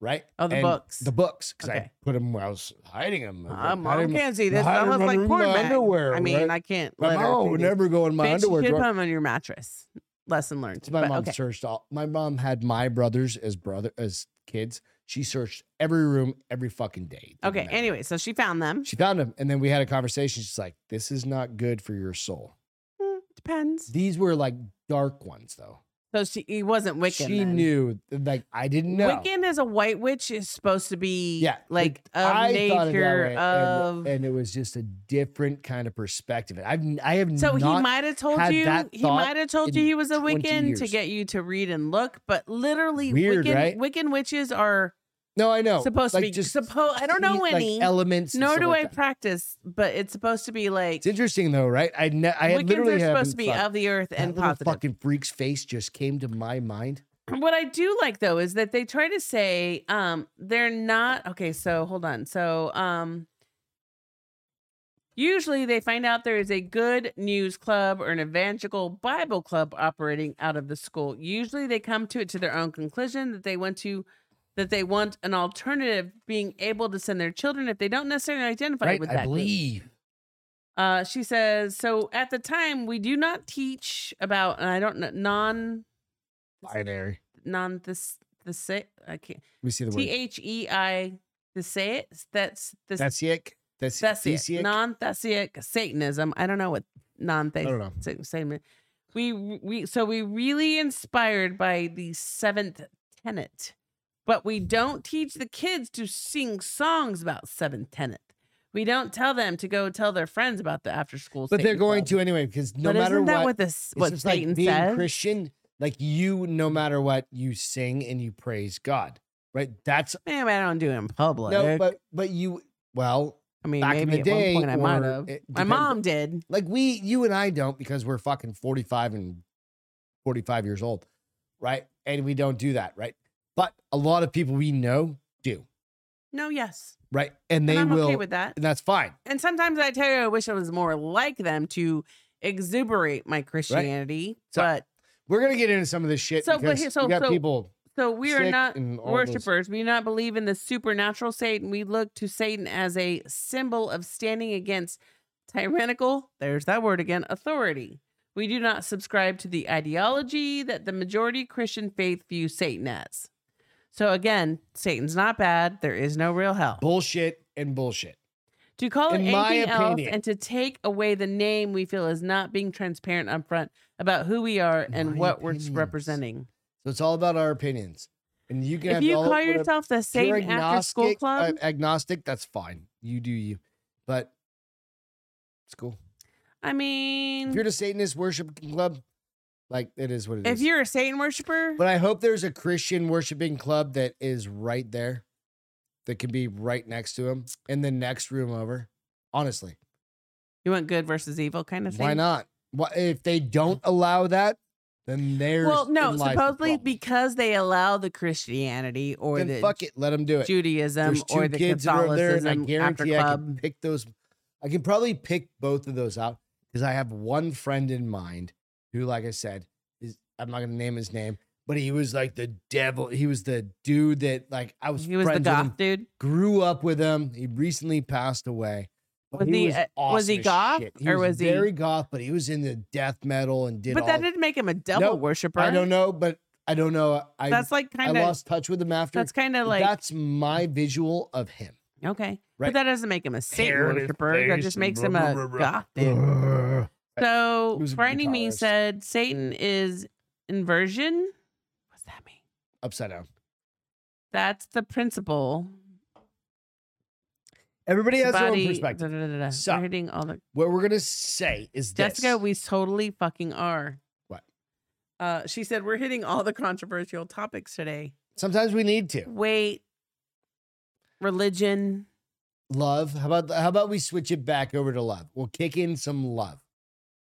A: right?
B: Oh, the
A: And
B: books.
A: the books, because I
B: Okay.
A: put him. I was hiding him.
B: Uh,
A: I
B: mom can't see this.
A: hide
B: I look
A: him
B: like
A: under
B: porn
A: my
B: bag.
A: underwear,
B: I mean,
A: right?
B: I can't.
A: my
B: let her
A: mom
B: see
A: would
B: this.
A: never go in my
B: Bitch,
A: underwear
B: You should
A: drawer.
B: put them on your mattress. Lesson learned.
A: So my
B: But,
A: mom
B: okay.
A: searched all. My mom had my brothers as brother as kids. She searched every room every fucking day. Didn't
B: Okay.
A: matter.
B: Anyway, so she found them.
A: she found him, and then we had a conversation. She's like, "This is not good for your soul."
B: Hmm, Depends.
A: These were like dark ones, though.
B: So she he wasn't Wiccan.
A: she
B: then.
A: knew. Like I didn't know.
B: Wiccan is a white witch is supposed to be
A: Yeah,
B: like
A: it-
B: of
A: thought it that
B: nature
A: way,
B: of.
A: and, and it was just a different kind of perspective. I've n- I have
B: so he
A: not-
B: might have told
A: had
B: you
A: that
B: he
A: thought
B: might have told you
A: in
B: he was a
A: 20
B: Wiccan to
A: years.
B: get you to read and look, but literally
A: Weird,
B: Wiccan
A: right?
B: Wiccan witches are
A: no, I know
B: supposed
A: like
B: to be
A: just
B: supposed I don't know
A: like
B: any
A: elements. and
B: nor
A: stuff
B: do
A: like
B: I
A: that.
B: practice, but it's supposed to be like
A: it's interesting though, right? I ne- I had
B: Wiccans
A: literally
B: are
A: haven't
B: supposed to be
A: thought-
B: of the earth
A: that
B: and
A: little
B: positive.
A: fucking freak's face just came to my mind.
B: what I do like though is that they try to say um they're not okay, so hold on. So um usually they find out there is a good news club or an evangelical Bible club operating out of the school. Usually they come to it to their own conclusion that they want to that they want an alternative being able to send their children if they don't necessarily identify
A: Right,
B: with
A: I
B: that. group.
A: believe.
B: Uh, she says, so at the time we do not teach about, and I don't know, non,
A: Binary.
B: non, this, the say, I can't,
A: We see the
B: T
A: word.
B: H E I, the say it, that's the that's,
A: That's it. That's
B: it,
A: thesiac?
B: non thesiac Satanism. I don't know what non
A: I don't know.
B: thesiac Satanism. We we so we really inspired by the seventh tenet, but we don't teach the kids to sing songs about seventh tenet. We don't tell them to go tell their friends about the after school.
A: But they're going to anyway because no
B: but
A: matter
B: isn't that
A: what,
B: what, this
A: it's
B: what
A: just
B: Satan
A: like being
B: says?
A: Christian. Like you, no matter what, you sing and you praise God. Right? That's
B: Man, I don't do it in public.
A: No, but but you well
B: I mean,
A: back
B: maybe
A: in the
B: at
A: day,
B: one point I might
A: or
B: have.
A: it
B: My
A: depends-
B: mom did.
A: like we you and I don't because we're fucking forty five and forty five years old, right? And we don't do that, right? But a lot of people we know do,
B: No, yes.
A: right? And they
B: and I'm
A: will,
B: okay with that.
A: and that's fine.
B: And sometimes I tell you, I wish I was more like them to exuberate my Christianity.
A: So-
B: but
A: We're gonna get into some of this shit
B: So, but
A: because
B: here- so-
A: we got
B: so
A: people.
B: so we are
A: sick
B: not
A: and all those-
B: worshipers. We do not believe in the supernatural Satan. We look to Satan as a symbol of standing against tyrannical, there's that word again, authority. We do not subscribe to the ideology that the majority Christian faith views Satan as. So again, Satan's not bad. There is no real hell.
A: Bullshit and bullshit.
B: To call it
A: In my
B: anything else
A: opinion.
B: and to take away the name we feel is not being transparent upfront about who we are
A: In
B: and
A: my
B: what
A: opinions.
B: we're representing.
A: So it's all about our opinions. And you can
B: If
A: have
B: you
A: all-
B: call
A: whatever-
B: yourself the
A: if you're
B: Satan After School
A: agnostic-
B: Club, mm-hmm.
A: uh, agnostic, that's fine. You do you. But it's cool.
B: I
A: If
B: mean,
A: you're the Satanist worship club, like it is what it is.
B: if you're a Satan worshiper,
A: But I hope there's a Christian worshiping club that is right there, that can be right next to him in the next room over. Honestly,
B: you want good versus evil kind of thing.
A: why not? Why, if they don't allow that, then there's
B: Well, no,
A: then lies the
B: supposedly
A: problem.
B: because they allow the Christianity or
A: then
B: the
A: fuck it, let them do it.
B: Judaism
A: There's two
B: or the
A: kids that are over there, and I
B: Catholicism after
A: guarantee I can
B: club.
A: pick those. I can probably pick both of those out because I have one friend in mind who, like I said, is I'm not gonna name his name, but he was like the devil. He was the dude that like I was
B: He was the
A: friends with him,
B: goth dude.
A: grew up with him. He recently passed away. but
B: Was he, uh, was he
A: as
B: goth,
A: shit.
B: or
A: was,
B: was he-
A: very goth? But he was in the death metal and did
B: But
A: all.
B: that didn't make him a devil
A: No,
B: worshiper.
A: I don't know, but I don't know. I
B: That's like
A: I
B: kind of
A: lost touch with him after.
B: that's kind of
A: But
B: like
A: that's my visual of him.
B: okay.
A: Right.
B: But that doesn't make him a Satan
A: Hair in his
B: worshiper. That
A: face
B: just
A: and
B: makes
A: blah,
B: him
A: blah,
B: a
A: blah, blah.
B: goth dude. So
A: He was a
B: frightening me
A: guitarist.
B: said Satan is inversion. What's that mean?
A: Upside down.
B: That's the principle.
A: Everybody
B: The
A: has their own
B: body-
A: perspective.
B: da, da, da, da.
A: So-
B: We're hitting all the
A: What we're gonna say is this.
B: Jessica, we totally fucking are.
A: What?
B: Uh, she said we're hitting all the controversial topics today.
A: Sometimes we need to
B: Wait, religion.
A: love. How about how about we switch it back over to love? We'll kick in some love.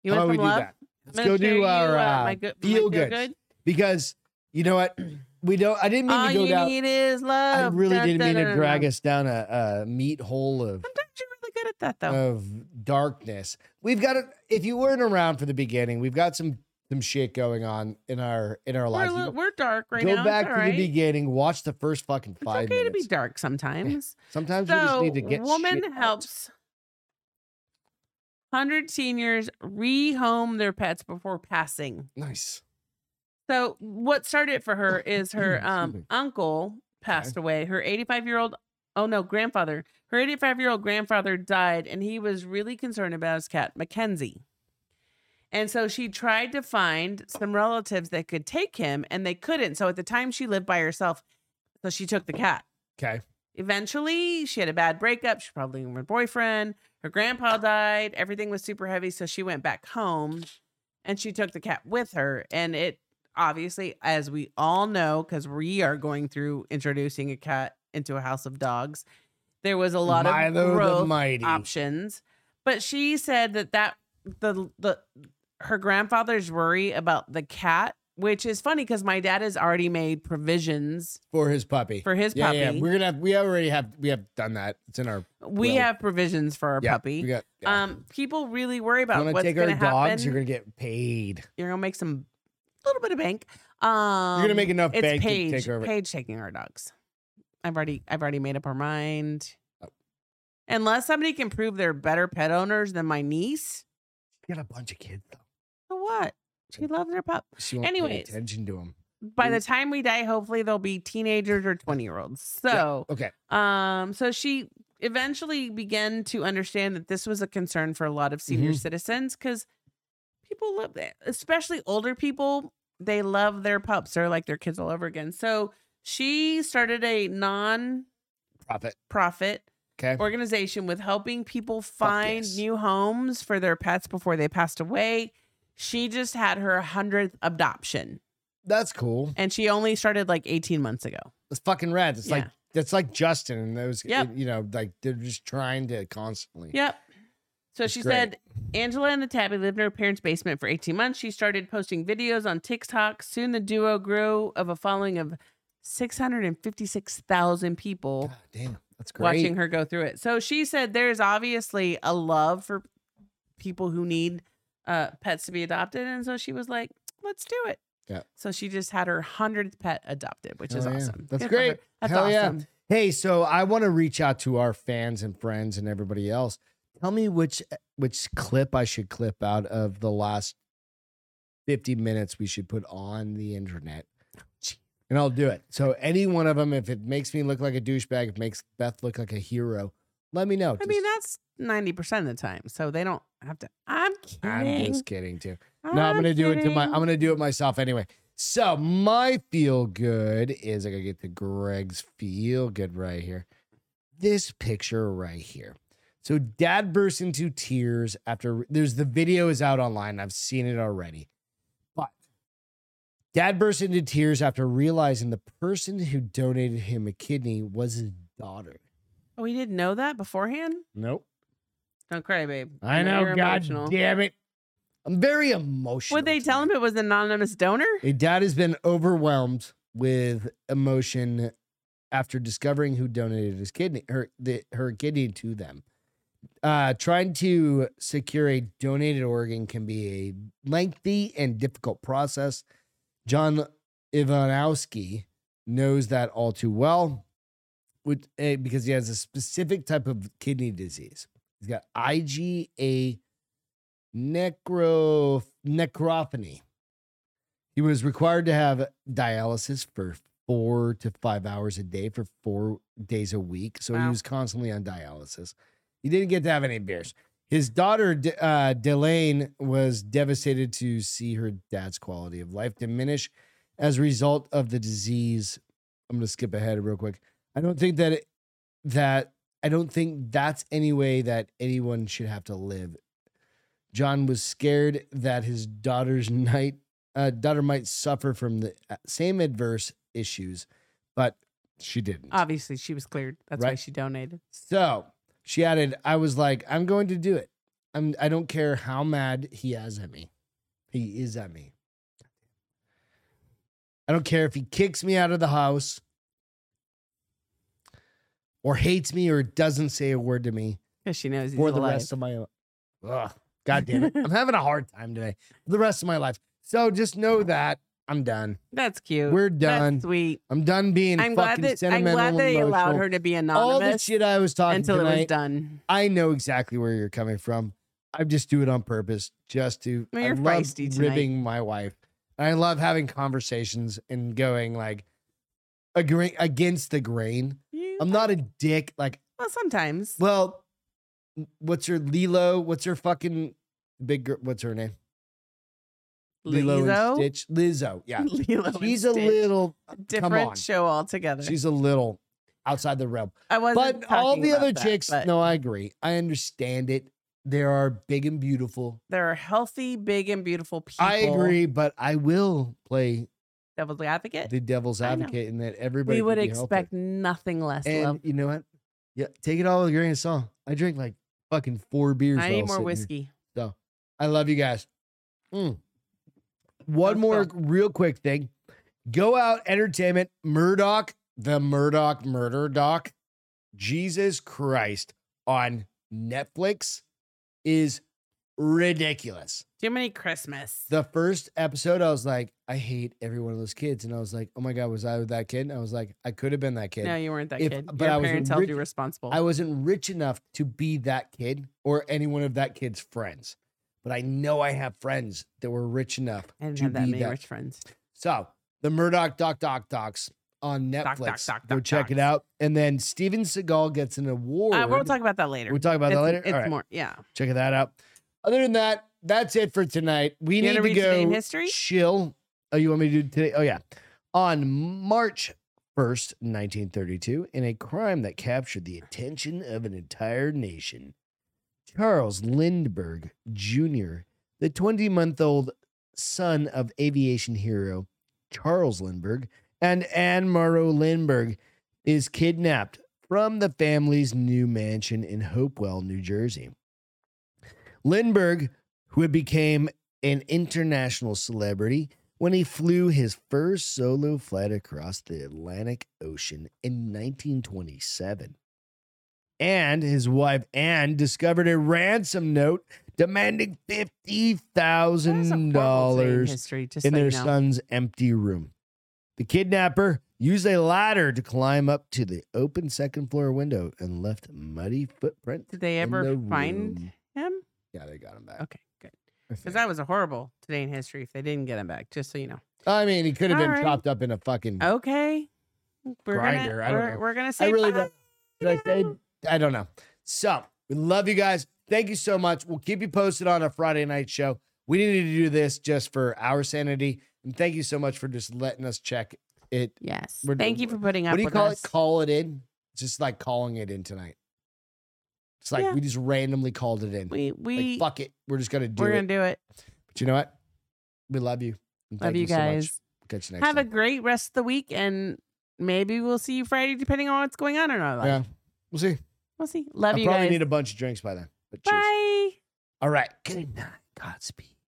B: You
A: how about
B: want
A: we
B: some love?
A: do that?
B: I'm
A: Let's
B: gonna
A: go
B: share
A: do
B: you,
A: our
B: uh,
A: uh,
B: my good- my
A: feel
B: feel
A: good
B: good.
A: because you know what we don't. I didn't mean
B: All
A: to go
B: Oh, you
A: down.
B: need is
A: I
B: love.
A: really
B: Dun,
A: didn't
B: dun,
A: mean to
B: dun,
A: drag
B: dun.
A: us down a, a meat hole of
B: Sometimes you're really good at that, though.
A: of darkness. We've got a, if you weren't around for the beginning, we've got some some shit going on in our in our
B: we're,
A: lives.
B: a
A: You
B: little,
A: go-
B: we're dark right
A: go
B: now.
A: back
B: it's
A: to
B: all
A: the
B: right.
A: beginning, watch the first fucking
B: It's
A: five
B: okay to be
A: minutes.
B: dark sometimes.
A: Sometimes
B: so,
A: we just need to get
B: woman
A: shit out.
B: helps. Hundred seniors rehome their pets before passing.
A: Nice.
B: So what started for her is her
A: Excuse me.
B: um, uncle passed away. Her 85 year old, oh no, grandfather. Her 85 year old grandfather died, and he was really concerned about his cat Mackenzie. And so she tried to find some relatives that could take him, and they couldn't. So at the time, she lived by herself. So she took the cat.
A: Okay.
B: Eventually, she had a bad breakup. She probably with her boyfriend. Her grandpa died. Everything was super heavy. So she went back home and she took the cat with her. And it obviously, as we all know, because we are going through introducing a cat into a house of dogs, there was a lot
A: Milo
B: of
A: the
B: growth
A: Mighty.
B: options. But she said that that the the her grandfather's worry about the cat, which is funny because my dad has already made provisions
A: for his puppy.
B: for his
A: Eh, yeah,
B: puppy.
A: yeah. We're gonna have we already have we have done that. It's in our
B: we
A: Well,
B: have provisions for our
A: yeah,
B: puppy.
A: We got yeah.
B: Um, people really worry
A: you
B: about
A: wanna
B: what's
A: take
B: going to
A: our dogs,
B: happen.
A: you're
B: You're gonna,
A: gonna get paid.
B: make some little bit of bank. Um,
A: you're gonna make enough
B: it's
A: bank
B: Paige,
A: to take over.
B: Paige taking our dogs. I've already I've already made up our mind.
A: Oh.
B: Unless somebody can prove they're better pet owners than my niece,
A: You got a bunch of kids though.
B: so what? She loves her pup.
A: She won't pay
B: Anyways.
A: attention to them.
B: By the time we die, hopefully they'll be teenagers or twenty year olds.
A: Yeah.
B: So
A: Okay.
B: Um, so she eventually began to understand that this was a concern for a lot of senior
A: Mhm.
B: citizens because people love that, especially older people, they love their pups. They're like their kids all over again. So she started a non
A: Profit.
B: profit
A: Okay.
B: organization with helping people find
A: yes.
B: new homes for their pets before they passed away. She just had her 100th adoption
A: That's cool.
B: and she only started like 18 months ago.
A: That's fucking rad. It's like
B: Yeah.
A: that's like Justin and those
B: Yep.
A: you know, like they're just trying to constantly.
B: Yep. So
A: That's
B: she
A: great.
B: said Angela and the tabby lived in her parents' basement for 18 months. She started posting videos on TikTok. Soon the duo grew of a following of 656,000 people
A: God damn, that's great.
B: watching her go through it. So she said there's obviously a love for people who need uh, pets to be adopted. And so she was like, let's do it.
A: Yeah.
B: So she just had her 100th pet adopted, which is
A: Hell yeah.
B: awesome.
A: That's
B: Good for her.
A: great.
B: That's
A: Hell yeah.
B: awesome.
A: Hey, so I want to reach out to our fans and friends and everybody else. Tell me which which clip I should clip out of the last 50 minutes we should put on the internet. And I'll do it. So any one of them, if it makes me look like a douchebag, if it makes Beth look like a hero, let me know.
B: I mean, that's 90% of the time. So they don't have to. I'm kidding.
A: I'm just kidding too. No, I'm gonna do it to my. I'm gonna do it myself anyway. So my feel good is I gotta get to Greg's feel good right here. This picture right here. So dad bursts into tears after there's the video is out online. I've seen it already. But dad bursts into tears after realizing the person who donated him a kidney was his daughter.
B: Oh, we didn't know that beforehand?
A: Nope.
B: Don't cry, babe.
A: I know,
B: you're
A: god
B: emotional.
A: damn it. I'm very emotional.
B: Would they
A: tonight.
B: tell him it was an anonymous donor?
A: A dad has been overwhelmed with emotion after discovering who donated his kidney, her, the, her kidney to them. Uh, trying to secure a donated organ can be a lengthy and difficult process. John Ivanowski knows that all too well, with, eh, because he has a specific type of kidney disease. He's got IgA necro necropathy. He was required to have dialysis for four to five hours a day for four days a week. So he
B: Wow.
A: was constantly on dialysis. He didn't get to have any beers. His daughter, D- uh, Delane, was devastated to see her dad's quality of life diminish as a result of the disease. I'm going to skip ahead real quick. I don't think that it, that I don't think that's any way that anyone should have to live. John was scared that his daughter's night uh, daughter might suffer from the uh, same adverse issues, but she didn't.
B: Obviously, she was cleared. That's why
A: Right.
B: she donated.
A: So she added, I was like, I'm going to do it. I'm I don't care how mad he is at me. He is at me. I don't care if he kicks me out of the house or hates me or doesn't say a word to me
B: Because she knows he's
A: for the
B: alive.
A: rest of my Ugh, God damn it. I'm having a hard time today. For the rest of my life. So just know that I'm done.
B: That's cute.
A: We're done.
B: That's sweet.
A: I'm done being
B: I'm glad
A: fucking
B: that I'm
A: sentimental.
B: glad they
A: emotional.
B: allowed her to be
A: All the
B: anonymous
A: shit I was talking
B: until
A: tonight,
B: it was done.
A: I know exactly where you're coming from. I just do it on purpose, just to.
B: Well, you're
A: I love
B: feisty tonight.
A: ribbing my wife. I love having conversations and going like agree against the grain.
B: You-
A: I'm not a dick. Like,
B: Well, sometimes.
A: well, what's her Lilo? What's her fucking big? Girl, what's her name? Lilo
B: Lizzo?
A: and Stitch. Lizzo. Yeah,
B: Lilo and
A: she's a
B: Stitch.
A: little. on.
B: different show altogether.
A: She's a little outside the realm.
B: I wasn't.
A: but all
B: talking
A: the
B: about
A: other
B: that,
A: chicks,
B: but
A: no, I agree. I understand it. There are big and beautiful.
B: There are healthy, big, and beautiful people.
A: I agree, but I will play
B: Devil's advocate.
A: the devil's
B: Eh, I know.
A: advocate in that everybody.
B: We would
A: can be healthy.
B: expect nothing less
A: And
B: love.
A: you know what? Yeah, take it all with a grain of salt. I drink like fucking four beers. while
B: I need more
A: sitting here.
B: whiskey.
A: I love you guys. Mm. One
B: Let's
A: more real quick thing. Go out entertainment. Murdoch, the Murdoch murder doc. Jesus Christ on Netflix is ridiculous.
B: Too many Christmas.
A: The first episode, I was like, I hate every one of those kids. And I was like, oh my God, was I that kid? And I was like, I could have been that kid.
B: no, you weren't that
A: if-
B: kid.
A: but
B: Your
A: I was
B: parents held you
A: rich-
B: responsible.
A: I wasn't rich enough to be that kid or any one of that kid's friends. But I know I have friends that were rich enough
B: I didn't
A: to
B: have that
A: be
B: many
A: that.
B: rich friends.
A: So the Murdoch Doc Doc Docs on Netflix.
B: Doc, doc,
A: Go
B: doc,
A: check it
B: docs.
A: out. And then Steven Seagal gets an award.
B: Uh, we'll talk about that later.
A: We'll talk about that
B: It's-
A: later.
B: It's
A: All right,
B: more. Yeah.
A: check that out. Other than that, that's it for tonight. We
B: You
A: need
B: gonna
A: to
B: read
A: go
B: today in history?
A: chill. Oh, you want me to do today? Oh yeah, on March. 1st, 1932, in a crime that captured the attention of an entire nation. Charles Lindbergh Jr., the 20 month old son of aviation hero Charles Lindbergh and Anne Morrow Lindbergh, is kidnapped from the family's new mansion in Hopewell, New Jersey. Lindbergh, who had became an international celebrity when he flew his first solo flight across the Atlantic Ocean in 1927. And his wife Anne discovered a ransom note demanding
B: That is a horrible day in
A: $50,000
B: History. Just
A: in
B: so
A: their
B: you know.
A: son's empty room. The kidnapper used a ladder to climb up to the open second floor window and left muddy footprints.
B: Did they
A: in
B: ever
A: the
B: find
A: room.
B: him?
A: Yeah, they got him back.
B: Okay, good.
A: I
B: because
A: think.
B: that was a horrible today in history if they didn't get him back. Just so you know.
A: I mean, he could have been
B: All right.
A: chopped up in a fucking.
B: Okay. We're
A: Grinder,
B: Gonna,
A: I don't
B: we're,
A: know.
B: we're gonna say
A: I really
B: bye.
A: don't. Did I say? I don't know. So we love you guys. Thank you so much. We'll keep you posted on our Friday night show. We needed to do this just for our sanity, and thank you so much for just letting us check it.
B: Yes.
A: We're-
B: Thank you for putting up
A: What do you
B: with
A: call
B: us.
A: it? Call it in. It's just like calling it in tonight. It's like
B: Yeah.
A: we just randomly called it in.
B: we we
A: like, fuck it. We're just gonna do
B: we're
A: it.
B: gonna do it.
A: but you know what? We love you. and
B: Love
A: thank
B: you,
A: so much.
B: guys.
A: Catch you next
B: Have
A: time.
B: a great rest of the week, and maybe we'll see you Friday, depending on what's going on in our life.
A: yeah. We'll see.
B: We'll see. Love
A: I
B: you
A: probably
B: guys.
A: need a bunch of drinks by then. But cheers.
B: Bye.
A: All right. Good night. Godspeed.